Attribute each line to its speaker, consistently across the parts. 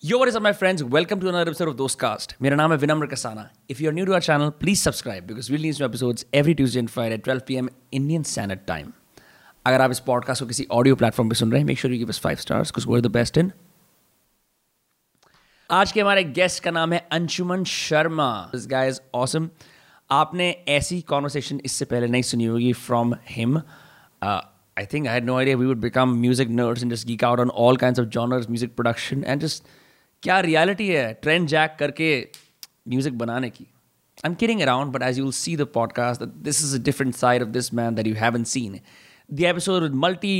Speaker 1: Yo, what is up, my friends? Welcome to another episode of Dostcast. मेरा नाम है Vinamra Kasana if you are new to our channel please subscribe because we'll news episodes every Tuesday and Friday 12 PM Indian standard time अगर आप इस podcast को किसी audio platform पे सुन रहे हैं make sure you give us five stars because we the best in आज के हमारे गेस्ट का नाम है Anshuman Sharma this guy is awesome आपने ऐसी कॉन्वर्सेशन इससे पहले नहीं सुनी होगी Uh, from him I think I had no idea we would become music nerds and just geek out on all kinds of genres music production and just क्या reality है trend jack करके music बनाने की I'm kidding around, but as you'll see the podcast, that this is a different side of this man that you haven't seen. The episode with multi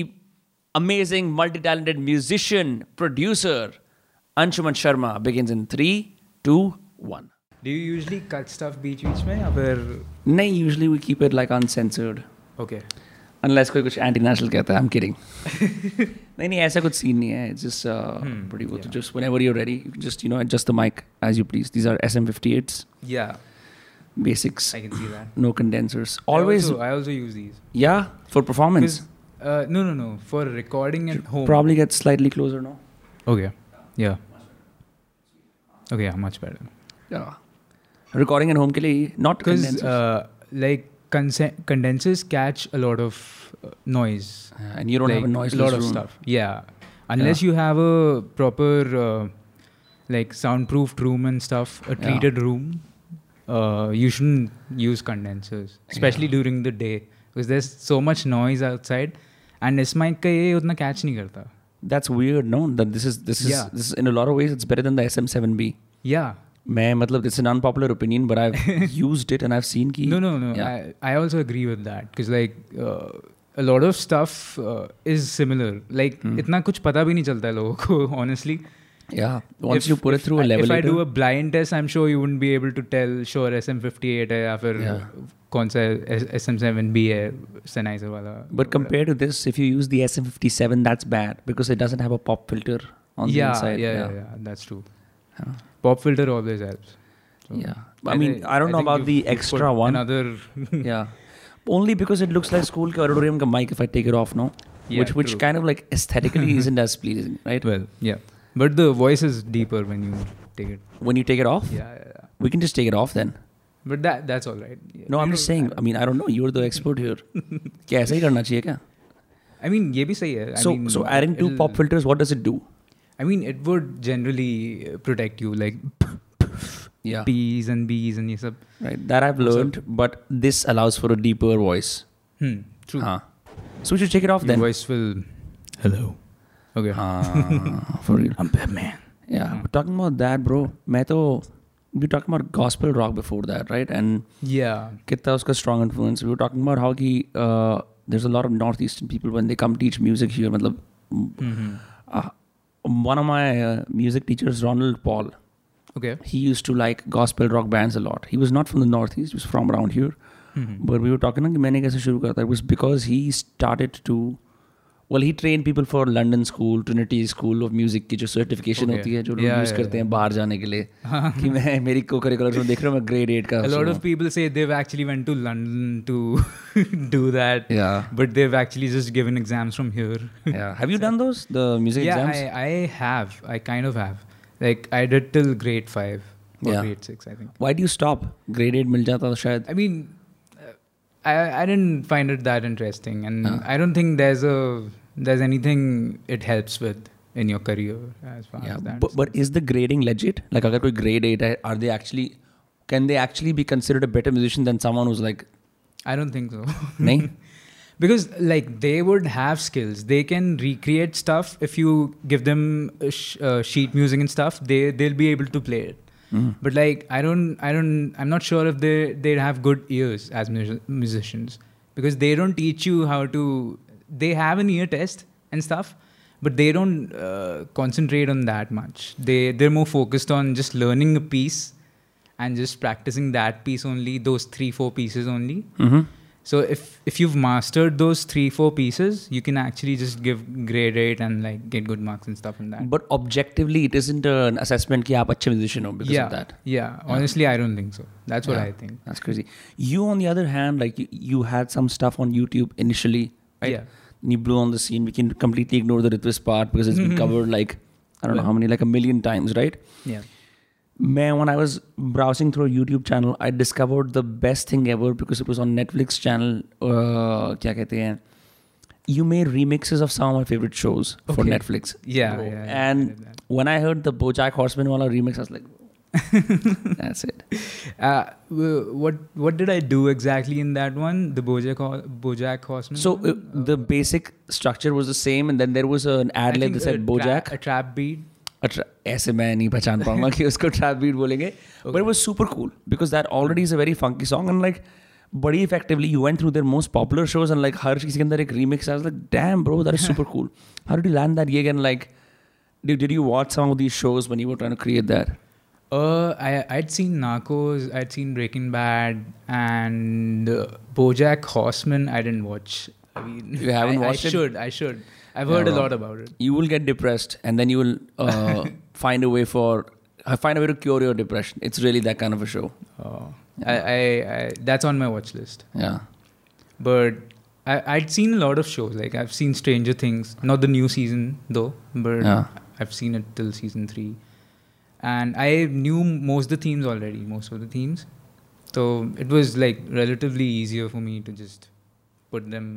Speaker 1: amazing, multi talented musician, producer Anshuman Sharma begins in three, two, one.
Speaker 2: Do you usually cut stuff बीच बीच में या फिर
Speaker 1: Nay, usually we keep it like uncensored.
Speaker 2: Okay
Speaker 1: Unless कोई कुछ anti national कहता है I am kidding नहीं नहीं ऐसा कुछ सीन नहीं है uh, जस्ट बड़ी वो तो just whenever you ready just you know adjust the mic as you please these are एसएम58s
Speaker 2: या
Speaker 1: basics
Speaker 2: I can see that
Speaker 1: no condensers always
Speaker 2: I also use these
Speaker 1: Yeah, for performance.
Speaker 2: 'Cause, uh, no no no for recording at home
Speaker 1: Probably get slightly closer now.
Speaker 2: okay yeah okay yeah much better
Speaker 1: Yeah. Recording at home के लिए not
Speaker 2: because
Speaker 1: condensers.
Speaker 2: uh, like consen- condensers catch a lot of uh, noise
Speaker 1: Yeah, and you don't have a
Speaker 2: like,
Speaker 1: noiseless
Speaker 2: lot of
Speaker 1: room.
Speaker 2: stuff yeah unless you have a proper uh, like soundproofed room and stuff a
Speaker 1: Yeah.
Speaker 2: treated room uh, you shouldn't use condensers especially during the day because there's so much noise outside and इस mic का ये उतना catch नहीं करता
Speaker 1: That's weird. No, that this is this is
Speaker 2: Yeah.
Speaker 1: this is in a lot of ways it's better than the SM7B.
Speaker 2: yeah
Speaker 1: मैं मतलब it's an unpopular opinion, but I've used it and I've seen कि
Speaker 2: no no no
Speaker 1: Yeah.
Speaker 2: I, I also agree with that because like uh, a lot of stuff uh, is similar like
Speaker 1: Hmm.
Speaker 2: इतना कुछ पता भी नहीं चलता है लोगों को honestly
Speaker 1: yeah. Once
Speaker 2: If-
Speaker 1: you put it
Speaker 2: if
Speaker 1: through a
Speaker 2: I-
Speaker 1: level,
Speaker 2: If I
Speaker 1: later-
Speaker 2: do a blind test, I'm sure you wouldn't be able to tell sure SM58 है या फिर
Speaker 1: Yeah.
Speaker 2: कौन सा SM7B है eh, Sennheiser वाला
Speaker 1: but compared to this, if you use the SM57, that's bad because it doesn't have a pop filter on the
Speaker 2: yeah,
Speaker 1: inside.
Speaker 2: yeah, yeah, yeah, that's true. Pop filter always helps. So,
Speaker 1: Yeah. I mean, I don't know
Speaker 2: think
Speaker 1: about
Speaker 2: you've-
Speaker 1: the
Speaker 2: you've put
Speaker 1: extra one.
Speaker 2: Another
Speaker 1: yeah only because it looks like school ka auditorium ka mic if i take it off no
Speaker 2: Yeah,
Speaker 1: which which
Speaker 2: true.
Speaker 1: kind of like aesthetically isn't as pleasing right
Speaker 2: well, yeah, but the voice is deeper when you take it.
Speaker 1: when you take it off
Speaker 2: Yeah, yeah, yeah.
Speaker 1: we can just take it off then
Speaker 2: but that that's all right. Yeah.
Speaker 1: no
Speaker 2: You
Speaker 1: i'm
Speaker 2: know,
Speaker 1: just saying i mean i don't know you're the expert here क्या ऐसा ही करना चाहिए क्या
Speaker 2: I mean, ये भी सही है. I
Speaker 1: so
Speaker 2: mean,
Speaker 1: so adding two
Speaker 2: it'll-
Speaker 1: pop filters what does it do
Speaker 2: I mean, it would generally uh, protect you, like
Speaker 1: yeah
Speaker 2: P's and B's and ये सब.
Speaker 1: right that i've learned but this allows for a deeper voice
Speaker 2: Hmm. True.
Speaker 1: हाँ. so we should take it off
Speaker 2: Your
Speaker 1: then
Speaker 2: voice will. Hello. Okay.
Speaker 1: हाँ, Ah, for real
Speaker 2: I'm Batman.
Speaker 1: yeah we're talking about that bro मैं तो we were talking about gospel rock before that right and
Speaker 2: Yeah.
Speaker 1: कितना उसका strong influence we were talking about how he uh, there's a lot of northeastern people when they come teach music here मतलब
Speaker 2: Mm-hmm.
Speaker 1: uh, one of my uh, music teachers Ronald Paul
Speaker 2: Okay.
Speaker 1: he used to like gospel rock bands a lot he was not from the northeast he was from around here
Speaker 2: Mm-hmm.
Speaker 1: but we were talking ना कि मैंने कैसे शुरू करा था it was because he started to well he trained people for London school Trinity school of music की जो certification
Speaker 2: Okay.
Speaker 1: होती है जो लोग
Speaker 2: Yeah,
Speaker 1: use
Speaker 2: yeah,
Speaker 1: करते
Speaker 2: yeah.
Speaker 1: हैं बाहर जाने के लिए कि मैं मेरी co-curriculars में देख रहा हूँ मैं grade 8 का
Speaker 2: A lot
Speaker 1: हूँ।
Speaker 2: of people say they've actually went to London to do that,
Speaker 1: yeah
Speaker 2: but they've actually just given exams from here.
Speaker 1: yeah. Have you done those? The music
Speaker 2: yeah,
Speaker 1: exams?
Speaker 2: I, I have. I kind of have. Like I did till grade five or
Speaker 1: Yeah.
Speaker 2: grade six, I think.
Speaker 1: Why do you stop? Grade 8 मिल जाता तो शायद
Speaker 2: I mean, uh, I I didn't find it that interesting, and I don't think there's a there's anything it helps with in your career as far
Speaker 1: yeah.
Speaker 2: as that.
Speaker 1: But, but is the grading legit? Like अगर कोई grade 8 है are they actually can they actually be considered a better musician than someone who's like
Speaker 2: I don't think so.
Speaker 1: नहीं
Speaker 2: because like they would have skills. They can recreate stuff if you give them uh, sh- uh, sheet music and stuff. They they'll be able to play it. But like I don't I don't I'm not sure if they they have good ears as mus- musicians because they don't teach you how to. They have an ear test and stuff, but they don't uh, concentrate on that much. They they're more focused on just learning a piece and just practicing that piece only, those three four pieces only. So if if you've mastered those three four pieces, you can actually just give grade eight and like get good marks and stuff in that.
Speaker 1: but objectively it isn't an assessment कि आप अच्छे musician हो because
Speaker 2: yeah,
Speaker 1: of that
Speaker 2: yeah. Honestly, I don't think so. That's what
Speaker 1: Yeah.
Speaker 2: I think.
Speaker 1: that's crazy you on the other hand like you, you had some stuff on YouTube initially right
Speaker 2: Yeah.
Speaker 1: you blew on the scene we can completely ignore the Ritwis part because it's been covered like I don't know how many, like a million times, right?
Speaker 2: Yeah.
Speaker 1: Man, when I was browsing through a YouTube channel, I discovered the best thing ever because it was on Netflix channel. Uh, क्या कहते हैं? You made remixes of some of my favorite shows for
Speaker 2: Okay.
Speaker 1: Netflix. Oh.
Speaker 2: Yeah, yeah, yeah, I did
Speaker 1: and
Speaker 2: that.
Speaker 1: when I heard the BoJack Horseman wala remix, I was like, that's it.
Speaker 2: Uh, w- what what did I do exactly in that one? The Bojack Ho- Bojack Horseman.
Speaker 1: So
Speaker 2: one?
Speaker 1: uh, the basic structure was the same, and then there was an
Speaker 2: I
Speaker 1: ad lib
Speaker 2: think
Speaker 1: that
Speaker 2: a
Speaker 1: said
Speaker 2: tra-
Speaker 1: BoJack.
Speaker 2: a trap beat.
Speaker 1: अच्छा, ऐसे मैं नहीं पहचान पाऊंगा कि उसको trap beat बोलेंगे but it was super cool because that already is a very funky song and like बड़ी effectively you went through their most popular shows and like हर चीज के अंदर एक remix I like damn bro that is super cool how do land that ये again like Did, did you watch some of these shows when you were trying to create that?
Speaker 2: Uh, I I'd seen Narcos, I'd seen Breaking Bad, and uh, BoJack Horseman. I didn't watch. I mean,
Speaker 1: You haven't
Speaker 2: I,
Speaker 1: watched
Speaker 2: I
Speaker 1: it? Oh.
Speaker 2: should. I should. I've
Speaker 1: Yeah,
Speaker 2: heard a
Speaker 1: bro.
Speaker 2: lot about it.
Speaker 1: You will get depressed and then you will uh, find a way for uh, find a way to cure your depression. It's really that kind of a show.
Speaker 2: Oh, I, I, I that's on my watch list.
Speaker 1: Yeah.
Speaker 2: But I I'd seen a lot of shows. Like I've seen Stranger Things, not the new season though, but
Speaker 1: Yeah.
Speaker 2: I've seen it till season three, and I knew most of the themes already. Most of the themes, so it was like relatively easier for me to just put them.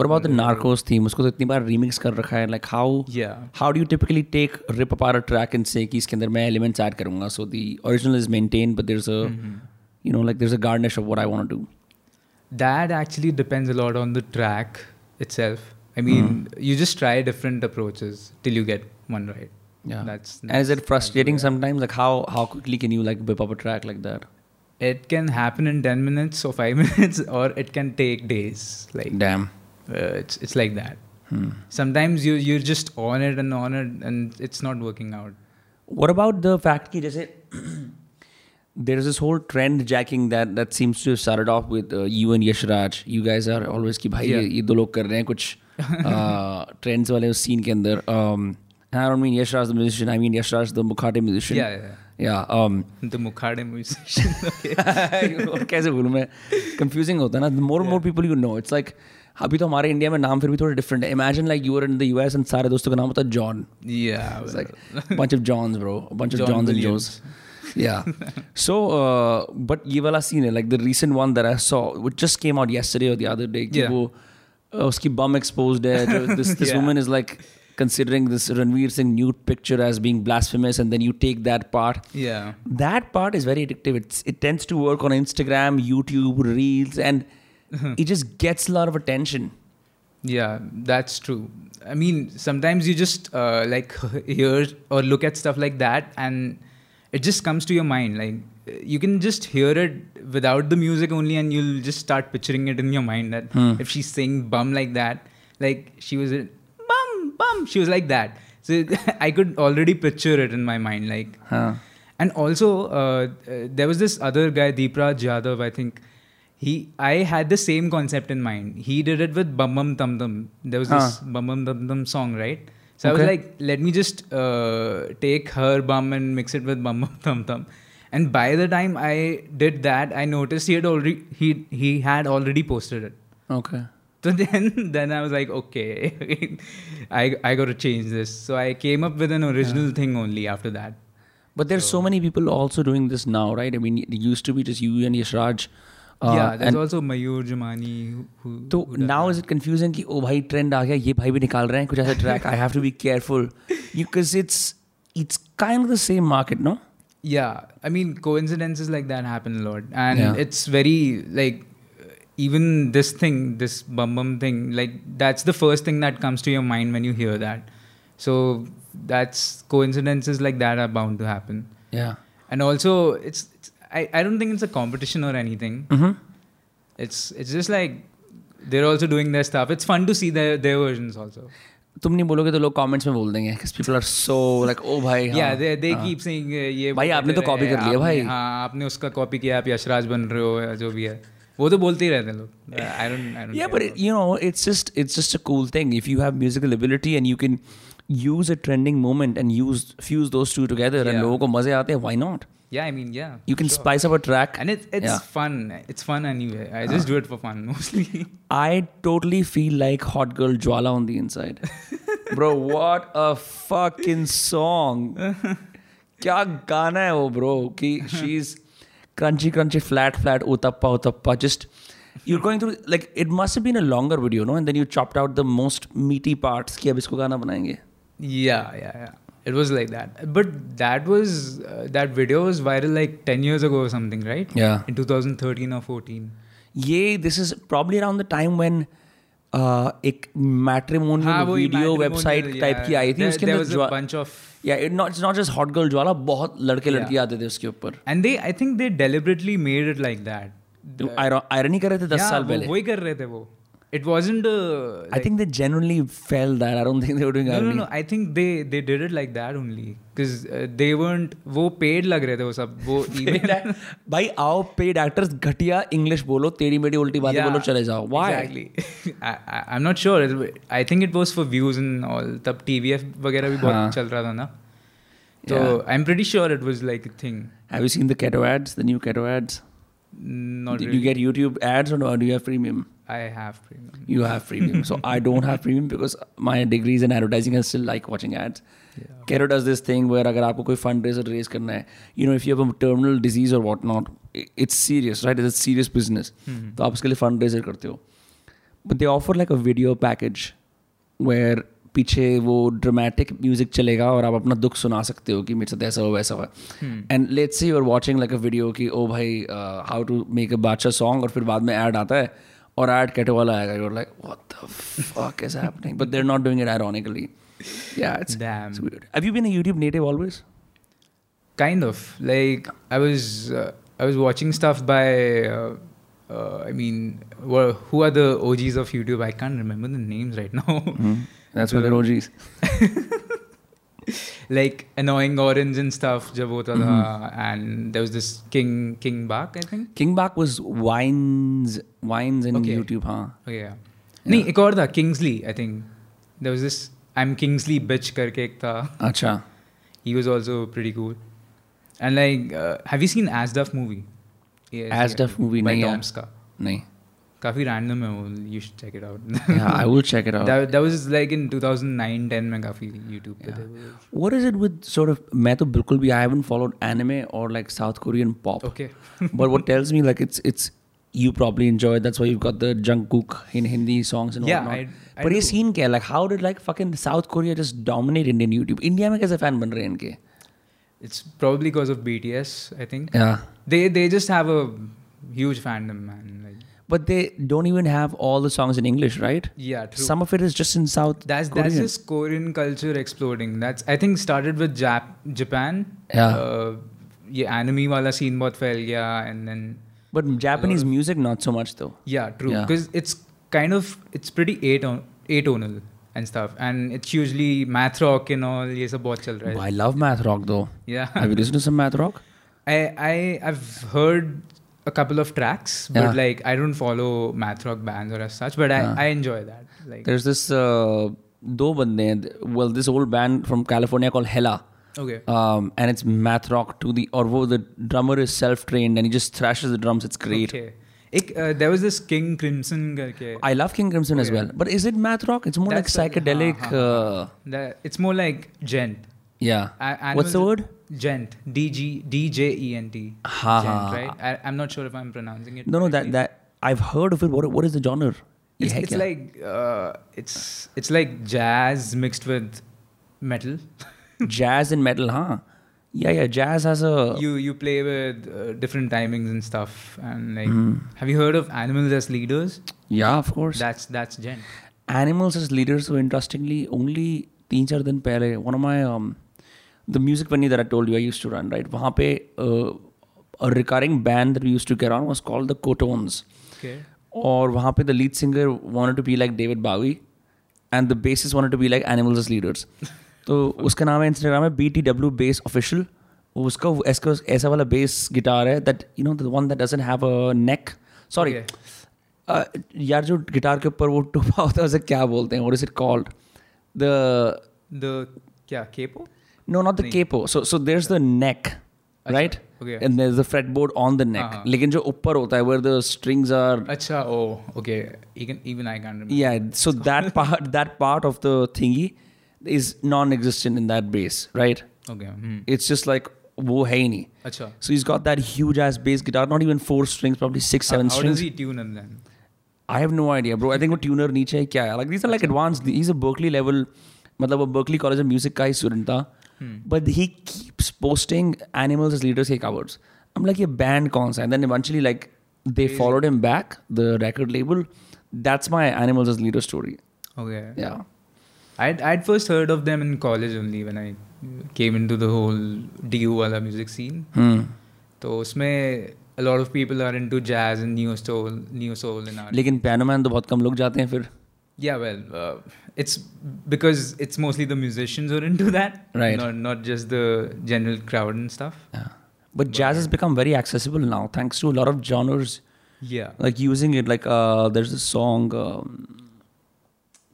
Speaker 1: What about the
Speaker 2: Yeah.
Speaker 1: Narcos theme? उसको तो इतनी बार remix कर रखा है. Like how
Speaker 2: Yeah.
Speaker 1: how do you typically take rip apart a track and say कि इसके अंदर मैं elements add करूँगा so the original is maintained but there's a
Speaker 2: Hmm. Mm-hmm.
Speaker 1: you know like there's a garnish of what I want to do
Speaker 2: That actually depends a lot on the track itself. I mean,
Speaker 1: Mm-hmm.
Speaker 2: you just try different approaches till you get one right.
Speaker 1: yeah
Speaker 2: That's,
Speaker 1: and is
Speaker 2: that's-
Speaker 1: it frustrating sometimes like how how quickly can you like whip up a track like that
Speaker 2: It can happen in 10 minutes or 5 minutes, or it can take days. Like,
Speaker 1: damn
Speaker 2: uh, it's, it's like that.
Speaker 1: hmm.
Speaker 2: Sometimes you, you're just on it and on it, and it's not working out.
Speaker 1: What about the fact that जैसे there is this whole trend jacking that that seems to have started off with uh, you and Yashraj. You guys are always कि भाई ये
Speaker 2: Yeah.
Speaker 1: ये दो लोग कर रहे हैं कुछ ट्रेंड्स वाले उस सीन के अंदर um, and I don't mean Yashraj the musician, I mean Yashraj the Mukhate musician.
Speaker 2: Yeah, yeah,
Speaker 1: Yeah, um,
Speaker 2: yeah. The Mukhade musician.
Speaker 1: और कैसे बोलूँ मैं कंफ्यूजिंग होता है ना more more people you know it's like अभी तो हमारे इंडिया में नाम फिर भी थोड़ा डिफरेंट है imagine like you are in the US and सारे दोस्तों का नाम होता है John
Speaker 2: yeah.
Speaker 1: It's like a bunch of Johns, bro. A bunch of
Speaker 2: uh, John
Speaker 1: Johns
Speaker 2: Williams.
Speaker 1: and Joes. Yeah. so, uh, but ये वाला scene है, like the recent one that I saw, which just came out yesterday or the other day. कि
Speaker 2: Yeah.
Speaker 1: वो, uh, उसकी bum exposed है. जो- This, this
Speaker 2: Yeah.
Speaker 1: woman is like considering this Ranveer Singh nude picture as being blasphemous, and then you take that part.
Speaker 2: yeah.
Speaker 1: That part is very addictive. It's, it tends to work on Instagram, YouTube, Reels, and
Speaker 2: Uh-huh.
Speaker 1: it just gets a lot of attention.
Speaker 2: Yeah, that's true. I mean, sometimes you just uh, like hear or look at stuff like that, and it just comes to your mind. Like you can just hear it without the music only, and you'll just start picturing it in your mind. That if she's saying "bum" like that, like she was a- "bum bum," she was like that. So I could already picture it in my mind. Like
Speaker 1: Huh.
Speaker 2: and also, uh, uh, there was this other guy, Deepraj Jadav, I think. He, I had the same concept in mind. He did it with Bum Bum Tum Tum. There was this Bum Bum Tum Tum song, right? So I was
Speaker 1: Okay.
Speaker 2: like, let me just uh, take her bum and mix it with Bum Bum Tum Tum. And by the time I did that, I noticed he had already he he had already posted it.
Speaker 1: Okay.
Speaker 2: So then, then I was like, okay, I I got to change this. So I came up with an original thing only after that.
Speaker 1: But there's so, many people also doing this now, right? I mean, it used to be just you and Yashraj. Uh,
Speaker 2: yeah, there's
Speaker 1: and
Speaker 2: also Mayur Jamani who, who
Speaker 1: so now is it confusing कि ओ भाई trend आ गया ये भाई भी निकाल रहे हैं कुछ ऐसा track I have to be careful because it's it's kind of the same market no
Speaker 2: yeah, I mean coincidences like that happen a lot, and
Speaker 1: Yeah.
Speaker 2: it's very like even this thing, this bum bum thing, like that's the first thing that comes to your mind when you hear that. So that's coincidences like that are bound to happen,
Speaker 1: yeah
Speaker 2: and also it's, it's I I don't think it's a competition or anything.
Speaker 1: Mm-hmm.
Speaker 2: It's it's just like they're also doing their stuff. It's fun to see their their versions also.
Speaker 1: तुम नहीं बोलोगे तो लोग comments में बोल देंगे because people are so like ओ भाई
Speaker 2: yeah,
Speaker 1: हाँ,
Speaker 2: they they
Speaker 1: हाँ."
Speaker 2: keep saying uh, ये
Speaker 1: भाई,
Speaker 2: वो
Speaker 1: आपने
Speaker 2: करते
Speaker 1: तो copy
Speaker 2: रहे,
Speaker 1: कर लिया, भाई।
Speaker 2: आपने- हाँ आपने उसका कॉपी किया आप यशराज बन रहे हो या जो भी है वो तो बोलते ही रहते हैं लोग I don't I don't
Speaker 1: yeah but it, you know it's just it's just a cool thing if you have musical ability and you can use a trending moment and use fuse those two together and
Speaker 2: Yeah.
Speaker 1: लोगों को मजे आते हैं why not
Speaker 2: yeah i mean yeah
Speaker 1: you can spice up a track
Speaker 2: and it's it's
Speaker 1: Yeah.
Speaker 2: fun it's fun anyway i just do it for fun mostly
Speaker 1: I totally feel like hot girl Jwala on the inside. bro what a fucking song क्या गाना है वो bro कि she's crunchy crunchy flat flat utappa utappa just you're going through like it must have been a longer video no and then you chopped out the most meaty parts कि अब इसको गाना बनाएंगे
Speaker 2: Yeah, yeah, yeah. It was like that. But that was uh, that video was viral like 10 years ago or something, right?
Speaker 1: Yeah.
Speaker 2: In 2013 or 14.
Speaker 1: ये this is probably around the time when uh, एक
Speaker 2: हाँ,
Speaker 1: matrimonial
Speaker 2: वही
Speaker 1: video
Speaker 2: matrimonial,
Speaker 1: website type
Speaker 2: yeah.
Speaker 1: की आई थी
Speaker 2: There-
Speaker 1: उसके
Speaker 2: there
Speaker 1: अंदर
Speaker 2: was a
Speaker 1: ज्वा-
Speaker 2: bunch of
Speaker 1: yeah it not it's not just hot girl Jwala बहुत लड़के
Speaker 2: Yeah.
Speaker 1: लड़की आते थे उसके ऊपर
Speaker 2: and they I think they deliberately made it like that.
Speaker 1: Irony कर रहे थे दस
Speaker 2: yeah,
Speaker 1: साल
Speaker 2: वो-
Speaker 1: पहले
Speaker 2: वही कर रहे थे वो. It wasn't a
Speaker 1: I think they genuinely felt that. I don't think they were doing
Speaker 2: no, no,
Speaker 1: irony.
Speaker 2: no. I think they they did it like that only because uh, they weren't वो paid लग रहे थे वो सब वो even
Speaker 1: भाई आओ paid actors घटिया इंग्लिश बोलो टेढ़ी मेढ़ी उल्टी बातें
Speaker 2: Yeah,
Speaker 1: बोलो चले जाओ Why?
Speaker 2: Exactly. I, I, I'm not sure. It- I think it was for views and all. तब TVF वगैरह भी
Speaker 1: हाँ.
Speaker 2: बहुत चल रहा था ना. So I'm pretty sure it was like a thing.
Speaker 1: Have you seen the Keto ads? The new Keto ads?
Speaker 2: Not
Speaker 1: Did
Speaker 2: really.
Speaker 1: you get YouTube ads or, no, or do you have premium?
Speaker 2: I have premium.
Speaker 1: You have premium. so I don't have premium because my degrees in advertising I still like watching ads. Keto does this thing where अगर आपको कोई fund raiser raise करना है you know if you have a terminal disease or what not it's serious right it's a serious business तो आप उसके लिए fund raiser करते हो but they offer like a video package where पीछे वो ड्रामेटिक म्यूजिक चलेगा और आप अपना दुख सुना सकते हो कि मेरे साथ ऐसा हो वैसा हुआ
Speaker 2: Hmm.
Speaker 1: And let's say you are watching like a video कि ओ भाई uh, how to make a Badshah song और फिर बाद में ऐड आता है और ऐड कैटे वाला आएगा you're like what the fuck is happening but they are not doing it ironically या it's
Speaker 2: Damn.
Speaker 1: Have you been a YouTube native always
Speaker 2: Kind of like I was uh, I was watching stuff by. Uh, uh, I mean, wha- who are the OGs of YouTube? I can't remember the names right now.
Speaker 1: Mm-hmm. That's what
Speaker 2: Uh,
Speaker 1: OGs
Speaker 2: like annoying orange and stuff. जब होता था, and there was this King King Bak, I think.
Speaker 1: King Bak was vines vines in
Speaker 2: Okay.
Speaker 1: YouTube हां
Speaker 2: Okay, Oh, yeah. नहीं एक और था Kingsley I think there was this I am Kingsley bitch करके एक था
Speaker 1: अच्छा
Speaker 2: ही was also pretty cool and like have you seen asdf movie
Speaker 1: Asdaf movie
Speaker 2: bye
Speaker 1: नहीं है।
Speaker 2: टॉम्स का
Speaker 1: नहीं
Speaker 2: काफी रैंडम है वो you should check it out
Speaker 1: yeah, I will check it out.
Speaker 2: That, that was like in 2009 10 में काफी YouTube पे थे
Speaker 1: What is it with sort of मैं तो बिल्कुल भी I haven't followed anime or like South Korean pop.
Speaker 2: Okay.
Speaker 1: but what tells me like it's it's you probably enjoy it. That's why you've got the Jungkook in Hindi songs and
Speaker 2: Yeah,
Speaker 1: whatnot.
Speaker 2: I- I
Speaker 1: but ये
Speaker 2: do.
Speaker 1: scene क्या है? like how did like fucking South Korea just dominate Indian YouTube? India में कैसे fan बन रहे हैं इनके?
Speaker 2: It's probably because of BTS, I think.
Speaker 1: Yeah.
Speaker 2: They they just have a huge fandom, man. Like,
Speaker 1: But they don't even have all the songs in English, right?
Speaker 2: yeah, true.
Speaker 1: Some of it is just in South
Speaker 2: That's
Speaker 1: Korean.
Speaker 2: that's just Korean culture exploding. That's I think started with Jap Japan.
Speaker 1: Yeah.
Speaker 2: Uh, ये anime वाला scene बहुत फैल गया and then
Speaker 1: but Japanese music not so much though.
Speaker 2: yeah true
Speaker 1: Yeah.
Speaker 2: because it's kind of it's pretty aton- atonal and stuff and it's usually math rock and all ये सब बहुत चल रहा
Speaker 1: Oh,
Speaker 2: है.
Speaker 1: I love math rock though.
Speaker 2: Yeah.
Speaker 1: Have you listened to some math rock?
Speaker 2: I I I've heard a couple of tracks but
Speaker 1: Yeah.
Speaker 2: like I don't follow math rock bands or as such but I I enjoy that like
Speaker 1: There's this uh, दो बंदे हैं well this old band from California called Hella
Speaker 2: okay
Speaker 1: um, and it's math rock to the or वो the drummer is self trained and he just thrashes the drums it's great
Speaker 2: okay. एक uh, there was this King Crimson करके
Speaker 1: I love King Crimson as
Speaker 2: Okay.
Speaker 1: well but is it math rock it's more like
Speaker 2: That's a-
Speaker 1: psychedelic
Speaker 2: हाँ,
Speaker 1: uh,
Speaker 2: The, it's more like gent.
Speaker 1: yeah
Speaker 2: A-
Speaker 1: what's the
Speaker 2: animals-
Speaker 1: word
Speaker 2: Gent. D G D J E N T.
Speaker 1: Ha
Speaker 2: Gent,
Speaker 1: ha.
Speaker 2: right? I, I'm not sure if I'm pronouncing it.
Speaker 1: no no that
Speaker 2: correctly.
Speaker 1: that I've heard of it what what is the genre
Speaker 2: It's,
Speaker 1: Yeah,
Speaker 2: it's
Speaker 1: yeah.
Speaker 2: like uh, it's it's like jazz mixed with metal.
Speaker 1: jazz and metal huh yeah yeah jazz has a
Speaker 2: you you play with uh, different timings and stuff. And like,
Speaker 1: Hmm.
Speaker 2: have you heard of animals as leaders?
Speaker 1: yeah of course
Speaker 2: That's that's gent.
Speaker 1: animals as leaders so interestingly only तीन चार दिन पहले one of my um, the music venue that I told you I used to run right वहाँ पे uh, a recurring band that we used to get on was called the Cotones
Speaker 2: Okay.
Speaker 1: और वहाँ पे the lead singer wanted to be like David Bowie and the bassist wanted to be like animals as leaders तो उसका नाम है Instagram है B T W bass official उसका वो- ऐसा ऐसा वाला बेस गिटार है that you know the one that doesn't have a neck sorry
Speaker 2: Okay.
Speaker 1: Uh, यार जो गिटार के ऊपर वो टोपा होता है उसे क्या बोलते हैं what is it called the
Speaker 2: The kya capo?
Speaker 1: No not the capo so so there is the neck right
Speaker 2: अच्छा, okay.
Speaker 1: And there is the fretboard on the neck
Speaker 2: हाँ।
Speaker 1: लेकिन जो ऊपर होता है where the strings are
Speaker 2: Acha. Oh. Okay. Even even I can't remember.
Speaker 1: yeah so that part that part of the thingy is non-existent in that bass, right?
Speaker 2: Okay. hmm.
Speaker 1: It's just like wo hai hi nahi.
Speaker 2: Acha.
Speaker 1: So he's got that huge ass bass guitar, not even four strings, probably six, seven
Speaker 2: how, how
Speaker 1: strings.
Speaker 2: does he tune him then?
Speaker 1: I have no idea, bro. I think वो tuner नीचे है क्या है? Like these are like advanced. He's a Berkeley level, मतलब वो Berkeley College of Music का ही student था.
Speaker 2: Hmm.
Speaker 1: But he keeps posting animals as leaders के covers. I'm like ये band कौन सा? है? And then eventually like they followed him back the record label. That's my animals as leader story.
Speaker 2: Okay.
Speaker 1: Yeah.
Speaker 2: I'd, I'd first heard of them in college only when I came into the whole DU wala music scene.
Speaker 1: Hmm.
Speaker 2: तो उसमें a lot of people are into jazz and neo soul, neo soul and art.
Speaker 1: लेकिन piano man तो बहुत कम लोग जाते हैं फिर.
Speaker 2: Yeah, well, uh, it's because it's mostly the musicians who are into that,
Speaker 1: Right.
Speaker 2: Not not just the general crowd and stuff.
Speaker 1: Yeah. But jazz has become very accessible now thanks to a lot of genres.
Speaker 2: Yeah.
Speaker 1: like using it like uh there's a song um,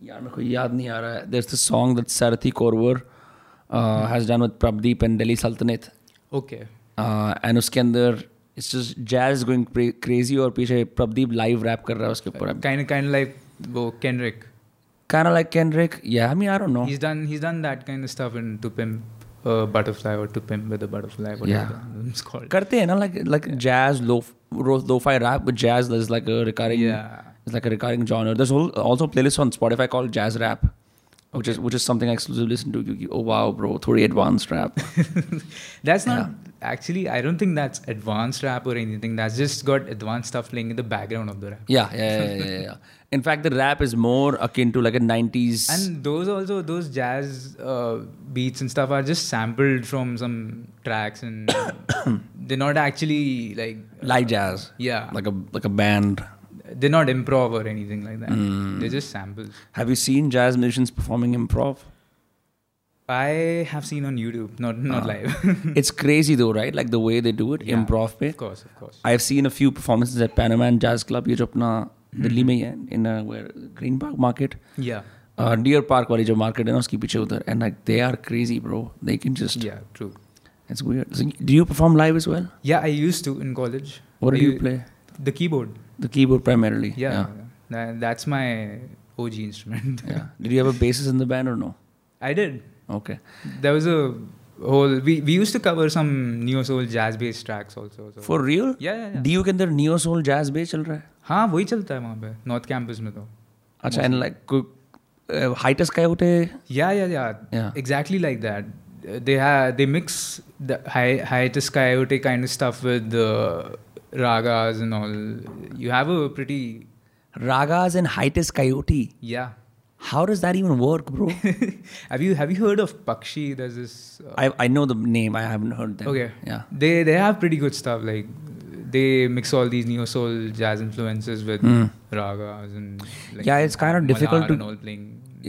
Speaker 1: यार मेरे को याद नहीं आ रहा है there's the song that Sarathi Korwar uh, has done with Prabdeep and Delhi Sultanate
Speaker 2: Okay.
Speaker 1: uh, and उसके अंदर it's just jazz going cra- crazy और पीछे प्रदीप live rap कर रहा है उसके ऊपर
Speaker 2: Kind of kind of like वो Kendrick.
Speaker 1: kind of like Kendrick yeah I mean I don't know
Speaker 2: He's done he's done that kind of stuff in To Pimp uh, Butterfly or To Pimp with a Butterfly. Whatever
Speaker 1: Yeah.
Speaker 2: the album's called.
Speaker 1: करते हैं ना like like jazz lo ro- lo-fi rap but jazz is like a recurring
Speaker 2: Yeah.
Speaker 1: it's like a recurring genre there's al- also a playlist on Spotify called jazz rap which is which is something I exclusively listen to क्योंकि, oh wow bro थोड़ी advanced rap
Speaker 2: that's not actually i don't think that's advanced rap or anything that's just got advanced stuff playing in the background of the rap
Speaker 1: yeah yeah yeah yeah, yeah, yeah. in fact the rap is more akin to like a 90s
Speaker 2: and those also those jazz uh, beats and stuff are just sampled from some tracks and they're not actually like
Speaker 1: live jazz
Speaker 2: yeah
Speaker 1: like a like a band
Speaker 2: they're not improv or anything like that
Speaker 1: Mm.
Speaker 2: they're just samples
Speaker 1: have you seen jazz musicians performing improv
Speaker 2: i have seen on youtube not not
Speaker 1: Ah.
Speaker 2: live
Speaker 1: it's crazy though right like the way they do it
Speaker 2: Yeah.
Speaker 1: improv पे
Speaker 2: of course of course
Speaker 1: I've seen a few performances at Panama and Jazz Club ये जो अपना
Speaker 2: हम्म।
Speaker 1: दिल्ली में ही है in uh, where Green Park Market
Speaker 2: yeah
Speaker 1: uh, Deer Park वाली जो market है ना उसके पीछे उधर and like they are crazy bro they can just
Speaker 2: yeah true
Speaker 1: it's weird so, do you perform live as well
Speaker 2: yeah i used to in college
Speaker 1: what
Speaker 2: I
Speaker 1: do you
Speaker 2: u-
Speaker 1: play
Speaker 2: the keyboard
Speaker 1: the keyboard primarily
Speaker 2: yeah, Tha- that's my og instrument
Speaker 1: yeah. Did you have a bassist in the band or no?
Speaker 2: i did
Speaker 1: Okay.
Speaker 2: there was a whole we, we used to cover some neo soul jazz based tracks also so
Speaker 1: For real?
Speaker 2: yeah yeah yeah
Speaker 1: DU के अंदर neo soul jazz bass चल रहा है.
Speaker 2: हाँ वही चलता है वहाँ पे नॉर्थ कैंपस में तो
Speaker 1: अच्छा and like कोई uh, hiatus का होते
Speaker 2: या या या
Speaker 1: Yeah.
Speaker 2: Exactly like that they they mix the hiatus coyote kind of stuff with the ragas and all you have a pretty
Speaker 1: ragas and hiatus coyote.
Speaker 2: yeah
Speaker 1: How does that even work, bro?
Speaker 2: have you have you heard of pakshi there's this uh,
Speaker 1: I I know the name. I haven't heard them.
Speaker 2: Okay.
Speaker 1: Yeah.
Speaker 2: They they have pretty good stuff. Like they mix all these neo soul jazz influences with ragas and like
Speaker 1: Hmm. Yeah, it's kind of difficult
Speaker 2: Malhar
Speaker 1: to-
Speaker 2: and all playing.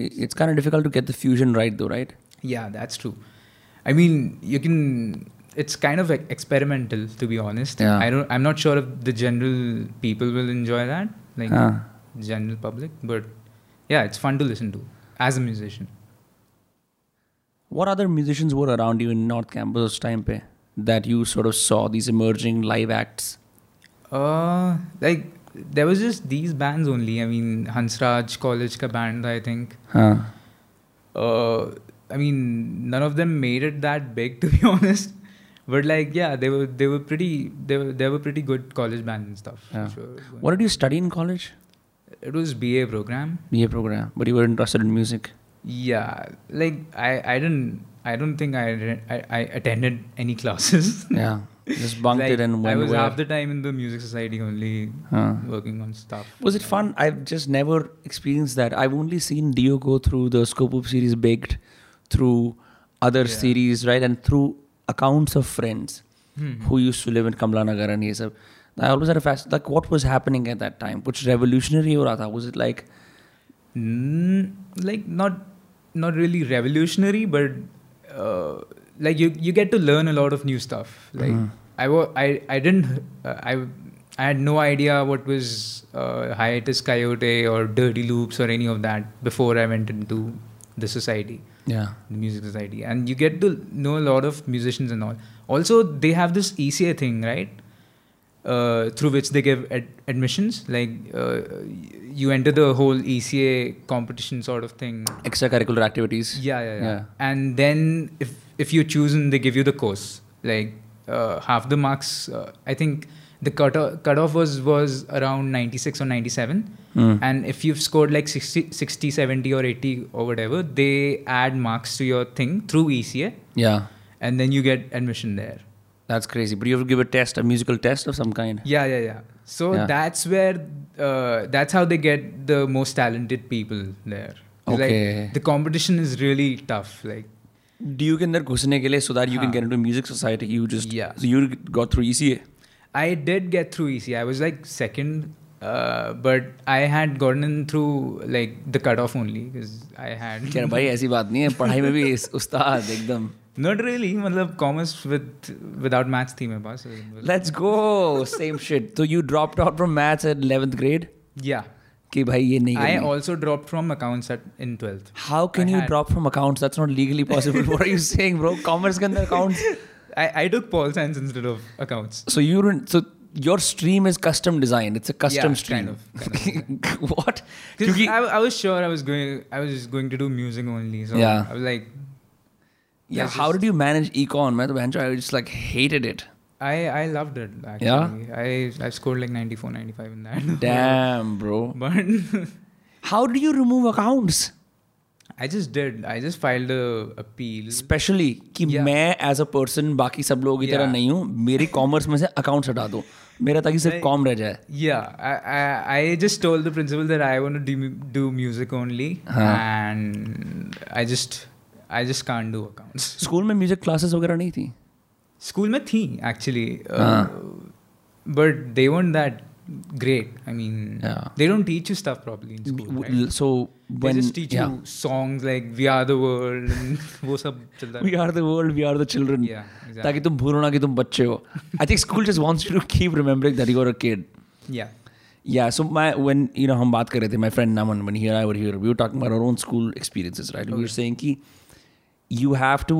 Speaker 1: I- It's kind of difficult to get the fusion right, though, right?
Speaker 2: Yeah, that's true. I mean, you can. It's kind of like experimental, to be honest.
Speaker 1: Yeah.
Speaker 2: I don't. I'm not sure if the general people will enjoy that, like
Speaker 1: Huh.
Speaker 2: general public. But yeah, it's fun to listen to as a musician.
Speaker 1: What other musicians were around you in North Campus time pe that you sort of saw these emerging live acts?
Speaker 2: Uh, like there was just these bands only. I mean, Hansraj College ka band, I think.
Speaker 1: Huh.
Speaker 2: uh, I mean, none of them made it that big, to be honest. But like, yeah, they were they were pretty they were they were pretty good college bands and stuff.
Speaker 1: Yeah.
Speaker 2: which were-
Speaker 1: What did you study in college?
Speaker 2: It was BA program.
Speaker 1: BA program, but you were interested in music.
Speaker 2: Yeah, like I I didn't I don't think I re- I, I attended any classes.
Speaker 1: Yeah, just bunked
Speaker 2: Like,
Speaker 1: it and
Speaker 2: I
Speaker 1: went
Speaker 2: was
Speaker 1: where-
Speaker 2: half the time in the music society only
Speaker 1: Huh.
Speaker 2: working on stuff.
Speaker 1: Was it fun? I've just never experienced that. I've only seen Dio go through the Scopoop series baked, through other
Speaker 2: Yeah.
Speaker 1: series, right, and through accounts of friends
Speaker 2: Hmm.
Speaker 1: who used to live in Kamlanagar and Yesab. I always had a fast like what was happening at that time, which revolutionary or other was it like?
Speaker 2: Mm, like not not really revolutionary but uh, like you you get to learn a lot of new stuff like I, wa- I i didn't uh, i i had no idea what was uh, hiatus coyote or dirty loops or any of that before i went into the society
Speaker 1: Yeah.
Speaker 2: the music society and you E get to know a lot of musicians and all also they have this eca thing right uh, through which they give ad- admissions. Like uh, you enter the whole ECA competition sort of thing.
Speaker 1: Extracurricular activities.
Speaker 2: Yeah, yeah, yeah.
Speaker 1: Yeah.
Speaker 2: And then if if you choose and they give you the course, like uh, half the marks. Uh, I think the cut cutoff was was around 96 or 97
Speaker 1: Hmm.
Speaker 2: and if you've scored like 60, 60 70 or 80 or whatever they add marks to your thing through eca
Speaker 1: Yeah.
Speaker 2: and then you get admission there
Speaker 1: That's crazy. But you have to give a test, a musical test of some kind.
Speaker 2: yeah yeah yeah so
Speaker 1: Yeah.
Speaker 2: that's where uh, that's how they get the most talented people there 'Cause,
Speaker 1: Okay.
Speaker 2: like, the competition is really tough like
Speaker 1: DU के अंदर घुसने के लिए so that you can get into music society you just
Speaker 2: Yeah.
Speaker 1: So you got through ECA
Speaker 2: i did get through eca i was like second uh, but i had gotten in through like the cutoff only because i had
Speaker 1: क्या भाई ऐसी बात नहीं है पढ़ाई में भी इस- उस्ताद एकदम
Speaker 2: not really मतलब commerce with without maths थी मेरे पास
Speaker 1: लेट्स गो सेम शिट तो you dropped out from maths at 11th grade
Speaker 2: yeah
Speaker 1: कि भाई ये नहीं
Speaker 2: i
Speaker 1: करनी
Speaker 2: also dropped from accounts at in 12th
Speaker 1: how can
Speaker 2: I
Speaker 1: you
Speaker 2: had-
Speaker 1: drop from accounts that's not legally possible what are you saying bro commerce के अंदर accounts
Speaker 2: i i took pol science instead of accounts
Speaker 1: so you so your stream is custom design it's a custom
Speaker 2: Yeah,
Speaker 1: stream
Speaker 2: kind of,
Speaker 1: what
Speaker 2: Because
Speaker 1: क्योंकि
Speaker 2: I, I was sure I was going I was just going to do music only. So
Speaker 1: Yeah.
Speaker 2: I was like
Speaker 1: yeah
Speaker 2: Let's
Speaker 1: how did you manage econ मैं तो बहनचोद I just like hated it
Speaker 2: I, I loved it actually. I I scored like 94, 95 in that.
Speaker 1: damn bro
Speaker 2: But
Speaker 1: How do you remove accounts?
Speaker 2: I just did. I just filed a appeal.
Speaker 1: Specially कि
Speaker 2: Yeah.
Speaker 1: मैं as a person बाकी सब लोगों की तरह
Speaker 2: Yeah.
Speaker 1: नहीं हूँ मेरे कॉमर्स में से अकाउंट्स हटा दो मेरा ताकि सिर्फ
Speaker 2: Right.
Speaker 1: कॉम रह जाए
Speaker 2: Yeah, I, I I just told the principal that I want to do, mu- do music only,
Speaker 1: Huh.
Speaker 2: and I just I just can't do accounts.
Speaker 1: School में म्यूजिक क्लासेस वगैरह नहीं थी
Speaker 2: School mein thi actually, uh,
Speaker 1: Huh.
Speaker 2: but they weren't that great. I mean,
Speaker 1: Yeah.
Speaker 2: they don't teach you stuff properly in school. right?
Speaker 1: So
Speaker 2: they
Speaker 1: when
Speaker 2: just teach you songs like we are the world and wo sab chalta
Speaker 1: we are the world we are the children
Speaker 2: yeah exactly
Speaker 1: ताकि तुम भूलो ना कि तुम बच्चे हो I think school just wants you to keep remembering that you are a kid
Speaker 2: yeah
Speaker 1: Yeah, so my when you know हम बात कर रहे थे my friend Naman when he and I were here we were talking about our own school experiences right we were saying कि you have to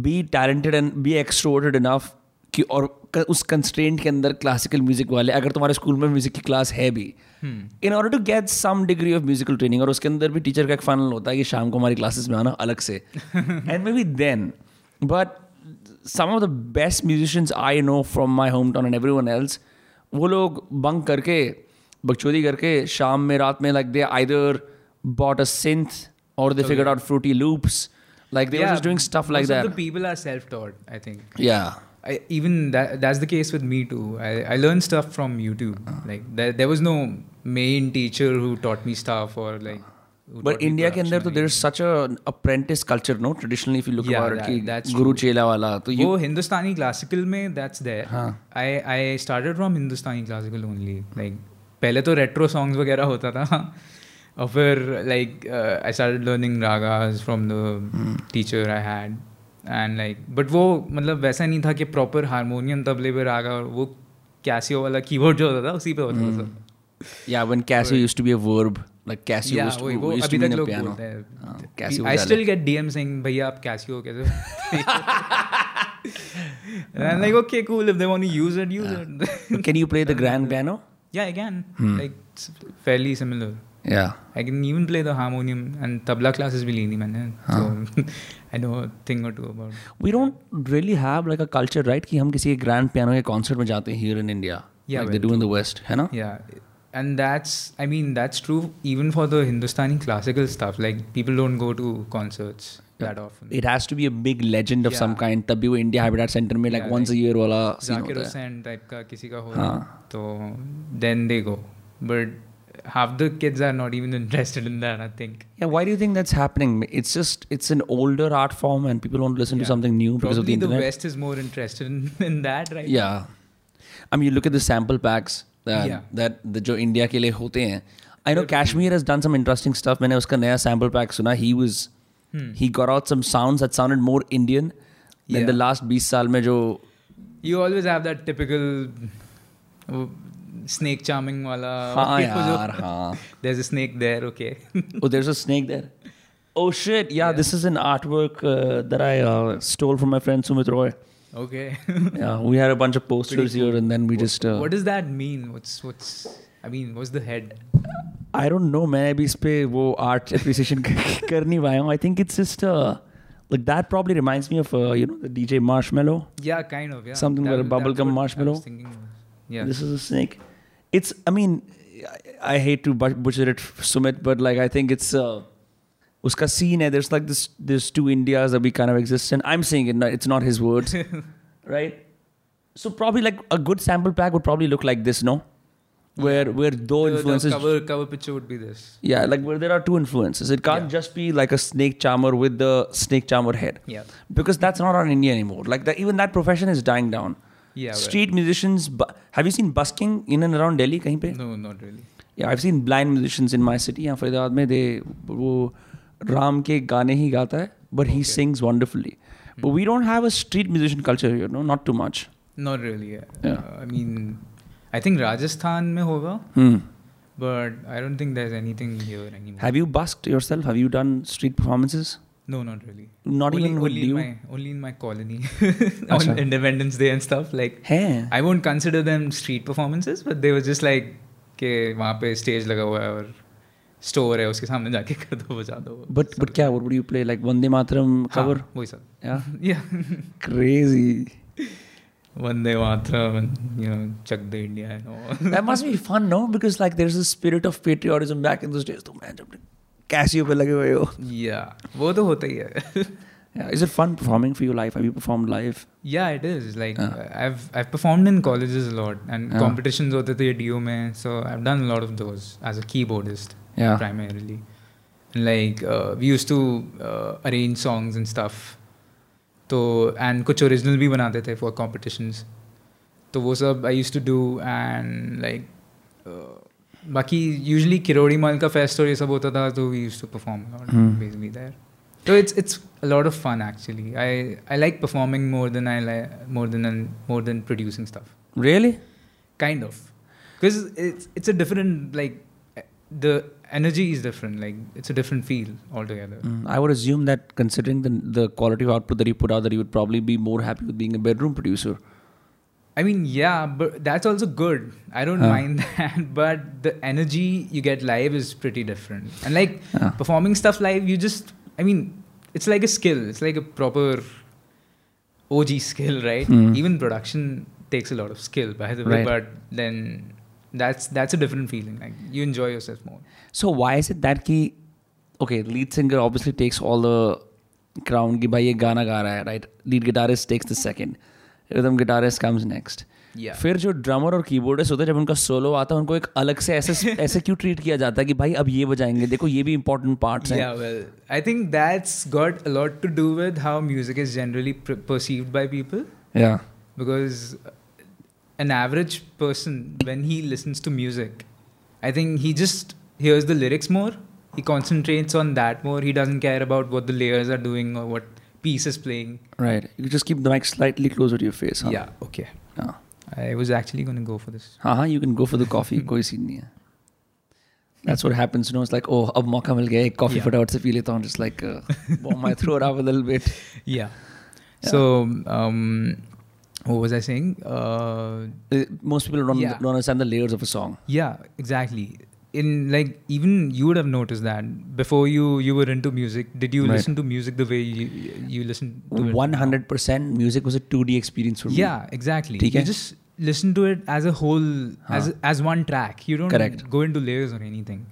Speaker 1: be talented and be extroverted enough कि और क- उस कंस्ट्रेंट के अंदर classical music वाले अगर तुम्हारे स्कूल में म्यूजिक की क्लास है भी in order to get some degree of musical training और उसके अंदर भी टीचर का एक फाइनल होता है कि शाम को हमारी क्लासेस में आना अलग से and maybe then but some of the best musicians I know from my hometown and everyone else वो लोग बंक करके बकचोदी करके शाम में रात में like they either bought a synth और they figure out fruity loops like they
Speaker 2: Yeah,
Speaker 1: are doing stuff like
Speaker 2: most of the
Speaker 1: that
Speaker 2: people are self-taught i think
Speaker 1: या
Speaker 2: I, even that that's the case with me too i, I learned stuff from youtube like there, there was no main teacher who taught me stuff or like who
Speaker 1: but
Speaker 2: taught me
Speaker 1: India के अंदर तो
Speaker 2: production
Speaker 1: there is such apprentice culture no traditionally if you look
Speaker 2: Yeah,
Speaker 1: about
Speaker 2: that-
Speaker 1: कि
Speaker 2: that's
Speaker 1: guru chela वाला तो
Speaker 2: वो Hindustani classical में that's there I I started from Hindustani classical only like पहले तो रेट्रो सॉन्ग्स वगैरह होता था और फिर uh, like I started learning ragas from the teacher I had and like but वो मतलब वैसा नहीं था कि प्रॉपर हारमोनियम तबले पे रागा और वो कैसियो वाला कीबोर्ड जो होता था उसी पे होता था सब
Speaker 1: Yeah, when Casio used to be a verb, like Casio
Speaker 2: Yeah,
Speaker 1: used, to,
Speaker 2: वही, वो
Speaker 1: used to
Speaker 2: अभी
Speaker 1: mean
Speaker 2: तक
Speaker 1: a
Speaker 2: लोग
Speaker 1: piano.
Speaker 2: बोलते हैं।
Speaker 1: हाँ, Casio
Speaker 2: I
Speaker 1: was
Speaker 2: still get DM saying भैया आप कैसी हो कैसे आई like okay cool if they want to use it use it
Speaker 1: valid. Can you play the grand piano?
Speaker 2: Yeah, I can.
Speaker 1: Hmm.
Speaker 2: Like it's fairly similar.
Speaker 1: Yeah.
Speaker 2: I can even play the harmonium and tabla classes भी ली थी मैंने
Speaker 1: हाँ।
Speaker 2: so I know a thing or two about
Speaker 1: We don't really have like a culture, right? कि हम किसी grand piano के concert में जाते हैं here in India,
Speaker 2: Yeah,
Speaker 1: like
Speaker 2: well,
Speaker 1: they do in the West, है ना?
Speaker 2: yeah and that's I mean that's true even for the Hindustani classical stuff like people don't go to concerts that often
Speaker 1: It has to be a big legend of some
Speaker 2: Yeah.
Speaker 1: kind. तभी वो India Habitat Center में like
Speaker 2: Yeah,
Speaker 1: once a year वाला scene
Speaker 2: Zakir
Speaker 1: होता है. हाँ।
Speaker 2: Hussain type का किसी का हो तो then they go but half the kids are not even interested in that I think
Speaker 1: Yeah, why do you think that's happening? It's just it's an older art form and people don't listen to
Speaker 2: Yeah.
Speaker 1: something new because of the
Speaker 2: probably the
Speaker 1: internet.
Speaker 2: West is more interested in, in that right
Speaker 1: yeah i mean you look at the sample packs that
Speaker 2: Yeah.
Speaker 1: that the jo india ke liye hote hain i know kashmir has done some interesting stuff maine uska naya sample pack suna he was
Speaker 2: Hmm.
Speaker 1: he got out some sounds that sounded more indian than
Speaker 2: Yeah.
Speaker 1: the last 20 saal mein jo
Speaker 2: you always have that typical uh, snake charming wala
Speaker 1: हाँ
Speaker 2: you know,
Speaker 1: यार,
Speaker 2: जो-
Speaker 1: हाँ.
Speaker 2: there's a snake there okay
Speaker 1: oh there's a snake there oh shit yeah, this is an artwork uh, that i uh, stole from my friend sumit roy
Speaker 2: Okay.
Speaker 1: Yeah, we had a bunch of posters here, and then we just. Uh,
Speaker 2: what does that mean? What's what's? I mean, what's the head?
Speaker 1: I don't know, man. अभी इस पे वो art appreciation कर नहीं पाया हूँ. I think it's just uh, like that probably reminds me of uh, you know the DJ Marshmallow.
Speaker 2: Yeah, kind of. Yeah.
Speaker 1: Something with a
Speaker 2: was-
Speaker 1: bubblegum
Speaker 2: that's what I was
Speaker 1: marshmallow.
Speaker 2: thinking of. Yeah.
Speaker 1: This is a snake. It's I mean I, I hate to but- butcher it, Sumit, but like I think it's uh, उसका scene है. There's like this there's two Indias that we kind of exist in. I'm saying it. no, It's not his words, right? So probably like a good sample pack would probably look like this, no? Where where though
Speaker 2: The- the,
Speaker 1: influences
Speaker 2: cover cover picture would be this.
Speaker 1: Yeah, like where there are two influences. It can't just be like a snake charmer with the snake charmer head.
Speaker 2: Yeah.
Speaker 1: Because that's not on India anymore. Like that, even that profession is dying down.
Speaker 2: Yeah.
Speaker 1: Street musicians. Bu- have you seen busking in and around Delhi? Kahin pe?
Speaker 2: Right. No, not really.
Speaker 1: Yeah, I've seen blind musicians in my city. यहाँ फरीदाबाद में they वो राम के गाने ही गाता है, but he sings wonderfully. But
Speaker 2: Hmm.
Speaker 1: we don't have a street musician culture here, no, not too much.
Speaker 2: Not really. Yeah.
Speaker 1: Yeah.
Speaker 2: Uh, I mean, I think Rajasthan mein hoga,
Speaker 1: Hmm.
Speaker 2: but I don't think there's anything here anymore.
Speaker 1: Have you busked yourself? Have you done street performances?
Speaker 2: No, not really.
Speaker 1: Not
Speaker 2: only,
Speaker 1: even with
Speaker 2: only in
Speaker 1: you?
Speaker 2: My, only in my colony
Speaker 1: Acha.
Speaker 2: on Independence Day and stuff. Like,
Speaker 1: Hey.
Speaker 2: I won't consider them street performances, but they were just like के वहाँ पे stage लगा हुआ है और store है उसके सामने जाके कर दो बजा दो
Speaker 1: But but क्या what would you play like Vande Mataram
Speaker 2: हाँ,
Speaker 1: cover?
Speaker 2: वही सब
Speaker 1: Yeah.
Speaker 2: Yeah
Speaker 1: Crazy.
Speaker 2: Vande Mataram you know Chak De India and all
Speaker 1: That must be fun, no? Because like there's a spirit of patriotism back in those days. तो man जब Casio पे लगे हुए हो.
Speaker 2: या वो तो होता ही है
Speaker 1: Yeah. Is it fun performing for you live? Have you performed live?
Speaker 2: Yeah, it is. Like
Speaker 1: Yeah.
Speaker 2: I've I've performed in colleges a lot and
Speaker 1: Yeah.
Speaker 2: competitions होते थे DO में, so I've done a lot of those as a keyboardist
Speaker 1: Yeah.
Speaker 2: primarily. And like uh, we used to uh, arrange songs and stuff. तो and कुछ original भी बनाते थे for competitions. तो वो सब I used to do and like uh, बाकी usually Kirori माल का फेस्ट और ये सब होता था तो we used to perform a lot
Speaker 1: Hmm.
Speaker 2: basically there. So it's it's a lot of fun actually. I I like performing more than I like more than more than producing stuff.
Speaker 1: Really?
Speaker 2: Kind of, because it's it's a different like eh, the energy is different. Like it's a different feel altogether.
Speaker 1: Mm, I would assume that considering the the quality of output that you put out, that you would probably be more happy with being a bedroom producer.
Speaker 2: I mean, yeah, but that's also good. I don't
Speaker 1: Huh.
Speaker 2: mind that, but the energy you get live is pretty different. And like
Speaker 1: Yeah.
Speaker 2: performing stuff live, you just I mean, it's like a skill. It's like a proper OG skill, right?
Speaker 1: Hmm.
Speaker 2: Even production takes a lot of skill, by the way.
Speaker 1: Right.
Speaker 2: But then that's that's a different feeling. Like you enjoy yourself more.
Speaker 1: So why is it that ki okay, lead singer obviously takes all the crown ki bhai ye गाना गा रहा है, right? Lead guitarist takes the second. Rhythm guitarist comes next.
Speaker 2: Yeah.
Speaker 1: फिर जो drummer और keyboardist होते हैं जब उनका सोलो आता है उनको एक अलग से ऐसे ऐसे क्यों ट्रीट किया जाता है कि भाई अब ये बजाएंगे देखो ये भी इंपॉर्टेंट पार्ट्स हैं
Speaker 2: Yeah, well, I think that's got a lot to do with how music is generally per- perceived by people.
Speaker 1: Yeah
Speaker 2: because an average person when he listens to music i think he just hears the lyrics more he concentrates on that more he doesn't care about what the layers are doing or what piece is playing
Speaker 1: right you just keep the mic slightly closer to your face
Speaker 2: yeah okay
Speaker 1: हां
Speaker 2: i was actually going to go for this
Speaker 1: हाँ हाँ you can go for the coffee कोई scene नहीं है That's what happens, you know. It's like, oh, अब मौका मिल गया एक कॉफी
Speaker 2: Yeah.
Speaker 1: फटाफट से पी लेता हूँ. Just like, uh, bomb my throat up a little bit.
Speaker 2: yeah, so um what was i saying uh
Speaker 1: Uh, Most people don't,
Speaker 2: Yeah.
Speaker 1: don't understand the layers of a song.
Speaker 2: yeah exactly in like even you would have noticed that before you you were into music did you
Speaker 1: Right.
Speaker 2: listen to music the way you you listen to it
Speaker 1: One hundred percent, music was a two D experience for me.
Speaker 2: yeah exactly
Speaker 1: ठीक
Speaker 2: you
Speaker 1: है?
Speaker 2: just listen to it as a whole as as one track you don't
Speaker 1: Correct.
Speaker 2: go into layers or anything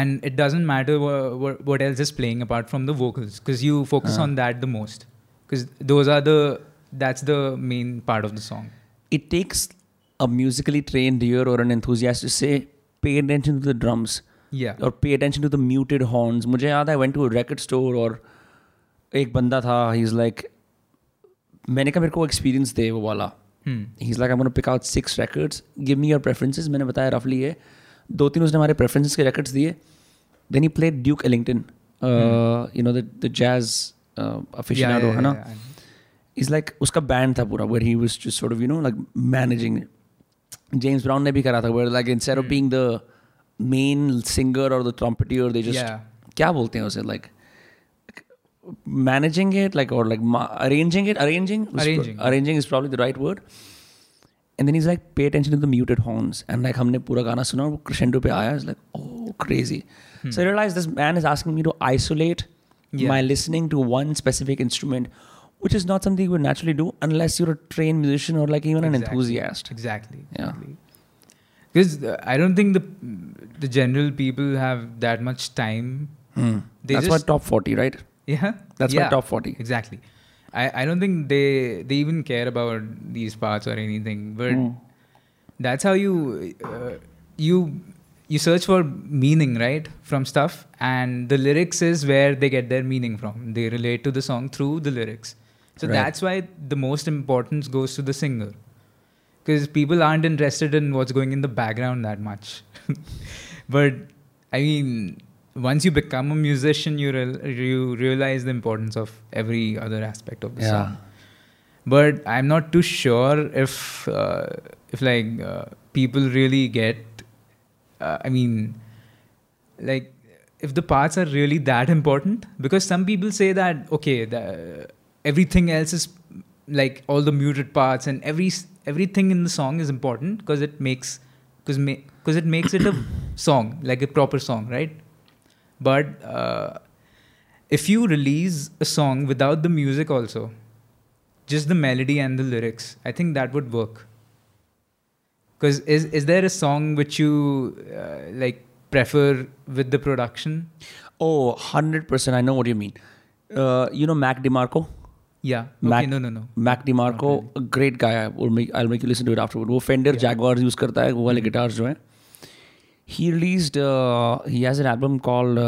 Speaker 2: and it doesn't matter wha- wha- what else is playing apart from the vocals because you focus on that the most because those are the that's the main part of the song
Speaker 1: it takes a musically trained ear or an enthusiast to say pay attention to the drums
Speaker 2: yeah
Speaker 1: or pay attention to the muted horns मुझे याद है आई went to a record store और एक बंदा था he is like मैंने कहा मेरे को एक्सपीरियंस दे वो वाला
Speaker 2: hmm.
Speaker 1: He is like I gonna pick out six records give me your preferences मैंने बताया रफली ये दो तीन उसने हमारे प्रेफरेंसेस के records दिए then he play Duke Ellington you know the jazz aficionado uh, है ना
Speaker 2: Hmm. yeah, yeah.
Speaker 1: Is like उसका बैंड था पूरा where he was just sort of you know like managing James Brown ने भी करा था where like instead
Speaker 2: Hmm.
Speaker 1: Of being the main singer और the trumpeter they
Speaker 2: Yeah.
Speaker 1: Just क्या बोलते हैं उसे like managing it, like or like ma- arranging it, arranging, was pro-
Speaker 2: Arranging.
Speaker 1: arranging is probably the right word. And then he's like, pay attention to the muted horns. And like, हमने पूरा गाना सुना और वो crescendo पे आया. I was like, oh, crazy. So I realized this man is asking me to isolate
Speaker 2: Yeah.
Speaker 1: my listening to one specific instrument, which is not something you would naturally do unless you're a trained musician or like even an
Speaker 2: Exactly.
Speaker 1: enthusiast.
Speaker 2: Exactly.
Speaker 1: Yeah.
Speaker 2: Exactly. Because uh, I don't think the the general people have that much time. They
Speaker 1: Hmm. That's
Speaker 2: just,
Speaker 1: my top 40, right?
Speaker 2: yeah.
Speaker 1: That's
Speaker 2: yeah,
Speaker 1: my top 40.
Speaker 2: Exactly. I, I don't think they they even care about these parts or anything. But
Speaker 1: Hmm.
Speaker 2: that's how you uh, you you search for meaning right from stuff, and the lyrics is where they get their meaning from. They relate to the song through the lyrics. So
Speaker 1: Right.
Speaker 2: that's why the most importance goes to the singer because people aren't interested in what's going in the background that much. but I mean, once you become a musician, you real you realize the importance of every other aspect of the
Speaker 1: Yeah.
Speaker 2: song. But I'm not too sure if uh, if like uh, people really get. Uh, I mean, like if the parts are really that important because some people say that okay the, everything else is like all the muted parts and every s- everything in the song is important because it makes because because it makes it a song like a proper song right but uh, if you release a song without the music also just the melody and the lyrics i think that would work because is, is there a song which you uh, like prefer with the production?
Speaker 1: Oh, 100%. I know what you mean. Uh, you know Mac DeMarco?
Speaker 2: Yeah.
Speaker 1: Mac-
Speaker 2: okay. No. No. No.
Speaker 1: Mac DeMarco great guy है will make I'll make you listen to it afterward वो Fender Jaguar use करता है वो वाले guitars जो हैं he release he has an album called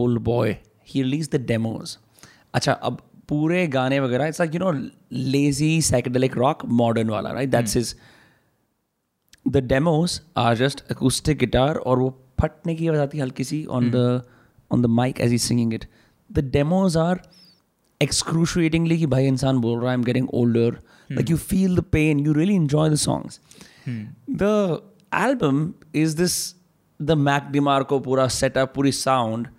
Speaker 1: old boy he release the demos अच्छा अब पूरे गाने वगैरह it's like you know lazy psychedelic rock modern वाला right that's is the demos are just acoustic guitar और वो फटने की आवाज़ आती है हल्की सी on the on the mic as he singing it the demos are excruciatingly कि भाई इंसान बोल रहा है I am getting older like you feel the pain you really enjoy the songs the album is this the mac demarco पूरा setup पूरी sound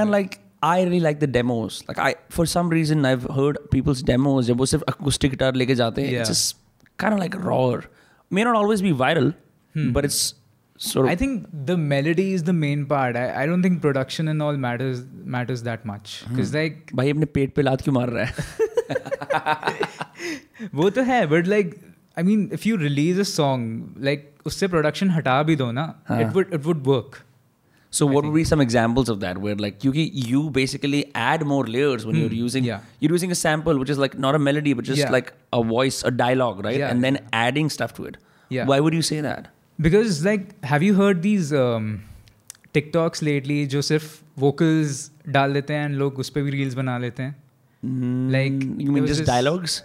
Speaker 1: and like i really like the demos like i for some reason i've heard people's demos जब वो सिर्फ acoustic guitar लेके जाते हैं
Speaker 2: Yeah.
Speaker 1: it's just kind of like raw may not always be viral but it's sort of
Speaker 2: Hmm. I think the melody is the main part. I, I don't think production and all matters matters that much because like
Speaker 1: भाई अपने पेट पे लात क्यों मार रहा है
Speaker 2: वो तो है but like I mean if you release a song like उससे production हटा भी दो ना
Speaker 1: हाँ.
Speaker 2: it would it would work.
Speaker 1: So what would be some examples of that where like you you basically add more layers when you're using
Speaker 2: Hmm. yeah.
Speaker 1: you're using a sample which is like not a melody but just
Speaker 2: Yeah.
Speaker 1: like a voice a dialogue right
Speaker 2: Yeah,
Speaker 1: and then adding stuff to it.
Speaker 2: Yeah.
Speaker 1: Why would you say that?
Speaker 2: because like have you heard these um, tiktoks lately जो सिर्फ vocals डाल देते हैं and लोग उस पे भी reels बना लेते हैं like
Speaker 1: Mm, you
Speaker 2: there
Speaker 1: mean
Speaker 2: was
Speaker 1: just
Speaker 2: this-
Speaker 1: dialogues?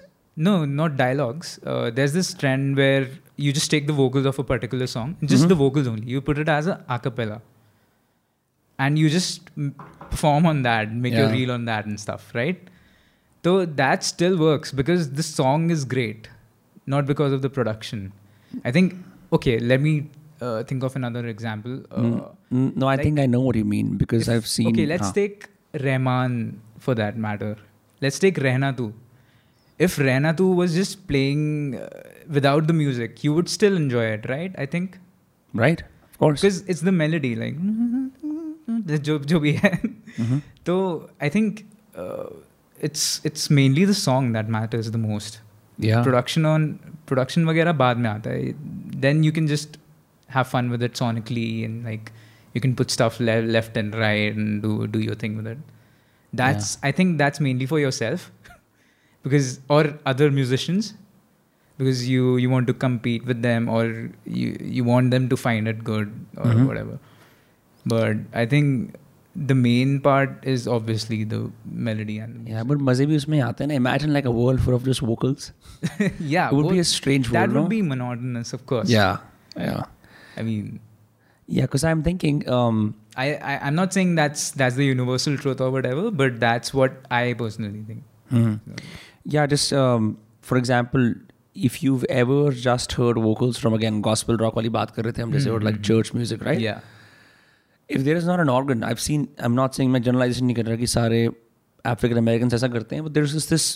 Speaker 2: no not dialogues uh, there's this trend where you just take the vocals of a particular song just
Speaker 1: Mm-hmm.
Speaker 2: the vocals only you put it as a a cappella and you just mm, perform on that make your
Speaker 1: Yeah.
Speaker 2: reel on that and stuff right so that still works because the song is great not because of the production i think okay let me uh, think of another example uh,
Speaker 1: Mm, no, I
Speaker 2: like-
Speaker 1: think I know what you mean because
Speaker 2: if-
Speaker 1: I've seen.
Speaker 2: Okay, let's
Speaker 1: Huh.
Speaker 2: take Rahman for that matter. Let's take Rehna Tu. If Rehna Tu was just playing uh, without the music, you would still enjoy it, right? I think
Speaker 1: right. Of course.
Speaker 2: because it's the melody, like the jo jo bhi hai.
Speaker 1: Mm-hmm.
Speaker 2: So तो, I think uh, it's it's mainly the song that matters the most.
Speaker 1: Yeah.
Speaker 2: Production on production वगैरह बाद में आता है. Then you can just have fun with it sonically and like you can put stuff le- left and right and do do your thing with it. That's I think that's mainly for yourself because or other musicians because you you want to compete with them or you you want them to find it good or
Speaker 1: Mhm.
Speaker 2: whatever. But I think the main part is obviously the melody and the
Speaker 1: yeah, but मजे भी उसमें आते हैं ना. Imagine like a world full of just vocals.
Speaker 2: music. yeah,
Speaker 1: it would be
Speaker 2: wo-
Speaker 1: a strange
Speaker 2: that
Speaker 1: world.
Speaker 2: would
Speaker 1: no?
Speaker 2: be monotonous, of course.
Speaker 1: Yeah. Yeah.
Speaker 2: I mean,
Speaker 1: Yeah, because I'm thinking. um
Speaker 2: I, I I'm not saying that's that's the universal truth or whatever, but that's what I personally think.
Speaker 1: Yeah, just um, for example, if you've ever just heard vocals from again gospel rock wali baat kar rahe the hum jaise
Speaker 2: Hmm,
Speaker 1: or like church music, right?
Speaker 2: Yeah.
Speaker 1: If there is not an organ, I've seen. I'm not saying मैं generalization नहीं कर रहा कि सारे African American ऐसा करते हैं but there is this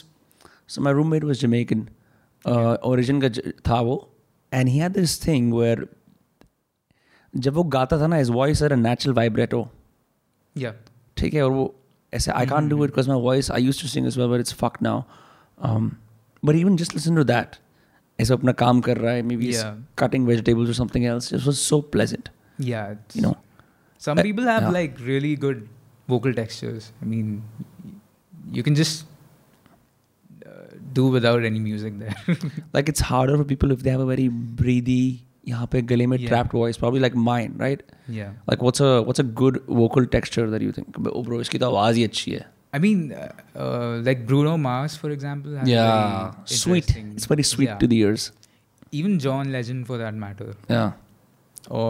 Speaker 1: so my roommate was Jamaican origin uh, का ज- था वो and he had this thing where जब वो गाता था ना his voice are a natural vibrato
Speaker 2: Yeah.
Speaker 1: ठीक है और वो ऐसे I can't do it because my voice I use to sing is but it's fuck now but even just listen to that ऐसे अपना काम कर रहा है maybe
Speaker 2: Yeah.
Speaker 1: Cutting vegetables और something else it was so pleasant
Speaker 2: Yeah. It's,
Speaker 1: you know
Speaker 2: Some
Speaker 1: Uh,
Speaker 2: people have
Speaker 1: yeah.
Speaker 2: like really good vocal textures. I mean, you can just uh, do without any music there.
Speaker 1: like it's harder for people if they have a very breathy यहाँ पे गले में
Speaker 2: Yeah.
Speaker 1: trapped voice probably like mine right
Speaker 2: yeah.
Speaker 1: like what's a what's a good vocal texture that you think oh bro इसकी तो आवाज़ ही अच्छी है
Speaker 2: I mean, uh, uh, like Bruno Mars, for example. has very
Speaker 1: sweet
Speaker 2: interesting-
Speaker 1: it's very sweet
Speaker 2: Yeah.
Speaker 1: to the ears
Speaker 2: Even John Legend, for that matter.
Speaker 1: yeah
Speaker 2: Or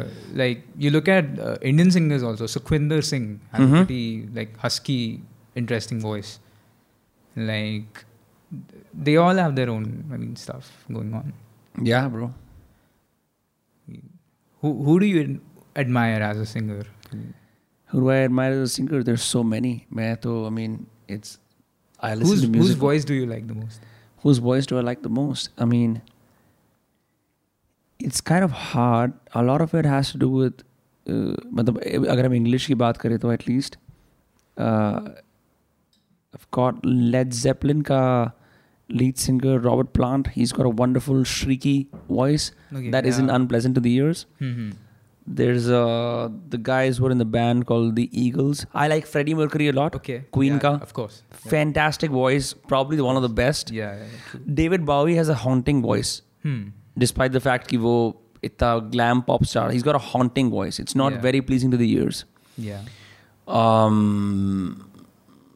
Speaker 2: uh, like you look at uh, Indian singers also. Sukhwinder Singh has
Speaker 1: Mhm.
Speaker 2: a pretty like husky, interesting voice. Like they all have their own. I mean, stuff going on.
Speaker 1: yeah bro
Speaker 2: Who who do you ad- admire as a singer?
Speaker 1: who do I admire as a singer there's so many मैं तो I mean it's I listen
Speaker 2: Whose
Speaker 1: to
Speaker 2: whose
Speaker 1: music
Speaker 2: voice do you like the most?
Speaker 1: whose voice do I like the most? I mean, it's kind of hard. A lot of it has to do with, uh, मतलब eh, अगर हम English की बात करें तो at least, uh, I've got Led Zeppelin का lead singer Robert Plant. He's got a wonderful shrieky voice
Speaker 2: Okay,
Speaker 1: that not unpleasant to the ears.
Speaker 2: hmm
Speaker 1: There's uh, the guys who are in the band called the Eagles. I like Freddie Mercury a lot.
Speaker 2: Okay.
Speaker 1: Queen
Speaker 2: yeah,
Speaker 1: ka
Speaker 2: Of course.
Speaker 1: fantastic voice, probably one of the best.
Speaker 2: Yeah. yeah, yeah, true.
Speaker 1: David Bowie has a haunting voice,
Speaker 2: Hmm.
Speaker 1: despite the fact कि वो इतना glam pop star. He's got a haunting voice. It's not
Speaker 2: Yeah.
Speaker 1: very pleasing to the ears.
Speaker 2: Yeah.
Speaker 1: Um,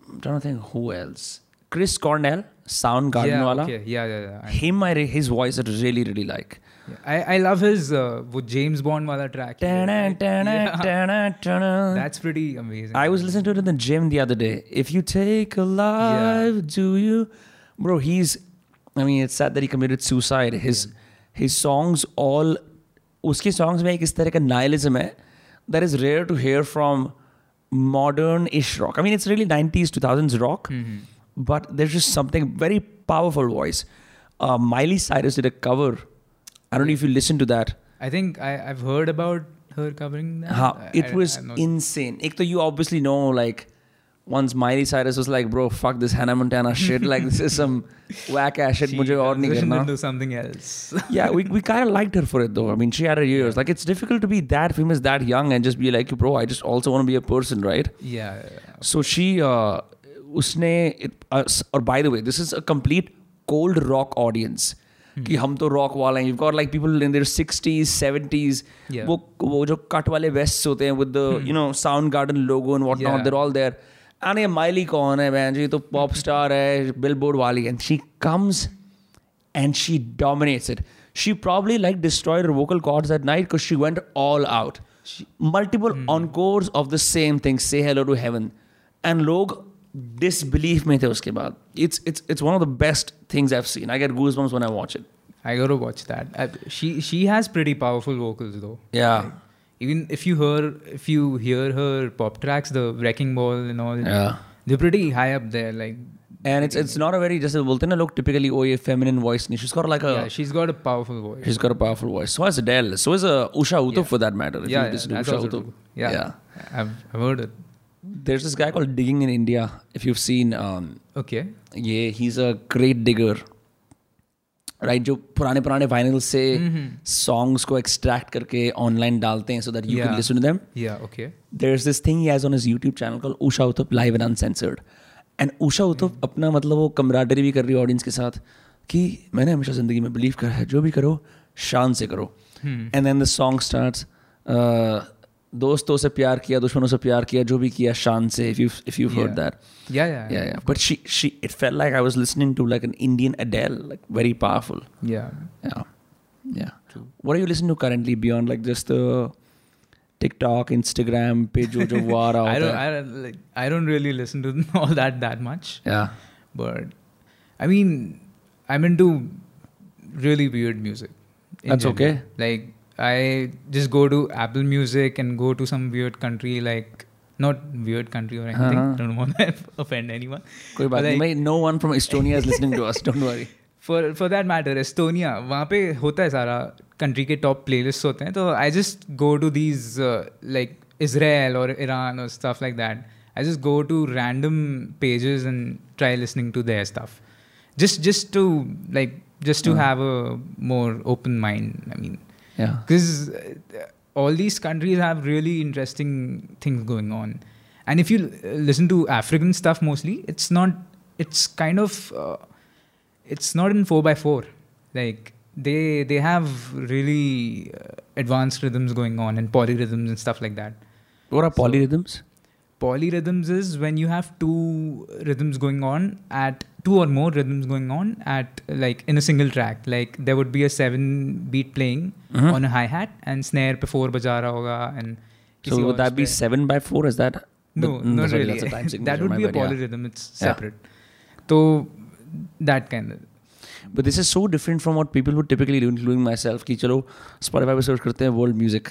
Speaker 1: I'm trying to think who else. Chris Cornell, Soundgarden
Speaker 2: yeah,
Speaker 1: wala.
Speaker 2: Okay. Yeah, yeah, yeah. I
Speaker 1: Him, I re- his voice I really really like.
Speaker 2: Yeah, I, I love his uh, वो James Bond wala track. he did,
Speaker 1: Ta-da,
Speaker 2: right?
Speaker 1: ta-da,
Speaker 2: Yeah.
Speaker 1: ta-da, ta-da.
Speaker 2: That's pretty amazing.
Speaker 1: I was listening to it in the gym the other day. If you take a life, do you, bro? He's, I mean, it's sad that he committed suicide. His his songs all, उसके songs में एक इस तरह का nihilism है that is rare to hear from modern ish rock. I mean, it's really 90s, 2000s rock, but there's just something very powerful voice. Uh, Miley Cyrus did a cover. I don't know if you listened to that.
Speaker 2: I think I, I've heard about her covering that.
Speaker 1: Huh.
Speaker 2: I-
Speaker 1: It
Speaker 2: I-
Speaker 1: was
Speaker 2: I'm not-
Speaker 1: insane. Ek to you obviously know like once Miley Cyrus was like, bro, fuck this Hannah Montana shit. Like this is some whack ass shit.
Speaker 2: she
Speaker 1: Mujhe aur nahi
Speaker 2: transitioned
Speaker 1: karna.
Speaker 2: into something else.
Speaker 1: Yeah, we, we kind of liked her for it though. I mean, she had her years. Like it's difficult to be that famous, that young, and just be like, bro, I just also want to be a person, right?
Speaker 2: yeah. yeah, yeah.
Speaker 1: So she, uh, usne, it, uh, s- or by the way, this is a complete cold rock audience. कि हम तो rock वाले हैं you got like people in there 60s 70s
Speaker 2: Yeah.
Speaker 1: वो वो जो cut वाले vest होते हैं with the you know Soundgarden logo and what not
Speaker 2: Yeah.
Speaker 1: There all there and ये माइली कौन है बहन जी तो पॉप स्टार है बिलबोर्ड वाली and she comes and she dominates it she probably like destroyed vocal cords at night because she went all out multiple
Speaker 2: Hmm.
Speaker 1: ऑनकोर्स of the same thing से hello to heaven and लोग disbelief में थे उसके बाद it's it's it's one of the best things I have seen I get goosebumps when I watch it
Speaker 2: I gotta watch that. I, she she has pretty powerful vocals though.
Speaker 1: Yeah.
Speaker 2: Even if you hear if you hear her pop tracks, the Wrecking Ball and all,
Speaker 1: Yeah.
Speaker 2: they're pretty high up there. Like
Speaker 1: And it's it's not a very just बोलते हैं ना लोग typically oh ये feminine voice नहीं she's got like a
Speaker 2: yeah, she's got a powerful voice.
Speaker 1: she's got a powerful voice so has Adele so is uh, Usha Uthup for that matter if
Speaker 2: yeah,
Speaker 1: you
Speaker 2: yeah,
Speaker 1: listen to
Speaker 2: that's
Speaker 1: Usha
Speaker 2: also
Speaker 1: Uthup.
Speaker 2: true. Yeah,
Speaker 1: yeah
Speaker 2: I've, I've heard it.
Speaker 1: there's this guy called Digging in India if you've seen um,
Speaker 2: Okay.
Speaker 1: ये he's a great digger right जो पुराने पुराने vinyl से
Speaker 2: Mm-hmm.
Speaker 1: songs को extract करके online डालते हैं so that you can
Speaker 2: Yeah.
Speaker 1: listen to them
Speaker 2: Yeah. Okay.
Speaker 1: there's this thing he has on his YouTube channel called Usha Uthup Live and Uncensored. And Usha Uthup अपना मतलब वो camaraderie भी कर रही है ऑडियंस के साथ कि मैंने हमेशा जिंदगी में बिलीव करा है जो भी करो शान से करो and then the song starts uh, दोस्तों से प्यार किया दुश्मनों से प्यार किया जो भी किया शान से if you if you heard
Speaker 2: Yeah.
Speaker 1: That
Speaker 2: Yeah, yeah,
Speaker 1: yeah yeah but she she it felt like I was listening to like an Indian Adele like very powerful
Speaker 2: yeah.
Speaker 1: yeah yeah what are you listening to currently beyond like just the TikTok Instagram पे जो जो वो आ रहा
Speaker 2: I
Speaker 1: होता
Speaker 2: don't,
Speaker 1: है
Speaker 2: I don't, like, I don't really listen to all that that much,
Speaker 1: Yeah.
Speaker 2: but I mean, I'm into really weird music. in
Speaker 1: That's
Speaker 2: general.
Speaker 1: okay.
Speaker 2: Like I just go to Apple Music and go to some weird country like Not weird country or anything.
Speaker 1: Uh-huh.
Speaker 2: Don't want to offend anyone.
Speaker 1: कोई
Speaker 2: But
Speaker 1: बात नहीं
Speaker 2: like,
Speaker 1: भाई no one from Estonia is listening to us don't worry
Speaker 2: for for that matter Estonia वहाँ पे होता है सारा country के टॉप प्लेलिस्ट होते हैं तो I just go to these like Israel uh, और ईरान और stuff like that I just go to random pages and try listening to their stuff just just to like just to have a more open mind I mean
Speaker 1: yeah
Speaker 2: because uh, all these countries have really interesting things going on and if you l- listen to african stuff mostly it's not it's kind of uh, it's not in 4x4 like they they have really uh, advanced rhythms going on and polyrhythms and stuff like that
Speaker 1: what are polyrhythms
Speaker 2: polyrhythms is when you have two rhythms going on at two or more rhythms going on at like in a single track like there would be a seven beat playing
Speaker 1: Mhm.
Speaker 2: on a hi hat and snare पे four बजा रहा होगा and
Speaker 1: so
Speaker 2: किसी
Speaker 1: would
Speaker 2: और
Speaker 1: that be
Speaker 2: पे-
Speaker 1: 7 by 4 is that
Speaker 2: no
Speaker 1: but- mm,
Speaker 2: not
Speaker 1: sorry,
Speaker 2: really
Speaker 1: that's a time signature,
Speaker 2: that would
Speaker 1: my
Speaker 2: be a
Speaker 1: bad, yeah.
Speaker 2: polyrhythm it's
Speaker 1: Yeah.
Speaker 2: separate so that kind of
Speaker 1: But this is so different from what people would typically do, including myself. कि चलो Spotify पे search करते हैं world music,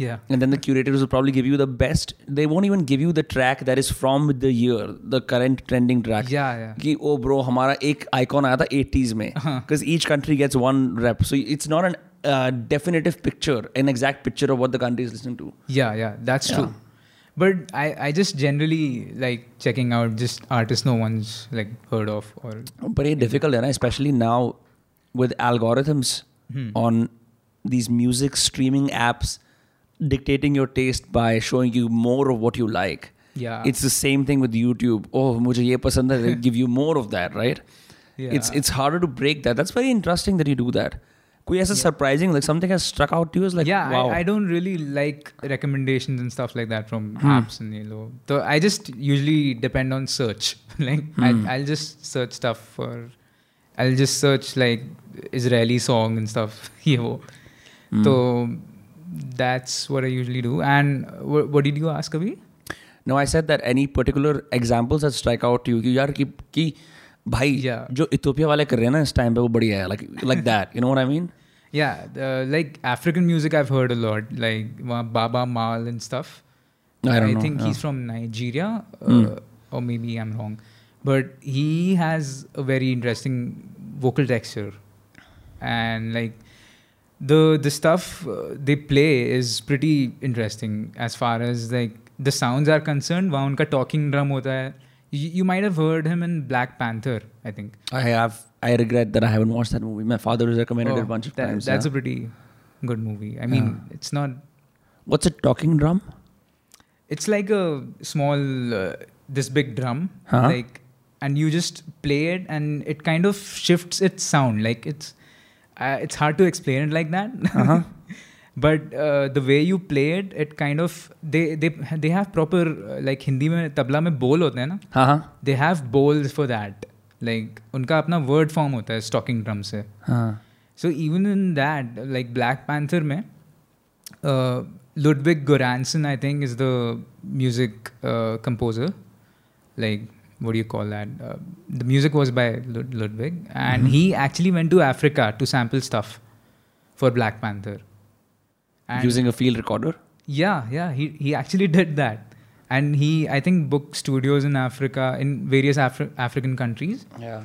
Speaker 2: yeah
Speaker 1: and then the curators will probably give you the best. They won't even give you the track that is from the year, the current trending track.
Speaker 2: yeah yeah
Speaker 1: कि ओ bro हमारा एक icon आया था 80s में because each country gets one rep so it's not an definitive picture an exact picture of what the country is listening to
Speaker 2: Yeah, yeah, that's true. But I, I just generally like checking out just artists no one's like heard of or
Speaker 1: But it's difficult, and especially now with algorithms on these music streaming apps dictating your taste by showing you more of what you like.
Speaker 2: yeah.
Speaker 1: It's the same thing with YouTube. Oh, mujhe ye pasand hai, they give you more of that, right? It's
Speaker 2: Yeah.
Speaker 1: it's harder to break that. That's very interesting that you do that. Koi aisa surprising like something has struck out to you is like
Speaker 2: yeah,
Speaker 1: wow.
Speaker 2: I, I don't really like recommendations and stuff like that from
Speaker 1: Hmm.
Speaker 2: apps and you know. So I just usually depend on search. like
Speaker 1: Hmm.
Speaker 2: I, I'll just search stuff for, I'll just search like Israeli song and stuff. you know.
Speaker 1: Hmm.
Speaker 2: So that's what I usually do. And wh- what did you ask, Abhi?
Speaker 1: No, I said that any particular examples that strike out to you कि यार कि कि भाई
Speaker 2: Yeah.
Speaker 1: जो Ethiopia वाले कर रहे हैं ना इस टाइम पे वो बढ़िया है like like that. You know what I mean?
Speaker 2: Yeah, uh, like African music I've heard a lot, like uh, Baba Mal and stuff.
Speaker 1: I don't know,
Speaker 2: think
Speaker 1: yeah. Hmm.
Speaker 2: he's from Nigeria, uh, or maybe I'm wrong, but he has a very interesting vocal texture, and like the the stuff uh, they play is pretty interesting as far as like the sounds are concerned. वहाँ उनका talking drum होता है. You, you might have heard him in Black Panther, I think.
Speaker 1: I have. I regret that I haven't watched that movie. My father has recommended it a
Speaker 2: Oh,
Speaker 1: bunch of
Speaker 2: that-
Speaker 1: times.
Speaker 2: That's
Speaker 1: yeah.
Speaker 2: a pretty good movie. I mean, it's not.
Speaker 1: What's a talking drum?
Speaker 2: It's like a small, uh, this big drum,
Speaker 1: Huh?
Speaker 2: like, and you just play it, and it kind of shifts its sound. Like it's, uh, it's hard to explain it like that.
Speaker 1: Uh-huh.
Speaker 2: but uh, the way you play it, it kind of they they they have proper uh, like Hindi में तबला में बोल होते हैं ना
Speaker 1: हाँ
Speaker 2: they have bowls for that. Like उनका अपना word form होता है stocking drum से.
Speaker 1: हाँ
Speaker 2: So even in that, like Black Panther में, uh, Ludwig Göransson I think is the music uh, composer. Like what do you call that? Uh, the music was by Lud- Ludwig, and he actually went to Africa to sample stuff for Black Panther. And
Speaker 1: Using a field recorder.
Speaker 2: yeah, yeah, he he actually did that, and he I think booked studios in Africa in various Afri- African countries.
Speaker 1: Yeah.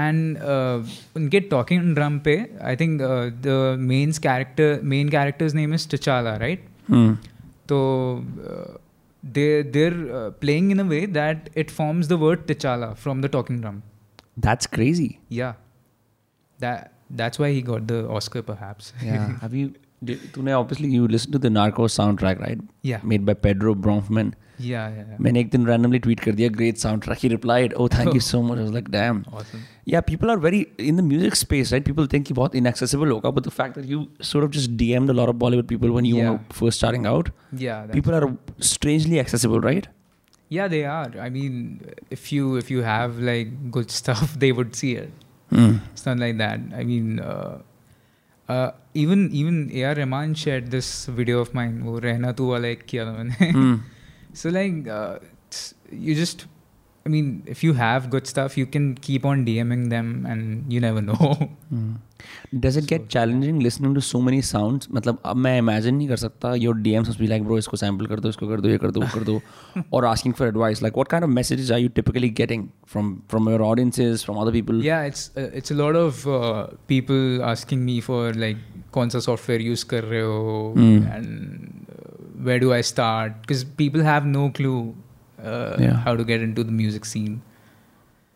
Speaker 2: And uh, उनके talking drum पे I think uh, the main character main character's name is T'Challa, right?
Speaker 1: Hmm.
Speaker 2: So uh, they they're uh, playing in a way that it forms the word T'Challa from the talking drum.
Speaker 1: That's crazy.
Speaker 2: Yeah, that that's why he got the Oscar perhaps.
Speaker 1: Yeah. have you? Did, तूने obviously you listened to the Narcos soundtrack right?
Speaker 2: Yeah.
Speaker 1: Made by Pedro Bronfman.
Speaker 2: yeah, yeah, yeah.
Speaker 1: मैंने एक दिन randomly tweet कर दिया great soundtrack. He replied, oh thank you so much. I was like damn.
Speaker 2: Awesome.
Speaker 1: Yeah, people are very in the music space, right? People think you're inaccessible, hoga, but the fact that you sort of just DM'd a lot of Bollywood people when you were
Speaker 2: Yeah.
Speaker 1: first starting out,
Speaker 2: Yeah, that's
Speaker 1: people are strangely accessible, right?
Speaker 2: Yeah, they are. I mean, if you if you have like good stuff, they would see it.
Speaker 1: Hmm.
Speaker 2: It's not like that. I mean, uh, uh, even even AR Rahman shared this video of mine.
Speaker 1: Hmm.
Speaker 2: वो रहना तू वाला एक किया था मैंने. So like, uh, it's- you just I mean, if you have good stuff, you can keep on DMing them, and you never know.
Speaker 1: Does it get challenging listening to so many sounds मतलब अब मैं imagine नहीं कर सकता your D Ms be like bro इसको sample कर दो इसको कर दो ये कर दो वो कर दो और asking for advice like what kind of messages are you typically getting from from your audiences from other people
Speaker 2: yeah, it's uh, it's a lot of uh, people asking me for like, कौन सा software use कर रहे हो, and uh, where do I start? Because people have no clue uh,
Speaker 1: Yeah.
Speaker 2: how to get into the music scene.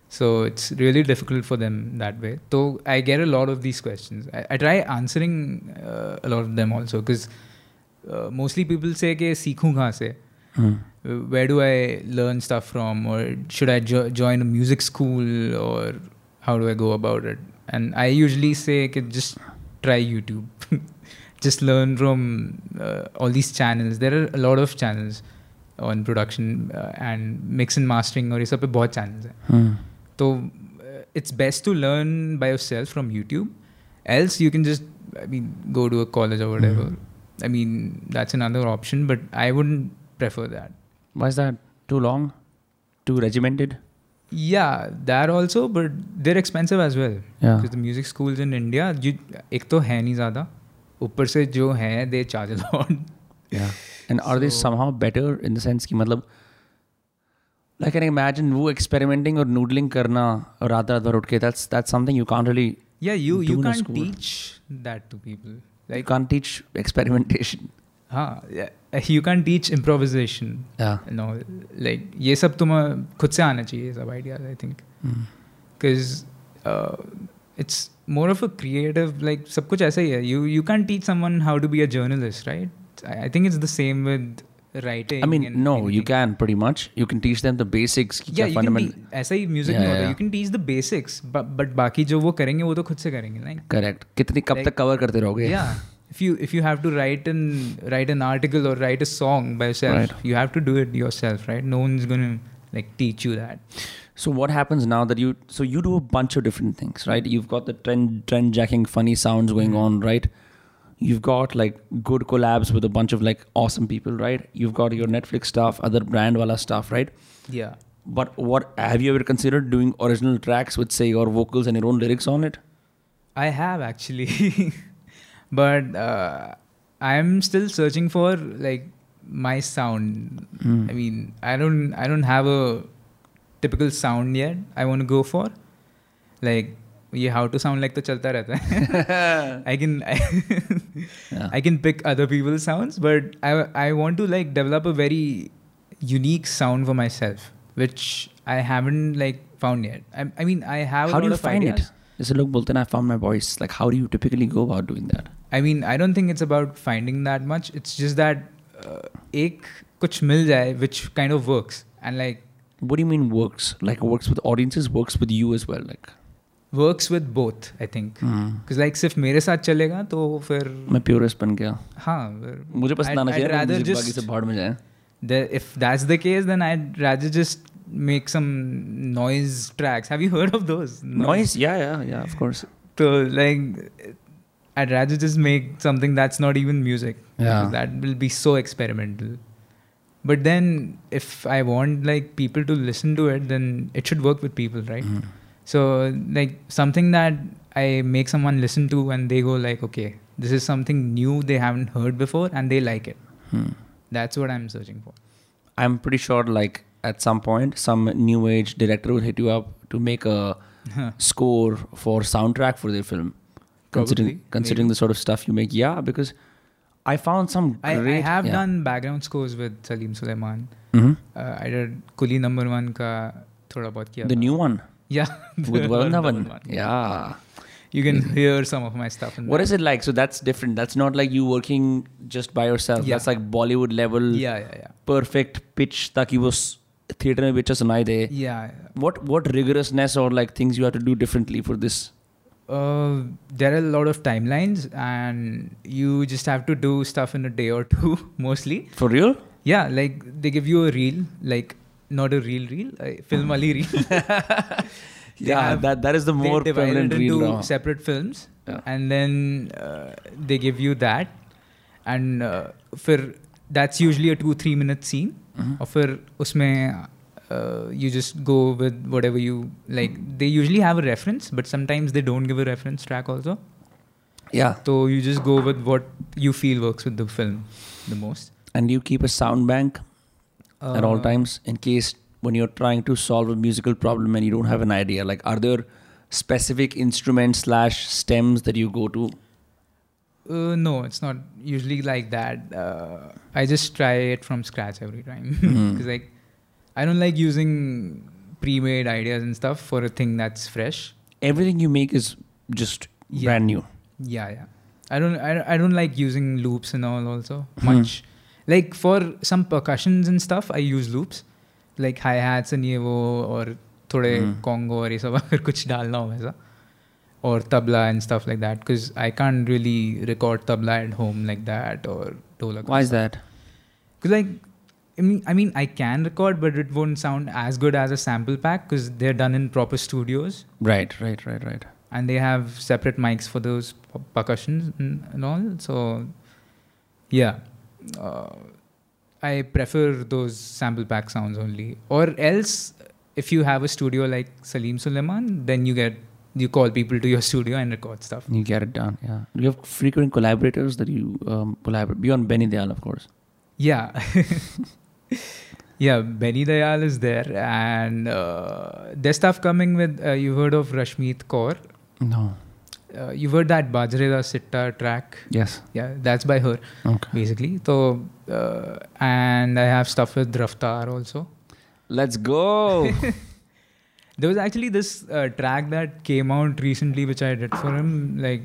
Speaker 2: So it's really difficult for them that way. So I get a lot of these questions. I, I try answering uh, a lot of them also because uh, mostly people say कि सीखूं कहाँ से? Where do I learn stuff from? Or should I jo- join a music school? Or how do I go about it? And I usually say कि just try YouTube. just learn from uh, all these channels. There are a lot of channels on production uh, and mix and mastering और ये सब पे बहुत channels हैं. तो uh, it's best to learn by yourself from YouTube. Else you can just I mean go to a college or whatever. I mean that's another option, but I wouldn't prefer that.
Speaker 1: Why is that too long too regimented
Speaker 2: Yeah, that also, but they're expensive as well.
Speaker 1: Yeah.
Speaker 2: Because the music schools in India, you एक तो है नहीं ज़्यादा ऊपर से जो है they charge a lot.
Speaker 1: And are they somehow better in the sense कि मतलब लाइक कैन इमेजिन वो एक्सपेरिमेंटिंग और नूडलिंग करना और रात रात भर उठ के that's that's something you can't really
Speaker 2: Yeah, you you
Speaker 1: Doing a
Speaker 2: can't
Speaker 1: school.
Speaker 2: teach that to people.
Speaker 1: You can't teach experimentation
Speaker 2: हाँ yeah, you can't teach improvisation. No like ये सब तुम्हें खुद से आना चाहिए ये सब ideas I think
Speaker 1: Hmm.
Speaker 2: Because it's more of a creative like सब कुछ ऐसा ही है you you can teach someone how to be a journalist right I think it's the same with writing
Speaker 1: I mean, no, you can pretty much. You can teach them the basics. ki
Speaker 2: या
Speaker 1: kya
Speaker 2: you can
Speaker 1: fundamental.
Speaker 2: ऐसा ही music
Speaker 1: Yeah,
Speaker 2: में होता
Speaker 1: yeah,
Speaker 2: है you can teach the basics but बाकी जो वो करेंगे वो तो खुद से करेंगे लाइक
Speaker 1: Correct. कितनी कब तक
Speaker 2: Like-
Speaker 1: cover करते रहोगे?
Speaker 2: yeah if you if you have to write an write an article or write a song by yourself
Speaker 1: Right.
Speaker 2: you have to do it yourself right no one's gonna like teach you that
Speaker 1: So what happens now that you so you do a bunch of different things, right? You've got the trend trend jacking funny sounds going
Speaker 2: Mm-hmm.
Speaker 1: on, right? You've got like good collabs with a bunch of like awesome people, right? You've got your Netflix stuff, other brand wala stuff, right?
Speaker 2: yeah
Speaker 1: But what have you ever considered doing original tracks with say your vocals and your own lyrics on it?
Speaker 2: i have actually but uh, i'm still searching for like my sound
Speaker 1: Hmm.
Speaker 2: i mean i don't i don't have a typical sound yet i want to go for like ये how to sound like तो चलता रहता है I can I can pick other people sounds but I I want to like develop a very unique sound for myself which I haven't like found yet I mean I have
Speaker 1: How do you find it? जैसे लोग बोलते हैं I found my voice like how do you typically go about doing that
Speaker 2: I mean, I don't think it's about finding that much. It's just that uh, एक कुछ मिल जाए which kind of works and like
Speaker 1: What do you mean works? Like works with audiences, works with you as well. Like
Speaker 2: works with both. I think because like सिर्फ मेरे साथ चलेगा तो फिर
Speaker 1: मैं purist बन गया
Speaker 2: हाँ फिर-
Speaker 1: मुझे पसंद आना
Speaker 2: I'd- I'd
Speaker 1: चाहिए ना,
Speaker 2: rather
Speaker 1: music बाकी
Speaker 2: just-
Speaker 1: से भाड़ में जाए
Speaker 2: the, if that's the case then I'd rather just make some noise tracks. Have you heard of those?
Speaker 1: Noise, yeah, yeah, yeah, of course.
Speaker 2: So like I'd rather just make something that's not even music.
Speaker 1: Yeah.
Speaker 2: Because That will be so experimental. But then if I want like people to listen to it, then it should work with people, right?
Speaker 1: Mm-hmm. Hmm.
Speaker 2: So like something that I make someone listen to and they go like, okay, this is something new they haven't heard before and they like it. That's what I'm searching for.
Speaker 1: Hmm. I'm pretty sure, like at some point, some new age director will hit you up to make a score for soundtrack for their film. considering
Speaker 2: Probably,
Speaker 1: considering the sort of stuff you make, yeah, because I found some
Speaker 2: I,
Speaker 1: great.
Speaker 2: I have
Speaker 1: yeah.
Speaker 2: done background scores with Salim Suleiman.
Speaker 1: Mhm.
Speaker 2: Uh, I did Kuli number one ka thoda bahut kiya.
Speaker 1: the
Speaker 2: tha.
Speaker 1: new one
Speaker 2: Yeah.
Speaker 1: with Varun Dhawan.
Speaker 2: Dhawan one.
Speaker 1: Yeah.
Speaker 2: You can hear some of my stuff. In
Speaker 1: What is it like? So that's different. That's not like you working just by yourself.
Speaker 2: Yeah.
Speaker 1: That's like Bollywood level.
Speaker 2: that. Yeah, yeah, yeah.
Speaker 1: Perfect pitch ताकि वो theatre में picture सुनाई दे
Speaker 2: Yeah. yeah.
Speaker 1: what what rigorousness or like things you have to do differently for this
Speaker 2: Uh, there are a lot of timelines, and you just have to do stuff in a day or two mostly.
Speaker 1: for real
Speaker 2: Yeah, like they give you a reel, like not a real reel, a film
Speaker 1: Hmm.
Speaker 2: wali reel. They
Speaker 1: yeah
Speaker 2: have-
Speaker 1: that that is the
Speaker 2: they
Speaker 1: more
Speaker 2: divide it
Speaker 1: permanent reel
Speaker 2: into
Speaker 1: now.
Speaker 2: separate films
Speaker 1: Yeah.
Speaker 2: and then uh, they give you that
Speaker 1: Mm-hmm.
Speaker 2: and uh, फिर that's usually a two three minute scene और फिर उसमें uh, uh, you just go with whatever you like. They usually have a reference, but sometimes they don't give a reference track also.
Speaker 1: Yeah.
Speaker 2: So you just go with what you feel works with the film the most.
Speaker 1: And you keep a sound bank at all
Speaker 2: Uh,
Speaker 1: times in case when you're trying to solve a musical problem and you don't have an idea. Like, are there specific instruments slash stems that you go to?
Speaker 2: Uh, no, it's not usually like that. Uh, I just try it from scratch every time
Speaker 1: Mm.
Speaker 2: because like I don't like using pre-made ideas and stuff for a thing that's fresh.
Speaker 1: Everything you make is just
Speaker 2: Yeah.
Speaker 1: brand new.
Speaker 2: Yeah, yeah. I don't, I, don't- I don't like using loops and all also
Speaker 1: Hmm.
Speaker 2: much. Like for some percussions and stuff, I use loops, like hi hats and ये वो और
Speaker 1: Hmm.
Speaker 2: थोड़े congo और ये सब अगर कुछ डालना हो वैसा or tabla and stuff like that because I can't really record tabla at home like that or dolak.
Speaker 1: Why is that?
Speaker 2: Because like, I mean, I mean, I can record, but it won't sound as good as a sample pack because they're done in proper studios
Speaker 1: Right, right, right, right.
Speaker 2: and they have separate mics for those per- percussions and, and all. So, yeah, uh, I prefer those sample pack sounds only. Or else, if you have a studio like Salim Suleiman, then you get you call people to your studio and record stuff.
Speaker 1: You get it done, yeah. You have frequent collaborators that you um, collaborate beyond Benny Deol, of course.
Speaker 2: Yeah. yeah, Benny Dayal is there. And uh, there's stuff coming with, uh, you've heard of Rashmeet Kaur.
Speaker 1: No.
Speaker 2: Uh, you've heard that Bajre Da Sitta track.
Speaker 1: Yes.
Speaker 2: Yeah, that's by her,
Speaker 1: Okay.
Speaker 2: basically. So, uh, and I have stuff with Draftar also.
Speaker 1: Let's go.
Speaker 2: There was actually this uh, track that came out recently, which I did for him, like,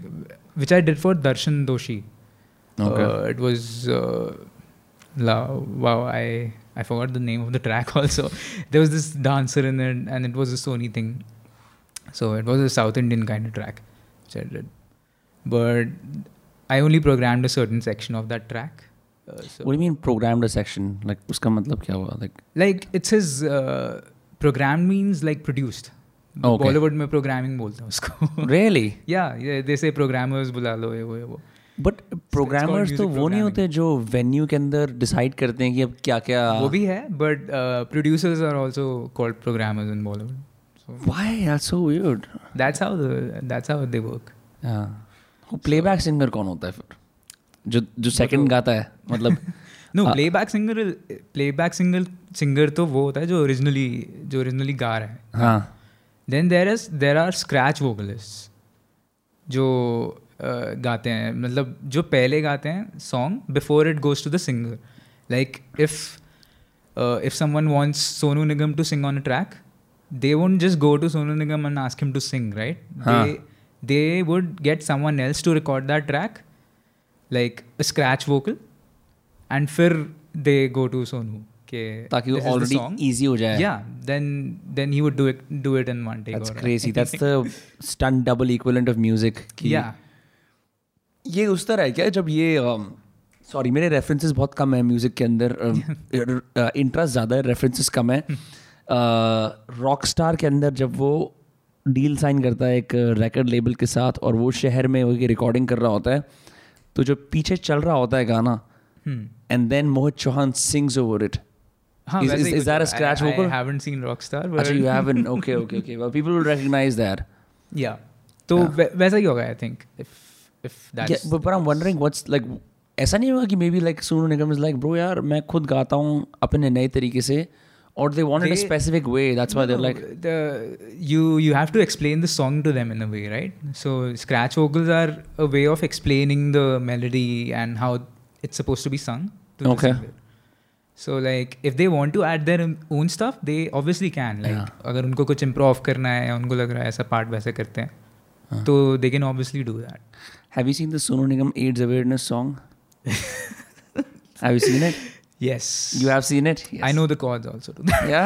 Speaker 2: which I did for Darshan Doshi. Uh, it was uh, la- wow. I I forgot the name of the track. Also, there was this dancer in it, and it was a Sony thing. So it was a South Indian kind of track, which I did. But I only programmed a certain section of that track. Uh, so
Speaker 1: what do you mean programmed a section? Like, uska matlab kya hua? Like,
Speaker 2: like it says uh, programmed means like produced.
Speaker 1: Okay.
Speaker 2: Bollywood में programming बोलते हैं उसको
Speaker 1: really?
Speaker 2: या दे से programmers बुला लो ये वो ये वो
Speaker 1: बट प्रोग्रामर्स
Speaker 2: music
Speaker 1: तो वो नहीं
Speaker 2: programming.
Speaker 1: होते जो वेन्यू के अंदर डिसाइड करते हैं कि अब क्या क्या
Speaker 2: वो भी है uh, but producers are also called programmers in Bollywood so
Speaker 1: why that's so weird
Speaker 2: that's how that's how they work
Speaker 1: वो प्लेबैक सिंगर कौन होता है फिर जो जो सेकंड गाता है मतलब
Speaker 2: no
Speaker 1: Uh,
Speaker 2: playback singer playback singer singer तो वो होता है जो ओरिजिनली जो ओरिजिनली गा रहा है
Speaker 1: हाँ
Speaker 2: then there is there are scratch vocalist जो uh, गाते हैं मतलब जो पहले गाते हैं song before it goes to the singer like if if someone wants Sonu Nigam to sing on a track they won't just go to Sonu Nigam and ask him to sing right
Speaker 1: हाँ.
Speaker 2: They they would get someone else to record that track, like a scratch vocal, and fir they go to Sonu. Okay,
Speaker 1: ताकि वो
Speaker 2: this is the song.
Speaker 1: Already easy हो जाए
Speaker 2: Yeah, then then he would do it do it in one take.
Speaker 1: That's
Speaker 2: or
Speaker 1: crazy that's the stunt double equivalent of music की
Speaker 2: yeah,
Speaker 1: ये उस तरह है क्या जब ये सॉरी मेरे रेफरेंसेस बहुत कम है म्यूजिक के अंदर um, इंटरेस्ट ज़्यादा है रेफरेंसेस कम है रॉक स्टार के अंदर जब वो डील साइन करता है एक रिकॉर्ड लेबल के साथ और वो शहर में वो रिकॉर्डिंग कर रहा होता है तो जो पीछे चल रहा होता है गाना
Speaker 2: hmm.
Speaker 1: And then Mohit Chauhan sings over it
Speaker 2: हाँ,
Speaker 1: Is-
Speaker 2: वैसे
Speaker 1: is-
Speaker 2: ही
Speaker 1: is that
Speaker 2: कुछ-
Speaker 1: a scratch
Speaker 2: I-
Speaker 1: vocal?
Speaker 2: I haven't seen Rockstar, but
Speaker 1: अच्छा you have an okay okay okay people will recognise that
Speaker 2: yeah. तो वै- वैसा ही होगा I think if if that's
Speaker 1: Yeah, but, but I'm wondering what's like ऐसा नहीं होगा कि maybe like Sonu Nigam is like bro यार मैं खुद गाता हूँ अपने नए तरीके से और they wanted a
Speaker 2: They-
Speaker 1: specific way that's why they
Speaker 2: No,
Speaker 1: like
Speaker 2: the you you have to explain the song to them in a way, right? So scratch vocals are a way of explaining the melody and how it's supposed to be sung. To the
Speaker 1: Okay.
Speaker 2: singer. So like if they want to add their own stuff, they obviously can. Like
Speaker 1: Yeah.
Speaker 2: अगर उनको कुछ improv करना है, उनको लग रहा है ऐसा part वैसे करते हैं,
Speaker 1: हाँ।
Speaker 2: तो they can obviously do that.
Speaker 1: Have you seen the Sonu Nigam ads awareness song have you seen it
Speaker 2: Yes.
Speaker 1: You have seen it
Speaker 2: I know the chords also. To that.
Speaker 1: या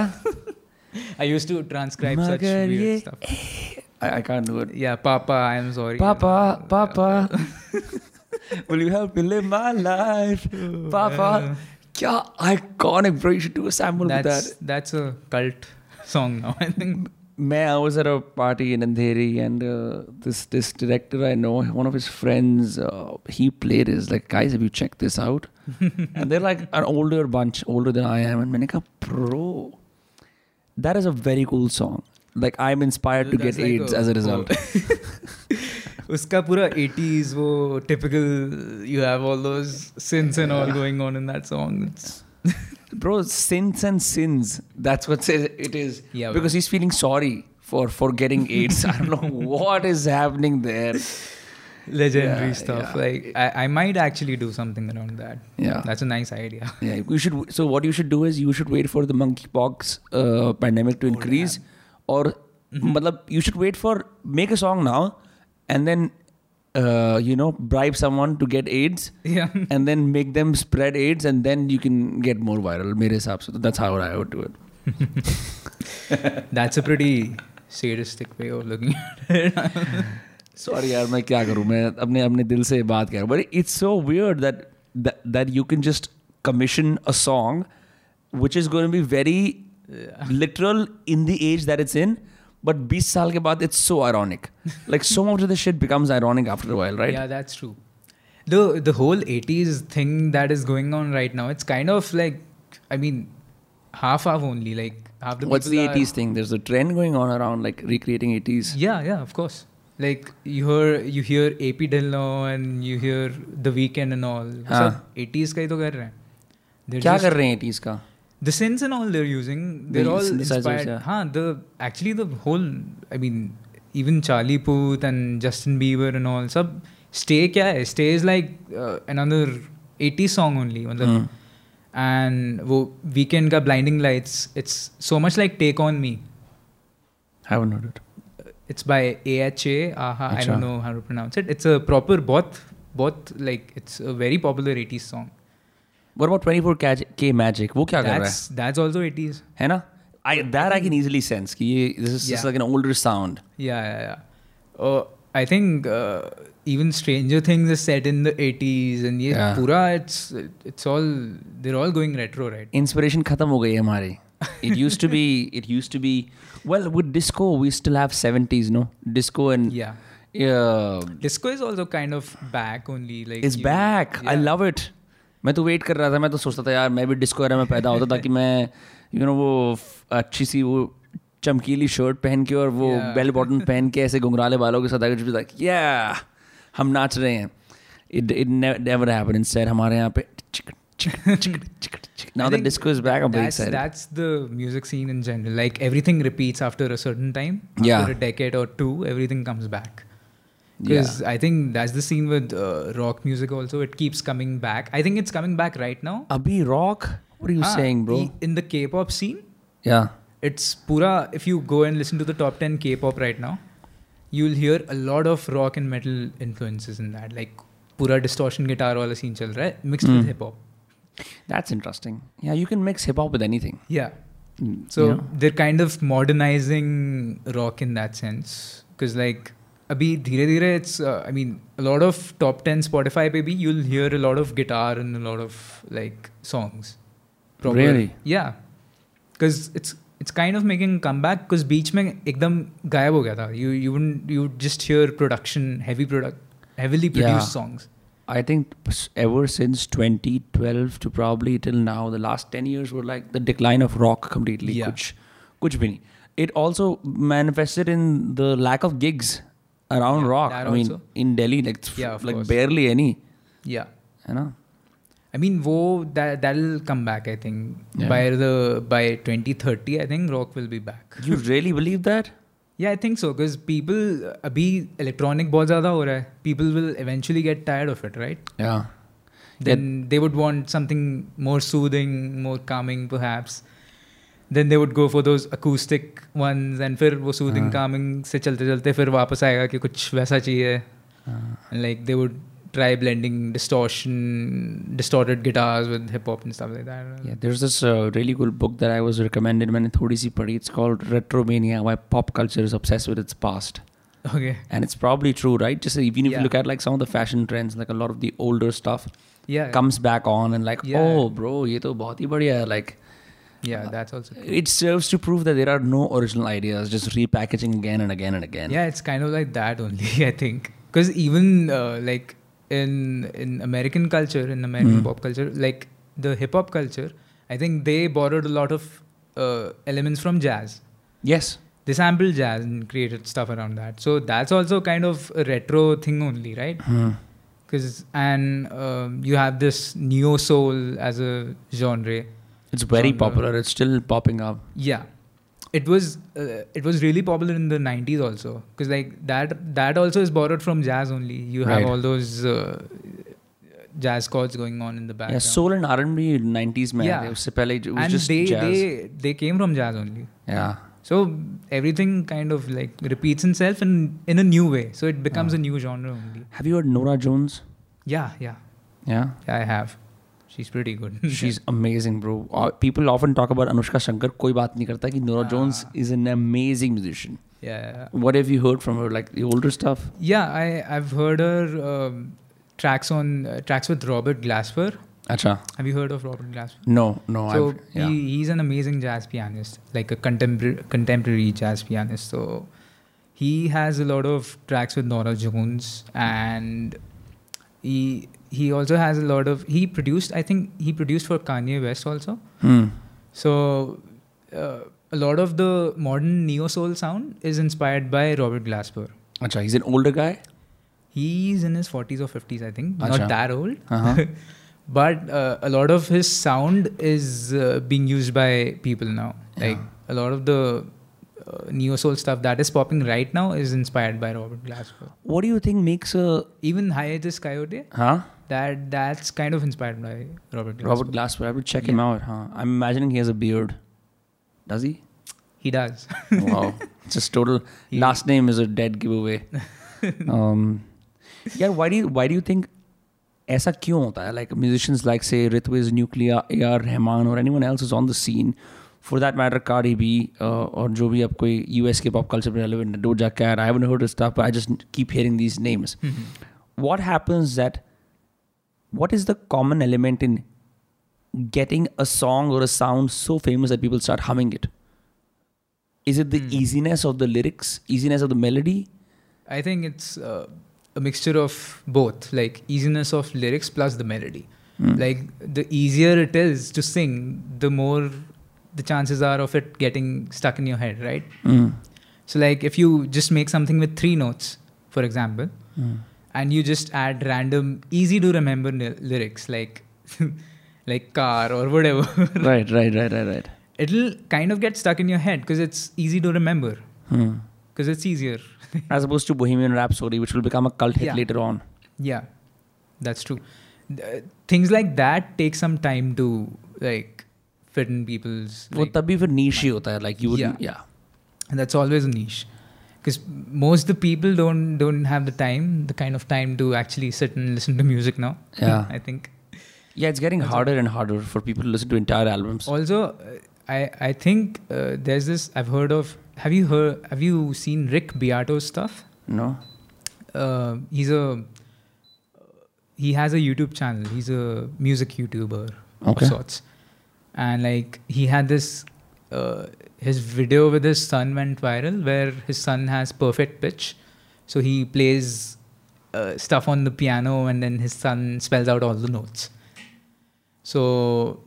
Speaker 2: I used to transcribe such
Speaker 1: मगर
Speaker 2: weird
Speaker 1: ये-
Speaker 2: stuff.
Speaker 1: I can't do it
Speaker 2: Yeah, Papa, I am sorry.
Speaker 1: Papa पापा will you help me live my life
Speaker 2: Oh,
Speaker 1: पापा क्या iconic bro you should do a sample with
Speaker 2: that's that's a cult song now. I think.
Speaker 1: Man, I was at a party in Andheri, and uh, this this director I know, one of his friends, uh, he played is like, guys, have you checked this out? and they're like an older bunch, older than I am, and मैंने कहा, bro, that is a very cool song. Like I'm inspired to
Speaker 2: That's
Speaker 1: get
Speaker 2: like
Speaker 1: AIDS
Speaker 2: a-
Speaker 1: as a result.
Speaker 2: उसका पूरा 80s वो typical you have all those sins and all going on in that song it's
Speaker 1: Bro, sins and sins. That's what it it is.
Speaker 2: Yeah,
Speaker 1: because he's feeling sorry for for getting AIDS. I don't know what is happening there.
Speaker 2: legendary
Speaker 1: Yeah,
Speaker 2: stuff
Speaker 1: yeah.
Speaker 2: like I, I might actually do something around that
Speaker 1: Yeah.
Speaker 2: that's a nice idea
Speaker 1: Yeah, you should. So what you should do is you should wait for the monkeypox uh, pandemic to increase, or मतलब, you should wait for make a song now, and then uh, you know bribe someone to get AIDS,
Speaker 2: yeah
Speaker 1: and then make them spread AIDS, and then you can get more viral. मेरे हिसाब से तो that's how I would do it.
Speaker 2: that's a pretty sadistic way of looking at it
Speaker 1: sorry यार मैं क्या करूँ मैं अपने अपने दिल से बात कर रहा हूँ but it's so weird that that you can just commission a song which is going be very uh, literal in the age that it's in but बीस साल के बाद it's so ironic like so much of the shit becomes ironic after while right
Speaker 2: Yeah, that's true. The the whole 80s thing that is going on right now, it's kind of like I mean half half only, like half the
Speaker 1: What's the
Speaker 2: people are-
Speaker 1: 80s thing? There's a trend going on around like recreating 80s.
Speaker 2: Yeah, yeah, of course. Like you hear you hear AP Dillon and you hear The Weeknd and all.
Speaker 1: हाँ.
Speaker 2: सब 80s का ही तो कर रहे हैं. They're
Speaker 1: क्या
Speaker 2: just-
Speaker 1: कर रहे हैं 80s का
Speaker 2: the synths and all they're using they're
Speaker 1: The
Speaker 2: all
Speaker 1: synthesizers,
Speaker 2: inspired
Speaker 1: yeah.
Speaker 2: huh, the actually the whole i mean even charlie puth and justin bieber and all sub stay kya hai stay is like uh, another 80 song only matlab
Speaker 1: Hmm.
Speaker 2: and wo weekend ka blinding lights it's so much like take on me
Speaker 1: Haven't heard it.
Speaker 2: it's by AHA aha i
Speaker 1: अच्छा.
Speaker 2: don't know how to pronounce it it's a proper both both like it's a very popular 80s song
Speaker 1: What about 24K Magic? वो क्या कर रहा है?
Speaker 2: that's that's also 80s
Speaker 1: है ना? I that I can easily sense कि ये this is just
Speaker 2: Yeah.
Speaker 1: like an older sound.
Speaker 2: Yeah, yeah, yeah. Uh, I think uh, even Stranger Things is set in the 80s, and yeah,
Speaker 1: Yeah.
Speaker 2: pura it's it's all they're all going retro, right?
Speaker 1: Inspiration खत्म हो गई है हमारी it use to be it use to be well with disco we still have 70s no disco and
Speaker 2: Yeah,
Speaker 1: is
Speaker 2: disco is also kind of back only, like you-
Speaker 1: back I
Speaker 2: yeah.
Speaker 1: Love it मैं तो wait कर रहा था मैं तो सोचता था यार मैं भी डिस्को एरा में पैदा होता ताकि मैं यू नो वो फ- अच्छी सी वो चमकीली शर्ट पहन के और वो
Speaker 2: Yeah.
Speaker 1: बेल बॉटम पहन के ऐसे घुंघराले बालों के साथ आगे जो लाइक या हम नाच रहे हैं it it never happen instead हमारे यहाँ पे
Speaker 2: I
Speaker 1: now the
Speaker 2: think
Speaker 1: disco is back I am
Speaker 2: That's that's the music scene in general. Like everything repeats after a certain time, after
Speaker 1: Yeah.
Speaker 2: a decade or two, everything comes back. Because I think that's the scene with uh, rock music also. It keeps coming back. I think it's coming back right now.
Speaker 1: Abhi Rock? What are you
Speaker 2: Huh,
Speaker 1: saying, bro?
Speaker 2: Ah, the- in the K-pop scene,
Speaker 1: yeah.
Speaker 2: it's pura. If you go and listen to the top ten K-pop right now, you'll hear a lot of rock and metal influences in that. Like pura distortion guitar wala scene chal raha hai, mixed with
Speaker 1: Hmm.
Speaker 2: hip hop.
Speaker 1: That's interesting. Yeah, you can mix hip hop with anything.
Speaker 2: Yeah.
Speaker 1: Mm,
Speaker 2: So
Speaker 1: yeah.
Speaker 2: they're kind of modernizing rock in that sense. Because like abhi dhire dhire it's uh, I mean a lot of top 10 Spotify baby you'll hear a lot of guitar and a lot of like songs.
Speaker 1: Really?
Speaker 2: Yeah. Because it's it's kind of making a comeback because beach mein ekdam गायब हो गया था. You you wouldn't you would just hear production heavy product heavily
Speaker 1: Yeah.
Speaker 2: produced songs.
Speaker 1: I think s- ever since 2012 to probably till now, the last 10 years were like the decline of rock completely.
Speaker 2: Yeah.
Speaker 1: Kuch, kuch bhi nahi. It also manifested in the lack of gigs around
Speaker 2: Yeah,
Speaker 1: rock.
Speaker 2: that
Speaker 1: I mean,
Speaker 2: also.
Speaker 1: in Delhi, like, f-
Speaker 2: Yeah, of
Speaker 1: like
Speaker 2: course.
Speaker 1: barely any.
Speaker 2: Yeah.
Speaker 1: You know?
Speaker 2: I mean, wo that that'll come back. I think
Speaker 1: Yeah.
Speaker 2: by the by 2030, I think rock will be back.
Speaker 1: You really believe that?
Speaker 2: Yeah, I think so because people uh, अभी electronic बहुत ज़्यादा हो रहा है. People will eventually get tired of it, right?
Speaker 1: Yeah.
Speaker 2: Then they would want something more soothing, more calming, perhaps. Then they would go for those acoustic ones, and फिर वो soothing,
Speaker 1: हाँ.
Speaker 2: calming से चलते चलते फिर वापस आएगा कि कुछ वैसा चाहिए.
Speaker 1: Uh,
Speaker 2: And like they would try blending distortion, distorted guitars with hip hop and stuff like that.
Speaker 1: Yeah, there's this uh, really cool book that I was recommended when thodi si padhi. It's called Retromania, why pop culture is obsessed with its past.
Speaker 2: Okay.
Speaker 1: And it's probably true, right? Just even if you
Speaker 2: Yeah.
Speaker 1: look at like some of the fashion trends, like a lot of the older stuff
Speaker 2: Yeah.
Speaker 1: comes back on and like,
Speaker 2: Yeah.
Speaker 1: oh, bro, ye to bahut hi badhiya hai. Like,
Speaker 2: Yeah, that's also. True.
Speaker 1: it serves to prove that there are no original ideas, just repackaging again and again and again.
Speaker 2: Yeah, it's kind of like that only, I think. Because even uh, like in in American culture, in American
Speaker 1: Mm.
Speaker 2: pop culture, like the hip hop culture, I think they borrowed a lot of uh, elements from jazz.
Speaker 1: Yes.
Speaker 2: They sampled jazz and created stuff around that. So that's also kind of a retro thing only, right?
Speaker 1: Hmm.
Speaker 2: Because and um, you have this neo soul as a genre.
Speaker 1: It's very
Speaker 2: Genre.
Speaker 1: popular. It's still popping up.
Speaker 2: Yeah, it was uh, it was really popular in the '90s also because like that that also is borrowed from jazz only. You have
Speaker 1: Right.
Speaker 2: all those uh, jazz chords going on in the background.
Speaker 1: Yeah, soul and R&B 90s man.
Speaker 2: Yeah.
Speaker 1: It was, पहले it was
Speaker 2: and
Speaker 1: just
Speaker 2: they
Speaker 1: jazz.
Speaker 2: they they came from jazz only.
Speaker 1: yeah.
Speaker 2: So everything kind of like repeats itself in in a new way. So it becomes a new genre only.
Speaker 1: Have you heard Nora Jones?
Speaker 2: Yeah, yeah,
Speaker 1: Yeah.
Speaker 2: yeah. I have. She's pretty good.
Speaker 1: She's amazing, bro. Uh, people often talk about Anushka Shankar. कोई बात नहीं करता कि Nora Jones is an amazing musician.
Speaker 2: yeah, yeah.
Speaker 1: What have you heard from her? Like the older stuff?
Speaker 2: Yeah, I I've heard her um, tracks on uh, tracks with Robert Glasper.
Speaker 1: Acha.
Speaker 2: Have you heard of Robert Glasper?
Speaker 1: No, no.
Speaker 2: so
Speaker 1: I've, yeah.
Speaker 2: he, he's an amazing jazz pianist, like a contemporary contemporary jazz pianist. So he has a lot of tracks with Nora Jones, and he he also has a lot of he produced. I think he produced for Kanye West also.
Speaker 1: Hmm.
Speaker 2: So uh, a lot of the modern neo soul sound is inspired by Robert Glasper.
Speaker 1: Acha, he's an older guy?
Speaker 2: He's in his 40s or 50s, I think.
Speaker 1: Acha.
Speaker 2: Not that old.
Speaker 1: Uh-huh.
Speaker 2: but uh, a lot of his sound is uh, being used by people now. Like a lot of the uh, neo soul stuff that is popping right now is inspired by Robert Glasper.
Speaker 1: what do you think makes a...
Speaker 2: Even Hiatus Coyote,
Speaker 1: Huh?
Speaker 2: that that's kind of inspired by Robert Glasper.
Speaker 1: Robert Glasper. I would check him out. Huh? I'm imagining he has a beard. Does he?
Speaker 2: he does.
Speaker 1: wow. It's just total. Last name is a dead giveaway. um, yeah. Why do you Why do you think? ऐसा क्यों होता है like musicians like say Ritwiz Nuclear AR Rahman or anyone else who's on the scene for that matter Cardi B uh, और जो भी आप कोई US के pop culture में relevant है, Doja Cat I haven't heard her stuff but I just keep hearing these names what happens that what is the common element in getting a song or a sound so famous that people start humming it is it the
Speaker 2: Hmm.
Speaker 1: easiness of the lyrics easiness of the melody
Speaker 2: I think it's uh, a mixture of both, like easiness of lyrics plus the melody. Like the easier it is to sing, the more the chances are of it getting stuck in your head, right? So, like if you just make something with three notes, for example, and you just add random, easy to remember n- lyrics like like car or whatever,
Speaker 1: right right right right right
Speaker 2: it'll kind of get stuck in your head because it's easy to remember
Speaker 1: hmm.
Speaker 2: because it's easier.
Speaker 1: as opposed to bohemian rhapsody which will become a cult hit
Speaker 2: Yeah.
Speaker 1: later on
Speaker 2: Yeah, that's true. Th- uh, things like that take some time to like fit in people's.
Speaker 1: वो
Speaker 2: Like,
Speaker 1: तभी फिर niche ही होता है like you would
Speaker 2: Yeah.
Speaker 1: yeah,
Speaker 2: and that's always a niche, because most the people don't don't have the time, the kind of time to actually sit and listen to music now.
Speaker 1: Yeah.
Speaker 2: I think.
Speaker 1: yeah it's getting harder and harder for people to listen to entire albums
Speaker 2: Also, uh, I I think uh, there's this I've heard of. Have you heard? Have you seen Rick Beato's stuff?
Speaker 1: no
Speaker 2: Uh, he's a he has a YouTube channel. He's a music YouTuber
Speaker 1: Okay.
Speaker 2: of sorts, and like he had this uh, his video with his son went viral where his son has perfect pitch, so he plays uh, stuff on the piano and then his son spells out all the notes. So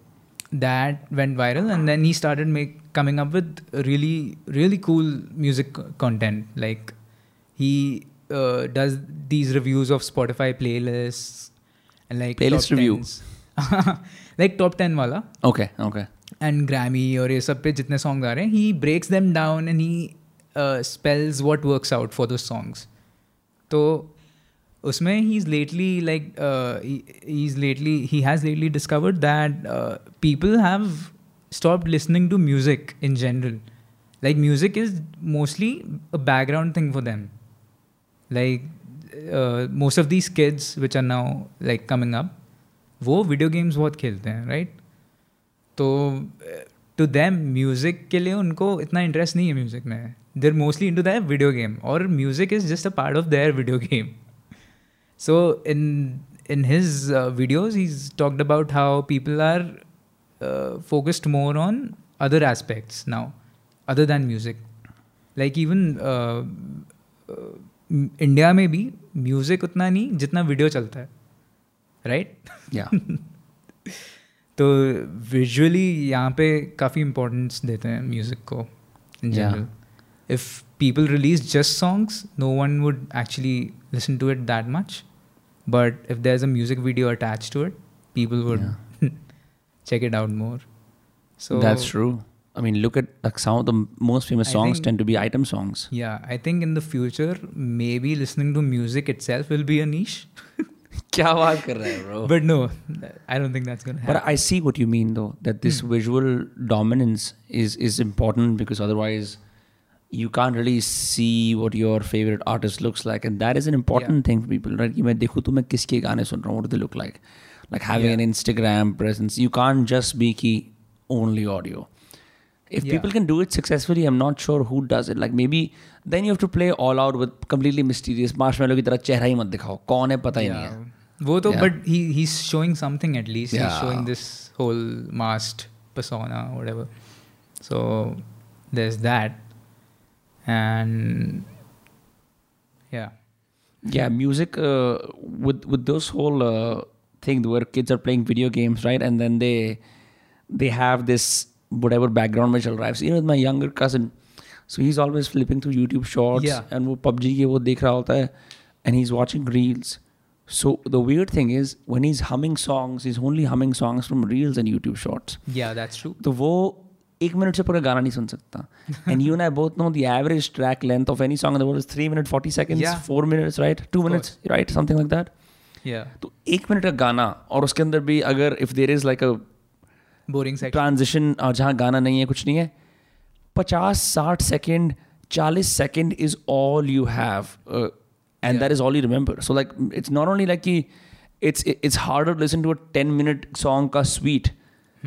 Speaker 2: that went viral, and then he started make coming up with really really cool music c- content. Like he uh, does these reviews of Spotify playlists and like
Speaker 1: Playlist review.
Speaker 2: reviews, like top ten wala
Speaker 1: okay okay
Speaker 2: and Grammy और ये सब पे जितने songs आ रहे हैं he breaks them down and he uh, spells what works out for those songs तो उसमें he's lately like uh, he, he's lately he has lately discovered that uh, people have stopped listening to music in general like music is mostly a background thing for them like uh, most of these kids which are now like coming up वो video games बहुत खेलते हैं right तो to them music के लिए उनको इतना interest नहीं है म्यूज़िक में देर mostly into their video game और music is just a part of their video game so in in his videos he is talked about how people are focused more on other aspects now other than music like even India uh, में भी music उतना नहीं जितना video चलता है right
Speaker 1: yeah
Speaker 2: तो visually यहाँ पे काफ़ी इम्पोर्टेंस देते हैं म्यूज़िक को in
Speaker 1: Yeah.
Speaker 2: General if people release just songs no one would actually listen to it that much but if there is a music video attach to it people would check it out more so
Speaker 1: That's true. I mean, look at like some of the most famous
Speaker 2: I
Speaker 1: songs
Speaker 2: think-
Speaker 1: tend to be item songs.
Speaker 2: yeah i think in the future maybe listening to music itself will be a niche
Speaker 1: क्या बात कर रहा है bro?
Speaker 2: but no i don't think that's gonna happen
Speaker 1: Oh. But I see what you mean though that this
Speaker 2: Hmm.
Speaker 1: visual dominance is is important because otherwise you can't really see what your favorite artist looks like and that is an important thing for people right कि मैं देखूं तो मैं किसके गाने सुन रहा हूं what do they look like like having
Speaker 2: Yeah.
Speaker 1: an Instagram presence you can't just be ki only audio if
Speaker 2: Yeah.
Speaker 1: people can do it successfully I'm not sure who does it like maybe then you have to play all out with completely mysterious marshmallow की तरह चेहरा ही मत दिखाओ कौन है पता ही नहीं है
Speaker 2: वो तो
Speaker 1: Yeah.
Speaker 2: but he he's showing something at least he's
Speaker 1: Yeah.
Speaker 2: showing this whole masked persona whatever so there's that and yeah
Speaker 1: Yeah, music uh, with with those whole uh, thing where kids are playing video games, right? And then they they have this whatever background which arrives. You know, with my younger cousin, so he's always flipping through YouTube shorts
Speaker 2: Yeah.
Speaker 1: and वो PUBG के वो देख रहा होता है, and he's watching reels. So the weird thing is when he's humming songs, he's only humming songs from reels and YouTube shorts.
Speaker 2: yeah that's true
Speaker 1: तो वो एक मिनट से पूरा गाना नहीं सुन सकता and you and I both know the average track length of any song in the world is 3 minute 40
Speaker 2: Yeah.
Speaker 1: Seconds 4 minutes right 2
Speaker 2: Of
Speaker 1: minutes right something like that
Speaker 2: yeah
Speaker 1: तो एक मिनट का गाना और उसके अंदर भी अगर if there is like a
Speaker 2: boring section
Speaker 1: transition जहाँ गाना नहीं है कुछ नहीं है पचास साठ सेकेंड चालीस second is all you have and that is all you remember so like it's not only like कि it's it's hard to listen to a ten minute song का sweet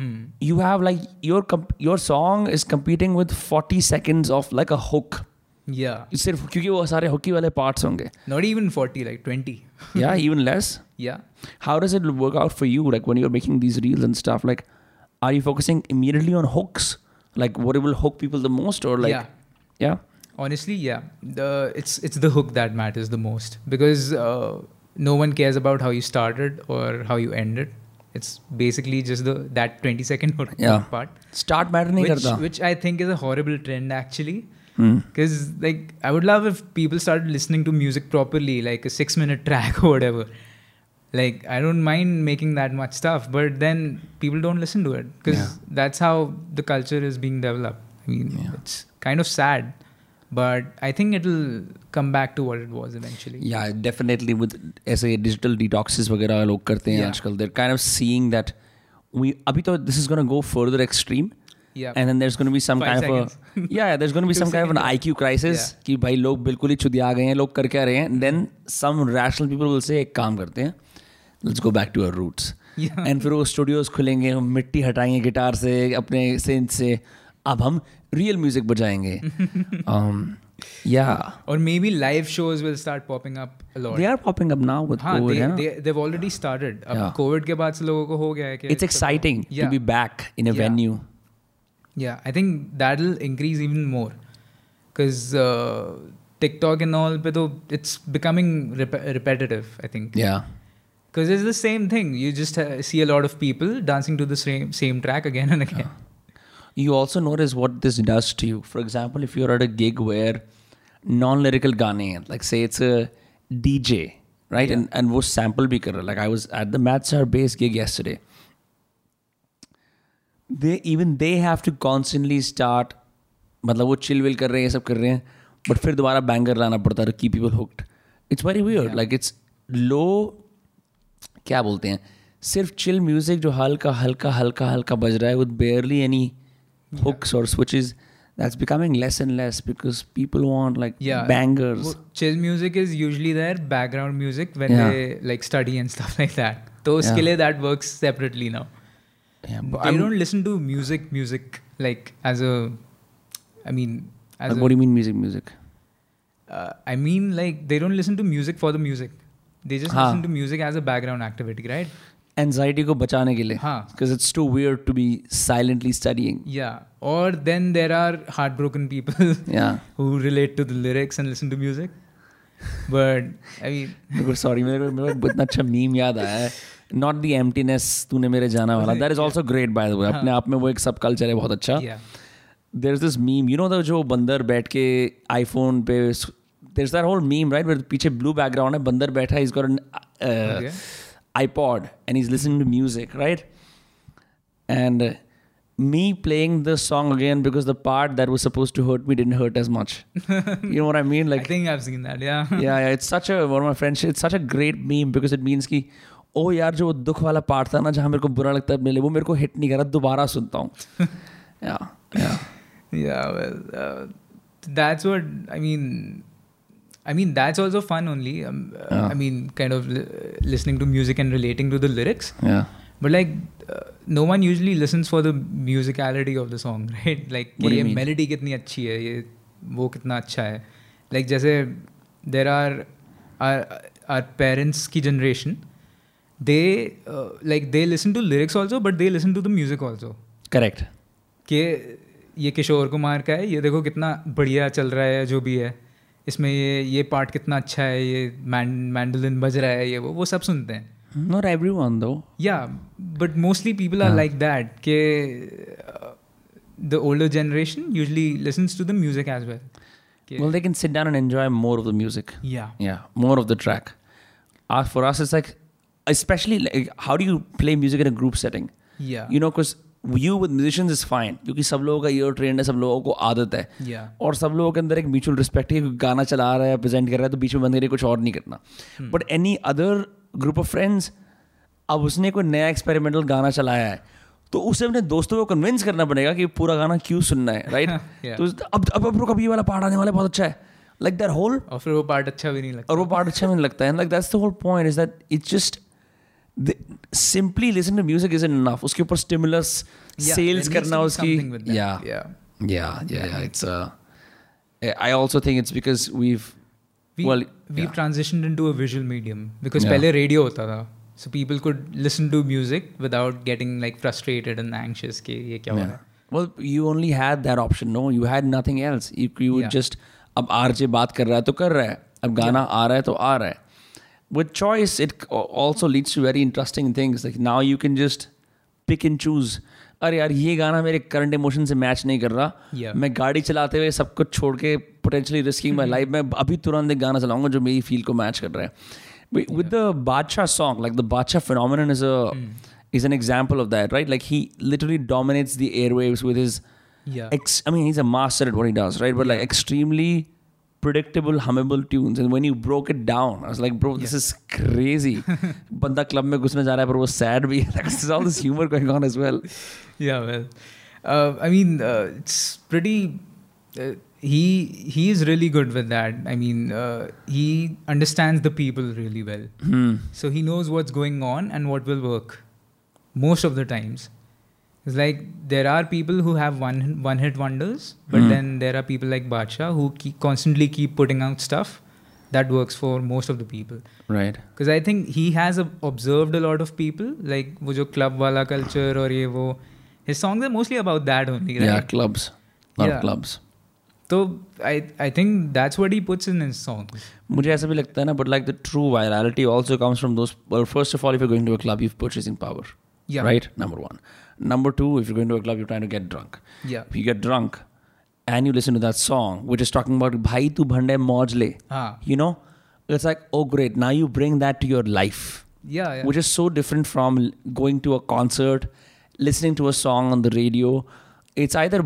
Speaker 2: Hmm.
Speaker 1: You have like your your song is competing with forty seconds of like a hook
Speaker 2: yeah
Speaker 1: सिर्फ क्योंकि वो सारे हुकी वाले parts होंगे
Speaker 2: not even 40 like 20
Speaker 1: या इवन लेस
Speaker 2: yeah
Speaker 1: how does it work out for you like when you're making these reels and stuff like are you focusing immediately on hooks like what will hook people the most or like
Speaker 2: yeah
Speaker 1: yeah
Speaker 2: honestly yeah the it's it's the hook that matters the most because uh, no one cares about how you started or how you ended it's basically just the that 20 second hook
Speaker 1: Yeah.
Speaker 2: part
Speaker 1: start matter nahi
Speaker 2: which,
Speaker 1: karta
Speaker 2: which i think is a horrible trend actually
Speaker 1: Hmm.
Speaker 2: because like i would love if people started listening to music properly like a six minute track or whatever like i don't mind making that much stuff but then people don't listen to it because
Speaker 1: Yeah.
Speaker 2: that's how the culture is being developed i mean
Speaker 1: Yeah.
Speaker 2: it's kind of sad but i think it'll come back to what it was eventually
Speaker 1: yeah definitely with ऐसे digital detoxes वगैरह लोग करते हैं
Speaker 2: Yeah.
Speaker 1: आजकल they're kind of seeing that we अभी तो this is gonna go further extreme
Speaker 2: yeah
Speaker 1: and then there's going to be some
Speaker 2: Five
Speaker 1: kind of a yeah there's going to be some kind of an IQ crisis
Speaker 2: Yeah.
Speaker 1: कि भाई लोग बिल्कुल ही चुदिया गए हैं लोग कर क्या रहे हैं then some rational people will say एक काम करते हैं let's go back to our roots
Speaker 2: Yeah.
Speaker 1: And फिर वो स्टूडियोज खुलेंगे वो मिट्टी हटाएंगे गिटार से अपने सेंस से अब हम रियल म्यूजिक बजाएंगे Um, या
Speaker 2: or maybe live shows will start popping up a lot
Speaker 1: they are popping up now with
Speaker 2: हाँ, they,
Speaker 1: Covid
Speaker 2: they, they've already started. अब
Speaker 1: Yeah.
Speaker 2: COVID के बाद से लोगों को हो गया है कि
Speaker 1: it's exciting to
Speaker 2: Yeah.
Speaker 1: Be back in a
Speaker 2: Yeah.
Speaker 1: Venue
Speaker 2: Yeah, I think that'll increase even more because uh, TikTok and all, but though it's becoming rep- repetitive. I think
Speaker 1: या
Speaker 2: because it's the same thing. You just uh, see a lot of people dancing to the same same track again and again.
Speaker 1: Uh-huh. you also notice what this does to you. For example, if you're at a gig where non-lyrical gaane hain, like say it's a DJ, right? And and वो sample bhi kar raha. Like I was at the Matsar bass gig yesterday. They even they have to constantly start मतलब वो chill will कर रहे हैं ये सब कर रहे हैं but फिर दोबारा banger लाना पड़ता है to keep people hooked. It's very weird. Like it's low क्या बोलते हैं सिर्फ चिल म्यूजिक जो हल्का हल्का हल्का हल्का बज रहा है विद बेयरली एनी हुक्स और switches that's becoming less and less because people want like
Speaker 2: Yeah,
Speaker 1: bangers
Speaker 2: Wo- chill music is usually their background music when
Speaker 1: Yeah.
Speaker 2: they like study and stuff like that. So
Speaker 1: Yeah.
Speaker 2: उसके लिए that works separately now. they
Speaker 1: what
Speaker 2: don't listen to music, music like as a, I mean, as a
Speaker 1: do mean music music
Speaker 2: uh, I mean, like they don't listen to music for the music. They just
Speaker 1: हाँ.
Speaker 2: listen to music as a background activity, right?
Speaker 1: Anxiety को बचाने के लिए
Speaker 2: हाँ.
Speaker 1: Because it's too weird to be silently studying
Speaker 2: Yeah. Or then there are heartbroken people
Speaker 1: Yeah.
Speaker 2: who relate to the lyrics and listen to music. but I mean,
Speaker 1: मेरे को sorry मेरे को मेरे को इतना अच्छा मीम याद आया है नॉट दी एम्प्टीनेस तूने मेरे जाना वाला that is also great by the way अपने आप में वो एक सब कल्चर है बहुत अच्छा
Speaker 2: हाँ। yeah,
Speaker 1: there is this meme you know जो बंदर बैठ के आईफोन पे there is that whole meme right पीछे ब्लू बैकग्राउंड है बंदर बैठा है is got
Speaker 2: Okay.
Speaker 1: IPod and is listening to music right and me playing the song again because the part that was supposed to hurt me didn't hurt as much you know what i mean like
Speaker 2: I think I've seen that. Yeah,
Speaker 1: yeah, yeah, it's such a one of my friends. It's such a great meme because it means कि ओ यार जो वो दुख वाला part था ना जहाँ मेरे को बुरा लगता है मिले वो मेरे को हिट नहीं कर रहा दोबारा सुनता हूँ yeah, yeah.
Speaker 2: yeah. Well, uh, that's what I mean. I mean, that's also fun. Only um, uh, I mean, kind of li- listening to music and relating to the lyrics.
Speaker 1: yeah.
Speaker 2: But like, uh, no one usually listens for the musicality of the song, right? Like,
Speaker 1: What do
Speaker 2: ये
Speaker 1: you mean?
Speaker 2: melody कितनी अच्छी है, ये वो कितना अच्छा है. Like जैसे there are our our parents की generation, they uh, like they listen to lyrics also, but they listen to the music also.
Speaker 1: Correct.
Speaker 2: कि ये किशोर कुमार का है ये देखो कितना बढ़िया चल रहा है जो भी है इसमें ये ये पार्ट कितना अच्छा है ये मैंड मैंडोलिन बज रहा है ये वो वो सब सुनते हैं
Speaker 1: Not everyone though.
Speaker 2: Yeah, but mostly people are like that. Ke, uh, the older generation usually listens to the music as well. Ke-
Speaker 1: Well, they can sit down and enjoy more of the music.
Speaker 2: yeah,
Speaker 1: Yeah, more of the track. Uh, for us, it's like, especially like, how do you play music in a group setting?
Speaker 2: yeah,
Speaker 1: You know, because you with musicians is fine क्योंकि सब लोगों का year trend है सब लोगों को आदत है
Speaker 2: yeah,
Speaker 1: और सब लोगों के अंदर एक म्यूचुअल रिस्पेक्ट है कि गाना चला रहा है प्रेजेंट कर रहा है तो बीच में बंद करके कुछ और नहीं करना
Speaker 2: हम्म।
Speaker 1: But any other group of friends अब उसने कोई नया एक्सपेरिमेंटल गाना चलाया है तो उसे अपने दोस्तों को कन्विंस करना पड़ेगा कि पूरा गाना क्यों सुनना है राइट
Speaker 2: Yeah.
Speaker 1: तो उस- अब अब अब रुक अब ये वाला पार्ट आने वाला है, बहुत अच्छा है लाइक दैट होल
Speaker 2: और फिर वो पार्ट अच्छा भी नहीं लगता
Speaker 1: और वो पार्ट अच्छा मुझे लगता है like that's the whole point is that it's just simply listen to music is enough उसके ऊपर stimulus
Speaker 2: Yeah, there
Speaker 1: sales
Speaker 2: needs to
Speaker 1: करना
Speaker 2: be something with
Speaker 1: उसकी
Speaker 2: that.
Speaker 1: या
Speaker 2: yeah.
Speaker 1: yeah, yeah, yeah. It's uh, I also think it's because we've
Speaker 2: We,
Speaker 1: well,
Speaker 2: we
Speaker 1: yeah.
Speaker 2: transitioned into a visual medium because
Speaker 1: Yeah.
Speaker 2: पहले radio होता था, so people could listen to music without getting like frustrated and anxious कि ये क्या हो रहा
Speaker 1: yeah.
Speaker 2: है.
Speaker 1: Well, you only had that option. No, you had nothing else. You, you would
Speaker 2: Yeah.
Speaker 1: just अब आरजे बात कर रहा है तो कर रहा है अब गाना आ रहा है तो आ रहा है with choice it also leads to very interesting things like now you can just pick and choose अरे यार ये गाना मेरे करंट इमोशन से मैच नहीं कर रहा
Speaker 2: Yeah. Mm-hmm.
Speaker 1: मैं गाड़ी चलाते हुए सब कुछ छोड़ के पोटेंशियली रिस्किंग माई लाइफ मैं अभी तुरंत एक गाना चलाऊंगा जो मेरी फील को मैच कर रहा है with the Badshah song like the Badshah phenomenon is a
Speaker 2: Mm.
Speaker 1: Is an example of that right like he literally dominates the airwaves with his
Speaker 2: Yeah,
Speaker 1: ex- I mean, he's a master at what he does, right? But like extremely predictable, hummable tunes. And when you broke it down, I was like, bro, this is crazy. बंदा club में घुसने जा रहा है पर वो sad भी है. Like, there's all this humor going on as well.
Speaker 2: yeah well uh, i mean uh, it's pretty uh, he he is really good with that i mean uh, he understands the people really well
Speaker 1: Hmm,
Speaker 2: so he knows what's going on and what will work most of the times it's like there are people who have one one hit wonders but then there are people like Bacha who keep, constantly keep putting out stuff that works for most of the people
Speaker 1: Right.
Speaker 2: because I think he has ob- observed a lot of people like वो जो club वाला culture और ये वो his songs are mostly about that only
Speaker 1: Yeah,
Speaker 2: right
Speaker 1: clubs. Not
Speaker 2: Yeah.
Speaker 1: clubs.
Speaker 2: तो I I think that's what he puts in his songs
Speaker 1: मुझे ऐसा भी लगता है ना but like the true virality also comes from those first of all if you going to a club you purchasing power
Speaker 2: Yeah.
Speaker 1: Right number one number two if you going to a club you trying to get drunk
Speaker 2: yeah
Speaker 1: if you get drunk and you listen to that song, which is talking about Bhai Tu Bhande Mauj Le.
Speaker 2: Ah.
Speaker 1: You know? It's like, oh great, now you bring that to your life.
Speaker 2: yeah yeah
Speaker 1: Which is so different from l- going to a concert, listening to a song on the radio. It's either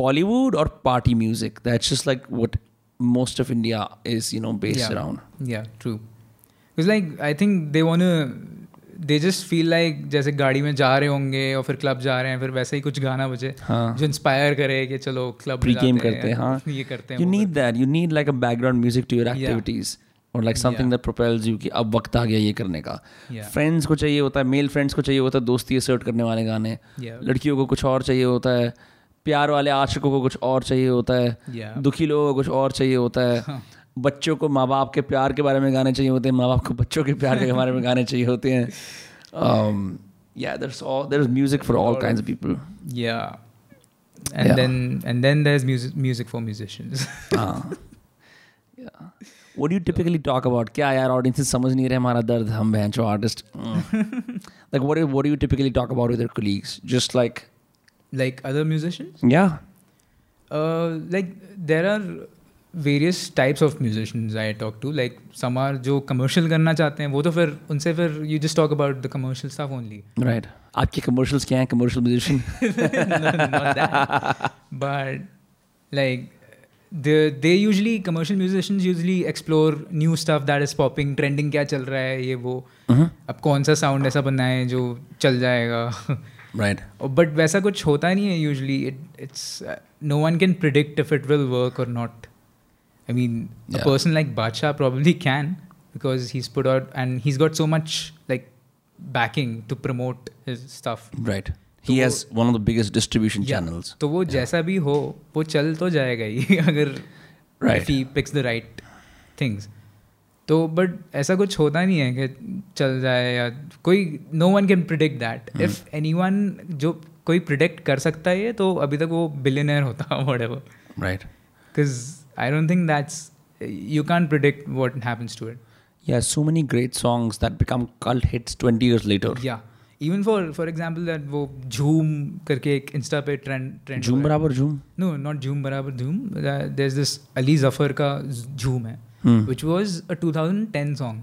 Speaker 1: Bollywood or party music. That's just like what most of India is, you know, based
Speaker 2: yeah.
Speaker 1: around.
Speaker 2: yeah true because like I think they wanna they just feel like जैसे गाड़ी में जा रहे होंगे और फिर club जा रहे हैं फिर वैसे ही कुछ गाना बजे
Speaker 1: हाँ.
Speaker 2: जो इंस्पायर करे कि चलो क्लब
Speaker 1: Pre game करते हैं हाँ
Speaker 2: ये करते हैं
Speaker 1: You
Speaker 2: वो
Speaker 1: need that. You need like a background music to your
Speaker 2: Yeah.
Speaker 1: activities. Or like something that propels you कि अब वक्त आ गया ये करने का
Speaker 2: Yeah.
Speaker 1: फ्रेंड्स को चाहिए होता है मेल फ्रेंड्स को चाहिए होता है दोस्ती असर्ट करने वाले गाने
Speaker 2: करते हैं। yeah
Speaker 1: लड़कियों को कुछ और चाहिए होता है प्यार वाले आशिकों को कुछ और चाहिए होता है
Speaker 2: yeah
Speaker 1: दुखी लोगों को कुछ और चाहिए होता है
Speaker 2: हाँ।
Speaker 1: बच्चों को माँ बाप के प्यार के बारे में गाने चाहिए होते हैं माँ बाप को बच्चों के प्यार के बारे में गाने चाहिए होते हैं um, yeah, there's all there's music for all kinds of people.
Speaker 2: Yeah. And
Speaker 1: Yeah.
Speaker 2: then and then there's music music for musicians.
Speaker 1: हाँ. yeah. What do you typically talk about? क्या यार audience समझ नहीं रहे हमारा दर्द हम bench artist. Mm. like what do, what do you typically talk about with your colleagues? Just like
Speaker 2: like other musicians
Speaker 1: yeah.
Speaker 2: uh, like there are various types of musicians I talk to like some are जो commercial करना चाहते हैं वो तो फिर उनसे फिर you just talk about the commercial stuff only
Speaker 1: Right. आपके commercials क्या हैं commercial musician?
Speaker 2: no, not that. But like the they usually commercial musicians usually explore new stuff that is popping, trending क्या चल रहा है ये वो अब कौन सा sound ऐसा बनना है जो चल जाएगा
Speaker 1: right.
Speaker 2: बट Oh, वैसा कुछ होता नहीं है usually it's no one can predict if it will work और not I mean a
Speaker 1: Yeah.
Speaker 2: Person like Badshah probably can because he's put out and he's got so much like backing to promote his stuff
Speaker 1: Right. He
Speaker 2: तो वो-
Speaker 1: has one of the biggest distribution
Speaker 2: Yeah.
Speaker 1: channels.
Speaker 2: तो वो जैसा भी हो वो चल तो जाएगा ही अगर
Speaker 1: Right.
Speaker 2: If he picks the right things तो बट ऐसा कुछ होता नहीं है कि चल जाए या कोई no one can predict that
Speaker 1: Hmm.
Speaker 2: If any जो कोई प्रिडिक्ट कर सकता है ये तो अभी तक वो बिलियनर होता whatever
Speaker 1: Right.
Speaker 2: Because I don't think that's you can predict what happens to it
Speaker 1: Yeah, so many great songs that become cult hits 20 years later.
Speaker 2: या even for for example that वो झूम करके एक Insta पे trend trend
Speaker 1: Zoom बराबर Zoom.
Speaker 2: no not zoom barabar zoom Uh, there's this ali zafar ka zoom hai
Speaker 1: Hmm.
Speaker 2: which was a 2010 song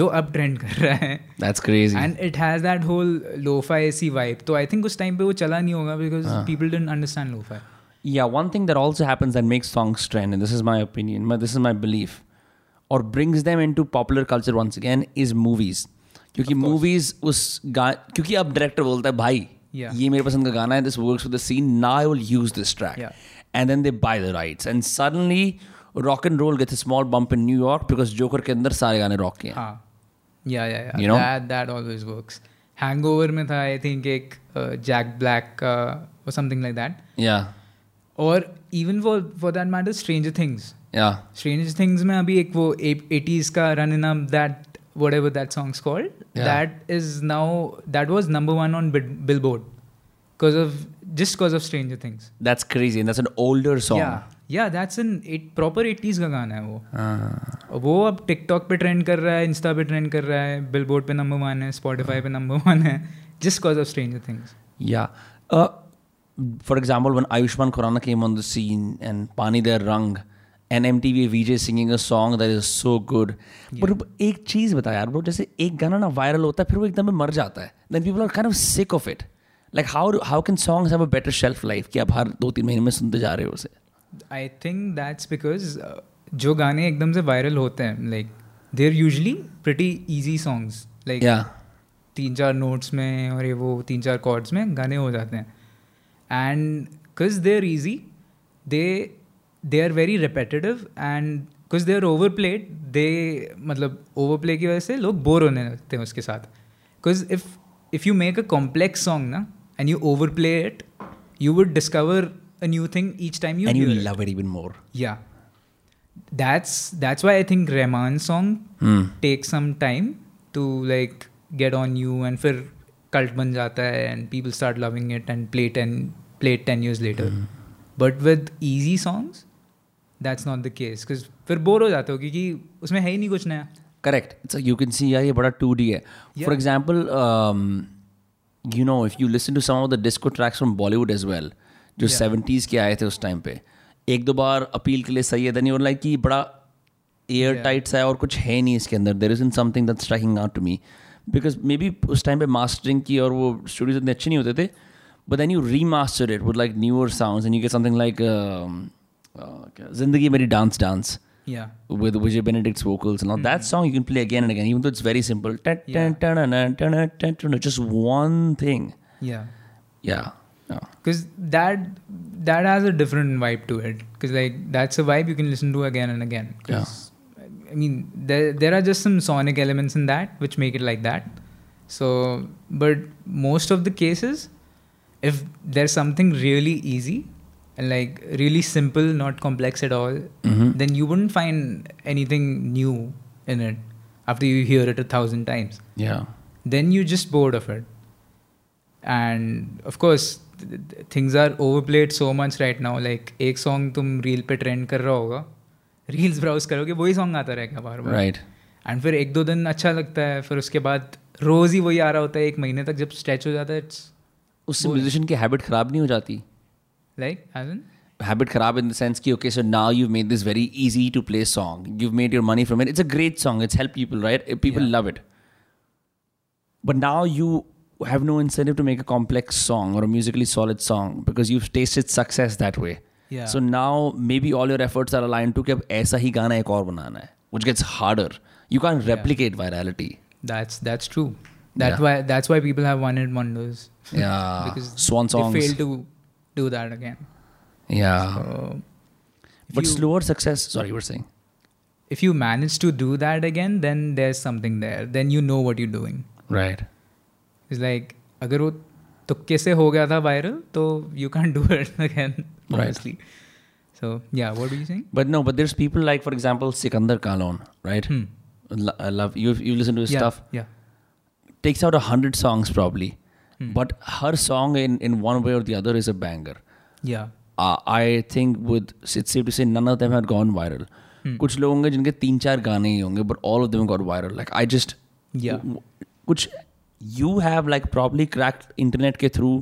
Speaker 2: जो अब trend कर रहा है
Speaker 1: That's crazy.
Speaker 2: And it has that whole lofi ऐसी vibe तो I think उस time पे वो चला नहीं होगा बिकॉज
Speaker 1: हाँ.
Speaker 2: People dent understand lofi
Speaker 1: Yeah, one thing that also happens that makes songs trend, and this is my opinion, my, this is my belief, or brings them into popular culture once again is movies. क्योंकि movies उस गा क्योंकि अब director बोलता है भाई
Speaker 2: Yeah.
Speaker 1: ये मेरे पसंद का गाना है this works with the scene now I will use this track
Speaker 2: Yeah.
Speaker 1: and then they buy the rights and suddenly rock and roll gets a small bump in New York because Joker के अंदर सारे गाने rock के हैं
Speaker 2: हाँ या या
Speaker 1: You know?
Speaker 2: That that always works Hangover में था आई थिंक एक जैक ब्लैक का और समथिंग लाइक दैट
Speaker 1: yeah
Speaker 2: और even for for that matter Stranger Things
Speaker 1: yeah
Speaker 2: Strange Things में अभी एक वो एटीज का running up that whatever that song's called
Speaker 1: Yeah.
Speaker 2: That is now that was number one on Billboard because of just because of Strange things
Speaker 1: that's crazy and that's an older song
Speaker 2: या that's an proper eighties का गाना है वो
Speaker 1: Ah.
Speaker 2: और वो अब TikTok पे trend कर रहा है इंस्टा पे ट्रेंड कर रहा है बिल बोर्ड पे नंबर वन है स्पॉटिफाई पे नंबर वन है just because of Strange Things
Speaker 1: Yeah. Uh, for example, when Ayushman Khurana came on the scene and Pani Der Rang and MTV VJ singing a song that is so good. But एक चीज़ बता यार bro, जैसे एक गाना ना viral होता है फिर वो एकदम में मर जाता है then people are kind of sick of it. Like how how can songs have a better shelf life कि आप हर दो तीन महीने में सुनते जा रहे हो उसे
Speaker 2: I think that's because uh, जो गाने एकदम से वायरल होते हैं like they are usually pretty easy songs like
Speaker 1: Yeah.
Speaker 2: तीन चार नोट्स में और ये वो तीन चार कॉर्ड्स में गाने हो जाते हैं and because they are easy they they are very repetitive and because they are overplayed they मतलब ओवर प्ले की वजह से लोग बोर होने लगते हैं उसके साथ because if if you make a complex song ना and you overplay it you would discover a new thing each time you
Speaker 1: And you love it even more.
Speaker 2: yeah that's that's why i think rahman's song
Speaker 1: Hmm.
Speaker 2: takes some time to like get on you and fir cult ban jata hai and people start loving it and play 10 play it 10 years later but with easy songs that's not the case because फिर bore हो जाते हो क्योंकि उसमें है ही नहीं कुछ नया
Speaker 1: correct it's you can see यार ये बड़ा टू डी है um, for example you know if you listen to some of the disco tracks from Bollywood as well जो सेवेंटीज़ के आए थे उस टाइम पे एक दो बार अपील के लिए सही है देन यू लाइक कि बड़ा एयर टाइट सा है और कुछ है नहीं इसके अंदर there is in something that striking out to me because maybe उस टाइम पे मास्टरिंग की और वो स्टूडियोज इतने अच्छे नहीं होते थे but then you remaster it would like newer sound and you get something like um, uh, जिंदगी मेरी डांस डांस
Speaker 2: या
Speaker 1: with Vijay Benedict's vocals and all that song you can play again and again, even though it's very simple. Ta- ta-
Speaker 2: Yeah.
Speaker 1: ta- na- na- ta- na- ta- ta- na- Just one thing.
Speaker 2: या
Speaker 1: Yeah. Yeah.
Speaker 2: because that that has a different vibe to it because like that's a vibe you can listen to again and again 'Cause, i mean there there are just some sonic elements in that which make it like that so but most of the cases if there's something really easy and like really simple not complex at all then you wouldn't find anything new in it after you hear it a thousand times
Speaker 1: Yeah.
Speaker 2: then you just bored of it and of course th- th- things are overplayed so much right now like एक song तुम reel पे trend कर रहा होगा reels browse करोगे वही song आता रहेगा बार बार
Speaker 1: Right.
Speaker 2: एंड फिर एक दो दिन अच्छा लगता है फिर उसके बाद रोज ही वही आ रहा होता है एक महीने तक जब स्ट्रेच हो जाता है इट्स
Speaker 1: उससे म्यूजिशियन की हैबिट खराब नहीं हो जाती
Speaker 2: like as
Speaker 1: habit kharab in the sense ki okay so now you've made this very easy to play song you've made your money from it it's a great song it's helped people right people love it but now you have no incentive to make a complex song or a musically solid song because you've tasted success that way
Speaker 2: Yeah.
Speaker 1: so now maybe all your efforts are aligned to कि अब ऐसा ही गाना एक और बनाना है which gets harder you can't replicate virality
Speaker 2: That's that's true. That's
Speaker 1: Yeah.
Speaker 2: why that's why people have one hit wonders.
Speaker 1: yeah
Speaker 2: because
Speaker 1: swan songs
Speaker 2: They fail to do that again.
Speaker 1: yeah
Speaker 2: So, if
Speaker 1: but
Speaker 2: you,
Speaker 1: slower success sorry you were saying
Speaker 2: if you manage to do that again, then there's something there. Then you know what you're doing.
Speaker 1: right
Speaker 2: It's like अगर वो तुक्के से हो गया था viral, तो you can't do it again.
Speaker 1: Right.
Speaker 2: Obviously. So yeah, what were you saying?
Speaker 1: But no, but there's people like, for example, Sikandar Kalon, right?
Speaker 2: Hmm.
Speaker 1: Lo- I love you. You listen to his
Speaker 2: yeah,
Speaker 1: stuff.
Speaker 2: Yeah.
Speaker 1: Takes out a hundred songs probably,
Speaker 2: Hmm.
Speaker 1: but her song in in one way or the other is a banger.
Speaker 2: Yeah.
Speaker 1: Uh, I think with it's safe to say none of them had gone viral. कुछ लोग होंगे जिनके तीन चार गाने ही होंगे but all of them got viral. Like I just
Speaker 2: Yeah.
Speaker 1: w- कुछ you have like probably cracked internet के through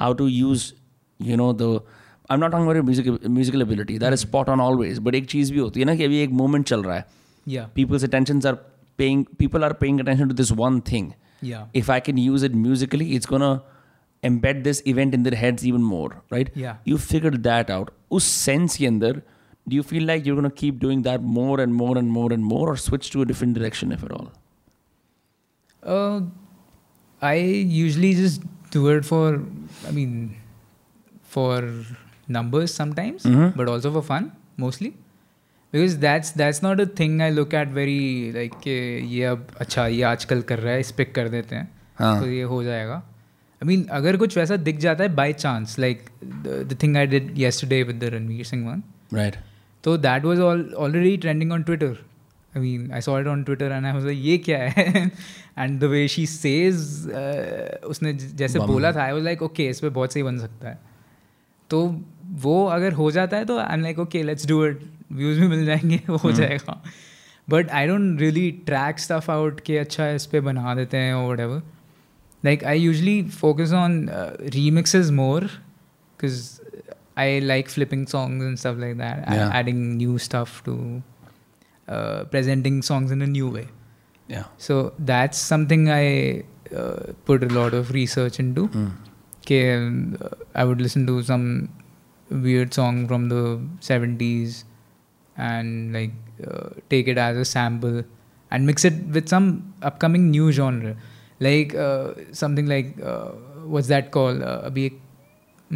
Speaker 1: how to use you know the I'm not talking about your musical musical ability that is spot on always but एक चीज़ भी होती है ना कि अभी एक moment चल रहा है
Speaker 2: Yeah.
Speaker 1: people's attentions are paying people are paying attention to this one thing
Speaker 2: Yeah.
Speaker 1: if I can use it musically, it's gonna embed this event in their heads even more, right?
Speaker 2: Yeah.
Speaker 1: You figured that out. Us sense के अंदर, do you feel like you're gonna keep doing that more and more and more and more, or switch to a different direction if at all?
Speaker 2: Uh, I usually just do it for, I mean, for numbers sometimes, but also for fun mostly, because that's that's not a thing I look at very like कि ये अब अच्छा ये आजकल कर रहा है इस पे कर देते हैं
Speaker 1: हाँ.
Speaker 2: तो ये हो जाएगा आई मीन अगर कुछ वैसा दिख जाता है by chance like the thing I did yesterday with the Ranveer Singh one
Speaker 1: Right.
Speaker 2: तो that was all already trending on Twitter I mean I saw it on Twitter and I was like ये क्या है and the way she says uh, उसने ज- जैसे
Speaker 1: Bum.
Speaker 2: बोला था I was like okay इस पे बहुत सही बन सकता है तो वो अगर हो जाता है तो I am like okay let's do it views भी मिल जाएंगे वो हो जाएगा but I don't really track stuff out कि अच्छा इस पे बना देते हैं और whatever like I usually focus on remixes more because I like flipping songs and stuff like that
Speaker 1: Yeah.
Speaker 2: Adding new stuff to uh, presenting songs in a new way
Speaker 1: Yeah.
Speaker 2: So that's something I uh, put a lot of research into.
Speaker 1: Hmm.
Speaker 2: Okay, um, I would listen to some weird song from the 70s and like uh, take it as a sample and mix it with some upcoming new genre. Like uh, something like, uh, what's that called? Uh, abhi ek-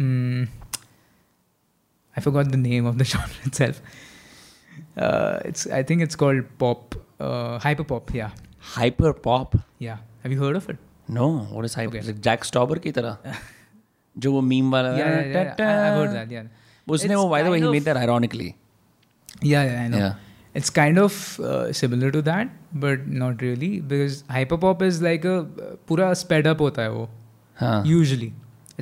Speaker 2: mm, I forgot the name of the genre itself. Uh, it's I think it's called pop, uh, hyper pop. Yeah,
Speaker 1: Hyper pop.
Speaker 2: yeah. Have you heard of it?
Speaker 1: No, what is hyper?
Speaker 2: Okay.
Speaker 1: Like Jack Stauber की तरह, जो वो meme वाला.
Speaker 2: yeah, yeah, yeah, yeah. I, I've heard that. Yeah,
Speaker 1: उसने
Speaker 2: It's
Speaker 1: वो by the way
Speaker 2: kind
Speaker 1: he
Speaker 2: of-
Speaker 1: made that ironically.
Speaker 2: yeah, yeah. I know.
Speaker 1: Yeah.
Speaker 2: It's kind of uh, similar to that, but not really because hyperpop is like a uh, pura sped up hota hai wo.
Speaker 1: Huh.
Speaker 2: Usually,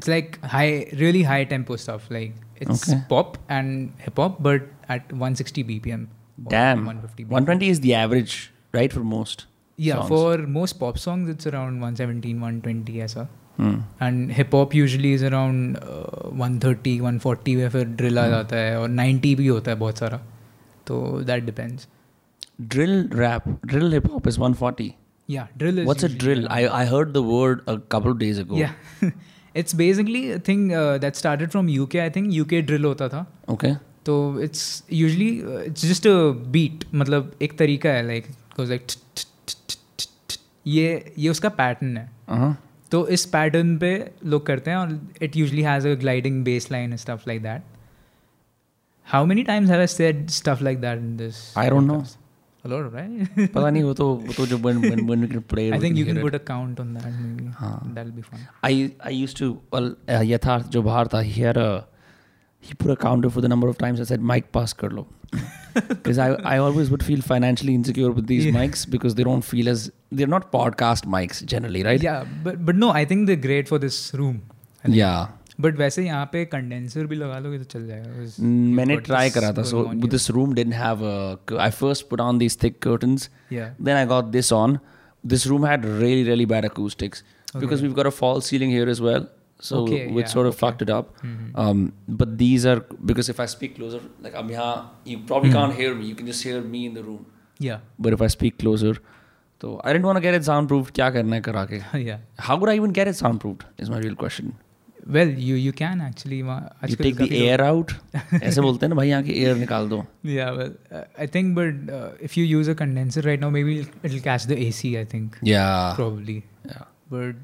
Speaker 2: it's like high, really high tempo stuff. Like it's
Speaker 1: Okay.
Speaker 2: pop and hip hop, but at 160 BPM. or
Speaker 1: Damn.
Speaker 2: 150 BPM.
Speaker 1: 120 is the average, right, for most.
Speaker 2: Yeah,
Speaker 1: songs.
Speaker 2: for most pop songs, it's around 117, 120 ऐसा
Speaker 1: Hmm.
Speaker 2: And hip hop usually is around one thirty one forty में फिर drill
Speaker 1: Hmm.
Speaker 2: आ जाता है और ninety भी होता है बहुत सारा तो that depends
Speaker 1: Drill rap, drill hip hop is 140.
Speaker 2: या drill is
Speaker 1: What's a drill? I, I heard the word a couple of days ago.
Speaker 2: या it's basically thing that started from UK I think UK drill होता था
Speaker 1: Okay.
Speaker 2: तो uh, it's usually it's just a beat मतलब एक तरीका है like like ये ये उसका पैटर्न है
Speaker 1: Uh huh.
Speaker 2: तो इस पैटर्न पे लोग करते हैं और it usually has a gliding bass line stuff like that how many times have I said stuff like that in this
Speaker 1: I don't know.
Speaker 2: Hello right
Speaker 1: पता नहीं वो तो वो तो जो when when when we can play. it,
Speaker 2: I
Speaker 1: we
Speaker 2: think you
Speaker 1: hear
Speaker 2: can
Speaker 1: it.
Speaker 2: Put a count on that maybe that be fun
Speaker 1: I I used to well uh, Yatharth जो बाहर था he had a he put a counter for the number of times I said mic pass कर लो because I I always would feel financially insecure with these
Speaker 2: Yeah.
Speaker 1: mics because they don't feel as they're not podcast mics generally right
Speaker 2: या but but no I think they great for this room
Speaker 1: yeah
Speaker 2: but वैसे यहाँ पे condenser भी लगा लोगे तो चल जाएगा It's- you've
Speaker 1: Mm, मैंने
Speaker 2: got
Speaker 1: ट्राई
Speaker 2: this
Speaker 1: करा था so
Speaker 2: going on
Speaker 1: this room didn't have I first put on these thick curtains
Speaker 2: here. yeah
Speaker 1: then i got this on this room had really really bad acoustics because
Speaker 2: Okay.
Speaker 1: we've got a false ceiling here as well so
Speaker 2: Okay,
Speaker 1: which
Speaker 2: yeah,
Speaker 1: sort of
Speaker 2: okay. Mm-hmm.
Speaker 1: fucked it up um, but these are because if i speak closer like i'm here you probably
Speaker 2: Hmm.
Speaker 1: can't hear me you can just hear me in the room
Speaker 2: yeah
Speaker 1: but if i speak closer so i didn't want to get it soundproofed kya karna hai kara ke
Speaker 2: yeah
Speaker 1: how would i even get it soundproofed is my real question
Speaker 2: well you you can actually वहाँ
Speaker 1: you
Speaker 2: आजकल
Speaker 1: take the
Speaker 2: काफी लोग-
Speaker 1: air out ऐसे बोलते हैं ना भाई यहाँ की air निकाल दो
Speaker 2: Yeah, well, uh, I think, but uh, if you use a condenser right now, maybe it'll, it'll catch the AC. I think
Speaker 1: yeah
Speaker 2: probably,
Speaker 1: Ah. yeah
Speaker 2: but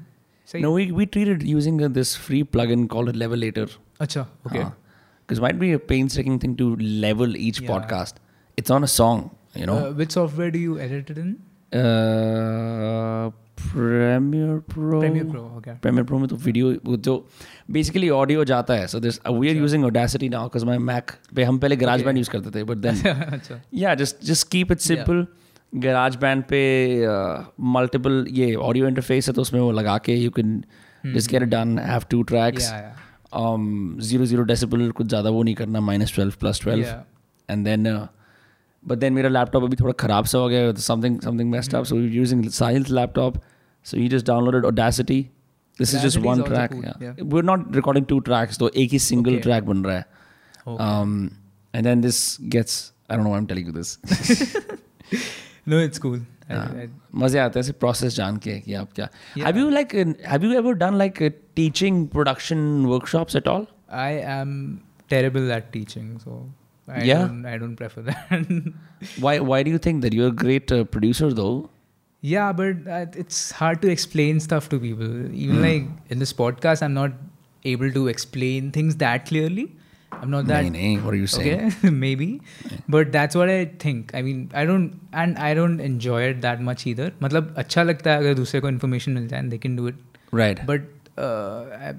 Speaker 2: say,
Speaker 1: no we we treated using uh, this free plugin called a levelator
Speaker 2: Acha, okay,
Speaker 1: Ah, Because it might be a painstaking thing to level each
Speaker 2: Yeah.
Speaker 1: podcast. It's on a song, you know.
Speaker 2: uh, which software do you edit it in?
Speaker 1: Uh, Premiere Pro.
Speaker 2: Premiere Pro, okay.
Speaker 1: Premiere Pro में तो video वो जो basically audio जाता है. So there's uh, we are using Audacity now because my Mac पे हम पहले GarageBand use करते थे, but then
Speaker 2: Acha,
Speaker 1: yeah, just just keep it simple. GarageBand पे uh, multiple ये audio interface है तो उसमें वो लगा के you can
Speaker 2: Hmm.
Speaker 1: just get it done. Have two
Speaker 2: yeah,
Speaker 1: tracks.
Speaker 2: yeah,
Speaker 1: zero zero decibel कुछ ज़्यादा वो नहीं करना minus twelve plus twelve
Speaker 2: Yeah.
Speaker 1: And then but then uh, मेरा लैपटॉप अभी थोड़ा ख़राब सा हो गया something something best
Speaker 2: Mm.
Speaker 1: Up so using science laptop so you just downloaded Audacity this is just
Speaker 2: Audacity is
Speaker 1: one
Speaker 2: also
Speaker 1: track
Speaker 2: cool, yeah.
Speaker 1: We are not recording two tracks तो एक ही single
Speaker 2: Okay.
Speaker 1: Track बन रहा
Speaker 2: Okay.
Speaker 1: है and then this gets I don't know I am telling you this
Speaker 2: No, it's cool. I,
Speaker 1: Ah.
Speaker 2: I,
Speaker 1: मज़े आते हैं ऐसे प्रोसेस जान के कि आप क्या
Speaker 2: Yeah.
Speaker 1: Have you like have you ever done like teaching production workshops at all
Speaker 2: I am terrible at teaching, so I
Speaker 1: Yeah.
Speaker 2: don't, I don't prefer that.
Speaker 1: Why why do you think that you're a great uh, producer though?
Speaker 2: yeah, but uh, it's hard to explain stuff to people. Even like in this podcast, I'm not able to explain things that clearly. I'm not that
Speaker 1: Nahin, nahin, what are you saying?
Speaker 2: okay maybe but that's what i think i mean i don't and i don't enjoy it that much either मतलब अच्छा लगता है अगर दूसरे को information मिल जाए they can do it
Speaker 1: Right.
Speaker 2: but uh, I,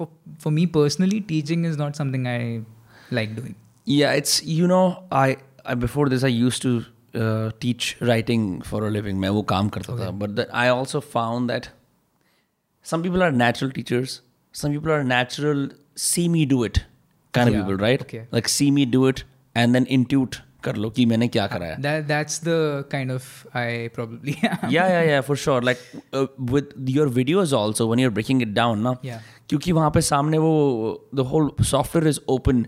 Speaker 2: for for me personally teaching is not something i like doing
Speaker 1: yeah, it's you know I, I before this I used to uh, teach writing for a living. मैं वो काम करता था. But that I also found that some people are natural teachers. Some people are natural see me do it kind of
Speaker 2: Yeah,
Speaker 1: people, right?
Speaker 2: okay.
Speaker 1: Like see me do it and then intuit कर लो कि मैंने क्या करा है.
Speaker 2: that that's the kind of i probably am
Speaker 1: yeah yeah yeah for sure like uh, with your videos also when you're breaking it down now
Speaker 2: Yeah.
Speaker 1: क्योंकि वहाँ पे सामने वो the whole software is open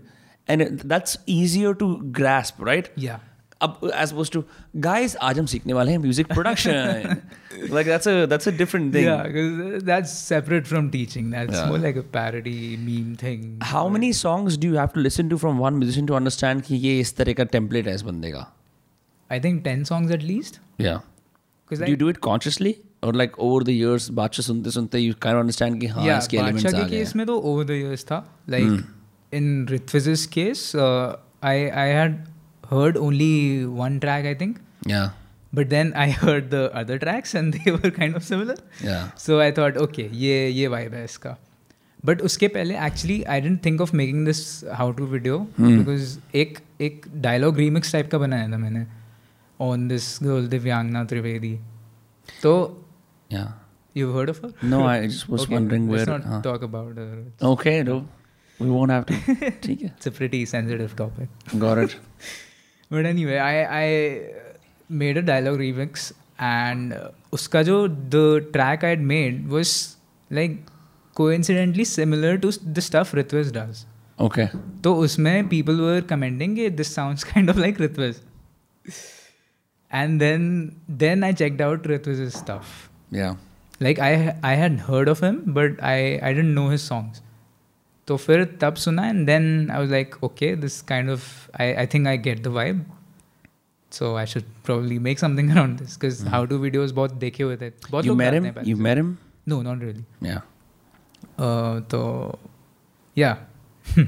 Speaker 1: and it- that's easier to grasp right
Speaker 2: yeah
Speaker 1: up as opposed to guys आज हम सीखने वाले हैं music production like that's a that's a different thing
Speaker 2: yeah 'cause uh, that's separate from teaching that's
Speaker 1: Yeah.
Speaker 2: more like a parody meme thing
Speaker 1: how many songs do you have to listen to from one musician to understand कि ये इस तरह का template है इस बंदे का
Speaker 2: i think 10 songs at least
Speaker 1: yeah
Speaker 2: 'Cause
Speaker 1: do you do it consciously or like over the years बादशाह सुनते सुनते you kind of understand कि हाँ
Speaker 2: या
Speaker 1: इसके
Speaker 2: बादशाह
Speaker 1: elements Hmm. आ
Speaker 2: के
Speaker 1: गए
Speaker 2: केस में तो ओवर द इयर्स था like in Ritviz's case I I had heard only one track i think
Speaker 1: हैं. yeah
Speaker 2: but then i heard the other tracks and they were kind of similar
Speaker 1: yeah
Speaker 2: so i thought okay ये ये vibe है इसका but उसके पहले actually I didn't think of making this how to video
Speaker 1: Hmm.
Speaker 2: Because एक एक dialogue remix type का बनाया था मैंने ऑन दिस गर्ल दिव्यांगना त्रिवेदी तो
Speaker 1: Yeah.
Speaker 2: You heard of her
Speaker 1: No, I just was
Speaker 2: Okay,
Speaker 1: wondering
Speaker 2: let's
Speaker 1: where. हाँ।
Speaker 2: not
Speaker 1: huh.
Speaker 2: talk about her.
Speaker 1: Okay, no, we won't have to. ठीक है.
Speaker 2: It's a pretty sensitive topic.
Speaker 1: Got it.
Speaker 2: But anyway, I I uh, made a dialogue remix and uh, उसका जो the track I had made was like coincidentally similar to the stuff Ritviz does.
Speaker 1: Okay.
Speaker 2: तो उसमें people were commenting कि this sounds kind of like Ritviz. And then then I checked out Ritviz's stuff.
Speaker 1: Yeah.
Speaker 2: Like I I had heard of him but I I dent know his songs तो फिर तब सुना and then I was like okay this kind of I I think I get the vibe so I should probably make something around this because how do videos बहुत देखे हुए थे बहुत
Speaker 1: Hmm. you
Speaker 2: लोग
Speaker 1: met
Speaker 2: करते
Speaker 1: him.
Speaker 2: हैं पहले
Speaker 1: You met him.
Speaker 2: से। no not really
Speaker 1: Yeah.
Speaker 2: uh, तो yeah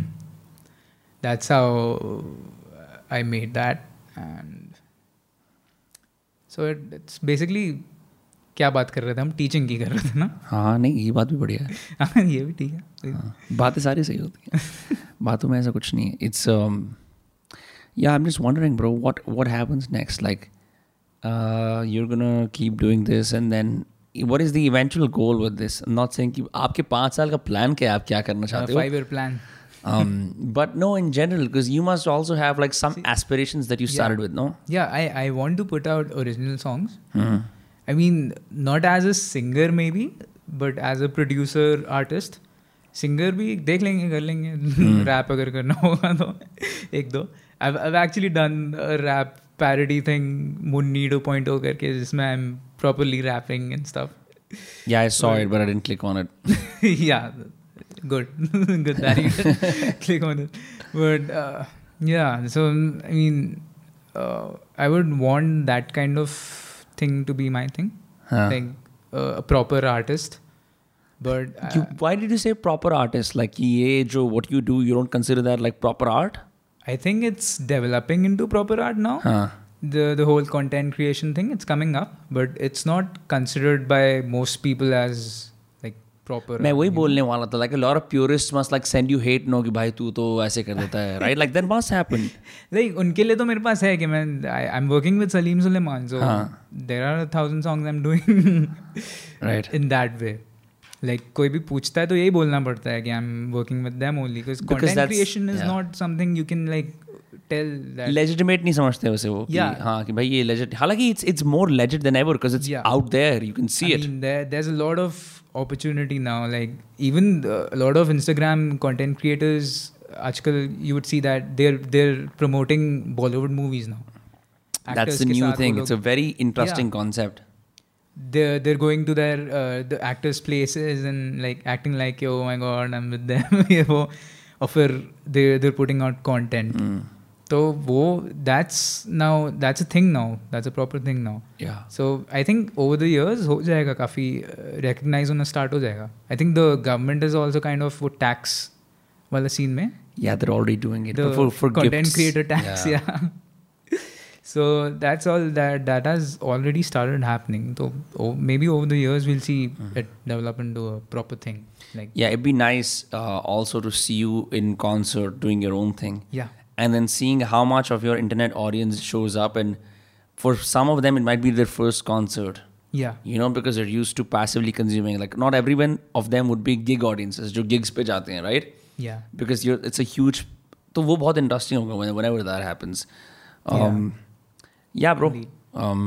Speaker 2: that's how I made that and so it, it's basically क्या बात कर रहे थे हम टीचिंग की कर रहे थे ना
Speaker 1: हाँ हाँ नहीं ये बात भी बढ़िया है
Speaker 2: हाँ, ये भी ठीक है
Speaker 1: हाँ, बातें सारी सही होती हैं बातों में ऐसा कुछ नहीं है um, इट्स या I am just wondering bro uh, what what happens next like you are gonna keep doing this and then what is the eventual goal with this? I'm not saying कि आपके पाँच साल का plan क्या है आप क्या करना चाहते हो
Speaker 2: five year Uh, plan.
Speaker 1: um, but no in general because you must also have like some aspirations that you started with no
Speaker 2: Yeah, I, I want to put out original songs.
Speaker 1: Hmm.
Speaker 2: I mean, not as a singer maybe, but as a producer artist. Singer भी देख लेंगे कर
Speaker 1: Hmm.
Speaker 2: लेंगे rap अगर करना होगा तो एक दो I actually done rap parody thing Munni डो पॉइंट करके जिसमें I am properly rapping and stuff
Speaker 1: yeah I saw it but I didn't click on it
Speaker 2: yeah, good, good that you click on it. But uh, yeah, so I mean, uh, I would want that kind of thing to be my thing,
Speaker 1: Huh.
Speaker 2: like uh, a proper artist. But uh, I-
Speaker 1: you, why did you say proper artist like ye jo what you do you don't consider that like proper art
Speaker 2: I think it's developing into proper art now.
Speaker 1: huh
Speaker 2: The the whole content creation thing, it's coming up, but it's not considered by most people as like proper.
Speaker 1: मैं
Speaker 2: art.
Speaker 1: वही बोलने वाला था like a lot of purists must like send you hate no कि भाई तू तो ऐसे कर देता है right like that must happen
Speaker 2: like उनके लिए तो मेरे पास है कि मैं I am working with Salim Sulaiman so
Speaker 1: हाँ.
Speaker 2: There are thousand songs I am doing
Speaker 1: Right.
Speaker 2: In that way like कोई भी पूछता है तो यही बोलना पड़ता है कि I am working with them only because
Speaker 1: Because
Speaker 2: content
Speaker 1: that's-
Speaker 2: creation is
Speaker 1: yeah.
Speaker 2: Not something you can like tell that
Speaker 1: legitimate नहीं समझते उसे वो कि
Speaker 2: Yeah.
Speaker 1: हाँ कि भाई ये legit हालांकि it's it's more legit than ever because it's
Speaker 2: Yeah.
Speaker 1: out there you can see
Speaker 2: I
Speaker 1: it
Speaker 2: mean, there, there's a lot of opportunity now. Like even the, a lot of Instagram content creators, आजकल you would see that they're they're promoting Bollywood movies now.
Speaker 1: that's
Speaker 2: Actors
Speaker 1: the
Speaker 2: के
Speaker 1: new
Speaker 2: साथ वो
Speaker 1: thing
Speaker 2: लोग-
Speaker 1: it's a very interesting concept
Speaker 2: they're they're going to their uh, the actors' places and like acting like oh my god I'm with them you know, offer they they're putting out content.
Speaker 1: Hmm.
Speaker 2: So wo, that's now that's a thing now that's a proper thing now.
Speaker 1: yeah
Speaker 2: So I think over the years हो जाएगा काफी uh, recognize होना start हो जाएगा. I think the government is also kind of वो tax वाला scene में
Speaker 1: yeah they're already doing it
Speaker 2: the
Speaker 1: but for for
Speaker 2: content
Speaker 1: gifts.
Speaker 2: creator tax yeah, so that's all that that has already started happening so oh, maybe over the years we'll see
Speaker 1: Mm-hmm.
Speaker 2: it develop into a proper thing like
Speaker 1: yeah it'd be nice uh, also to see you in concert doing your own thing
Speaker 2: yeah
Speaker 1: and then seeing how much of your internet audience shows up and for some of them it might be their first concert
Speaker 2: yeah
Speaker 1: you know because they're used to passively consuming like not everyone of them would be gig audiences जो gigs पे जाते हैं right
Speaker 2: yeah
Speaker 1: because you're it's a huge तो वो बहुत interesting होगा when- whenever that happens um, yeah. bro um,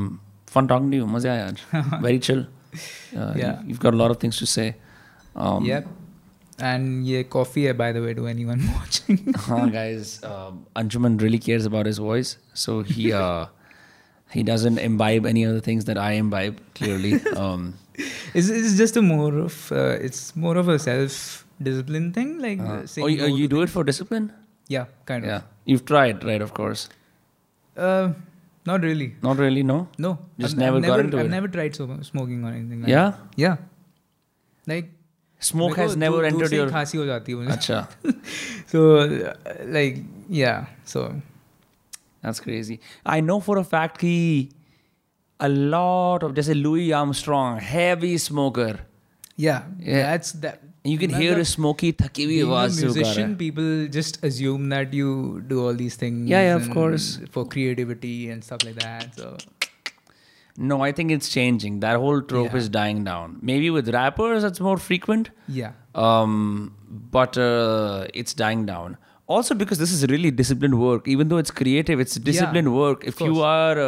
Speaker 1: fun talking to you मजा आया आज very chill uh,
Speaker 2: Yeah.
Speaker 1: you've got a lot of things to say um,
Speaker 2: yep and yeah coffee by the way to anyone watching
Speaker 1: huh, guys, um, Anjuman really cares about his voice, so he uh, he doesn't imbibe any of the things that I imbibe. Clearly, um,
Speaker 2: it's, it's just a more of uh, it's more of a self discipline thing like
Speaker 1: uh,
Speaker 2: uh, saying
Speaker 1: oh, you,
Speaker 2: no
Speaker 1: you
Speaker 2: to
Speaker 1: do it for discipline.
Speaker 2: thi- yeah kind
Speaker 1: Yeah,
Speaker 2: of
Speaker 1: you've tried, right? Of course,
Speaker 2: uh, not really
Speaker 1: not really. No.
Speaker 2: No,
Speaker 1: Just
Speaker 2: I've,
Speaker 1: never
Speaker 2: I've
Speaker 1: got
Speaker 2: never,
Speaker 1: into
Speaker 2: I've
Speaker 1: it.
Speaker 2: never tried so- smoking or anything. Like
Speaker 1: Yeah?
Speaker 2: that. yeah. Like
Speaker 1: Smoke
Speaker 2: मेरे को
Speaker 1: has never
Speaker 2: दूर- दूर
Speaker 1: entered
Speaker 2: से ही
Speaker 1: your.
Speaker 2: खांसी हो जाती है मुझे.
Speaker 1: Acha,
Speaker 2: So uh, like yeah, so
Speaker 1: that's crazy. I know for a fact he a lot of just Louis Armstrong, heavy smoker.
Speaker 2: yeah,
Speaker 1: Yeah.
Speaker 2: that's that.
Speaker 1: You can
Speaker 2: मैं
Speaker 1: hear
Speaker 2: तो-
Speaker 1: his smoky, thaki
Speaker 2: Being
Speaker 1: bhi
Speaker 2: a
Speaker 1: आवाज से वो गा रहा है.
Speaker 2: musician, people just assume that you do all these things.
Speaker 1: Yeah, yeah, of
Speaker 2: and-
Speaker 1: course.
Speaker 2: For creativity and stuff like that. So
Speaker 1: No, I think it's changing. That whole trope is dying down. Maybe with rappers, it's more frequent,
Speaker 2: yeah,
Speaker 1: um, but uh, it's dying down. Also, because this is really disciplined work. Even though it's creative, it's disciplined work. If you are uh,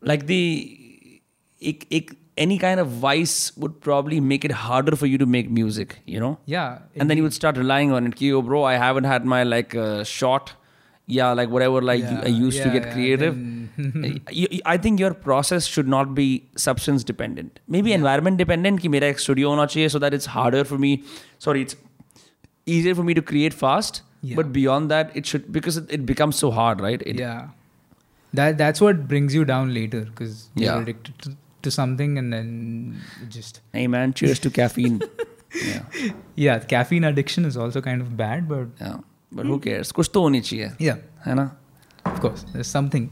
Speaker 1: like the ik, ik, any kind of vice would probably make it harder for you to make music. You know
Speaker 2: yeah.
Speaker 1: and then you would start relying on it. Ki, "Oh, bro, I haven't had my like uh, shot. Yeah, like whatever. Like you- I
Speaker 2: Yeah,
Speaker 1: used to
Speaker 2: yeah,
Speaker 1: get
Speaker 2: yeah,
Speaker 1: creative. You- you- I think your process should not be substance dependent. Maybe environment dependent. Ki mera ek studio hona chahiye so that it's harder for me. Sorry, it's easier for me to create fast.
Speaker 2: Yeah.
Speaker 1: But beyond that, it should because it, it becomes so hard, right? It,
Speaker 2: yeah, that that's what brings you down later because you're
Speaker 1: Yeah.
Speaker 2: addicted to, to something and then it just
Speaker 1: Hey man, cheers to caffeine. yeah,
Speaker 2: yeah caffeine addiction is also kind of bad but
Speaker 1: yeah. But who cares? कुछ तो होनी चाहिए,
Speaker 2: yeah
Speaker 1: है ना?
Speaker 2: of course there's something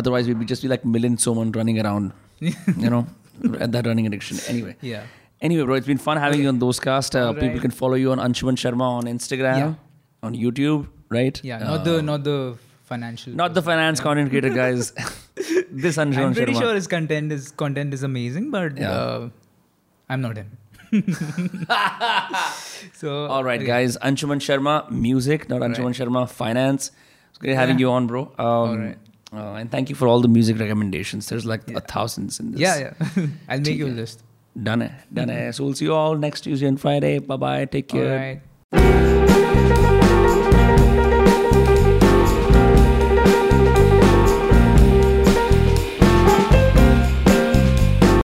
Speaker 1: Otherwise, we'd be just be like Milan Soman running around, you know, at that running addiction. Anyway,
Speaker 2: yeah
Speaker 1: anyway, bro, it's been fun having you on those cast. Uh,
Speaker 2: Alright.
Speaker 1: People can follow you on Anshuman Sharma on Instagram,
Speaker 2: Yeah.
Speaker 1: on YouTube, right?
Speaker 2: yeah
Speaker 1: Uh,
Speaker 2: not the not the financial
Speaker 1: not the finance content creator guys. this Anshuman
Speaker 2: I'm pretty
Speaker 1: Sharma.
Speaker 2: sure his content is content is amazing, but
Speaker 1: Yeah.
Speaker 2: uh, I'm not him. so
Speaker 1: All right,
Speaker 2: okay.
Speaker 1: guys. Anshuman Sharma, music, not Anshuman Sharma, finance. It's great having
Speaker 2: Yeah.
Speaker 1: you on, bro. Um,
Speaker 2: All right.
Speaker 1: uh, and thank you for all the music recommendations. There's like a thousands in this.
Speaker 2: Yeah, yeah. I'll make
Speaker 1: Theek hai.
Speaker 2: you a list.
Speaker 1: Done it. Done it. So we'll see you all next Tuesday and Friday. Bye bye. Take
Speaker 2: All
Speaker 1: care.
Speaker 2: right.
Speaker 3: Thank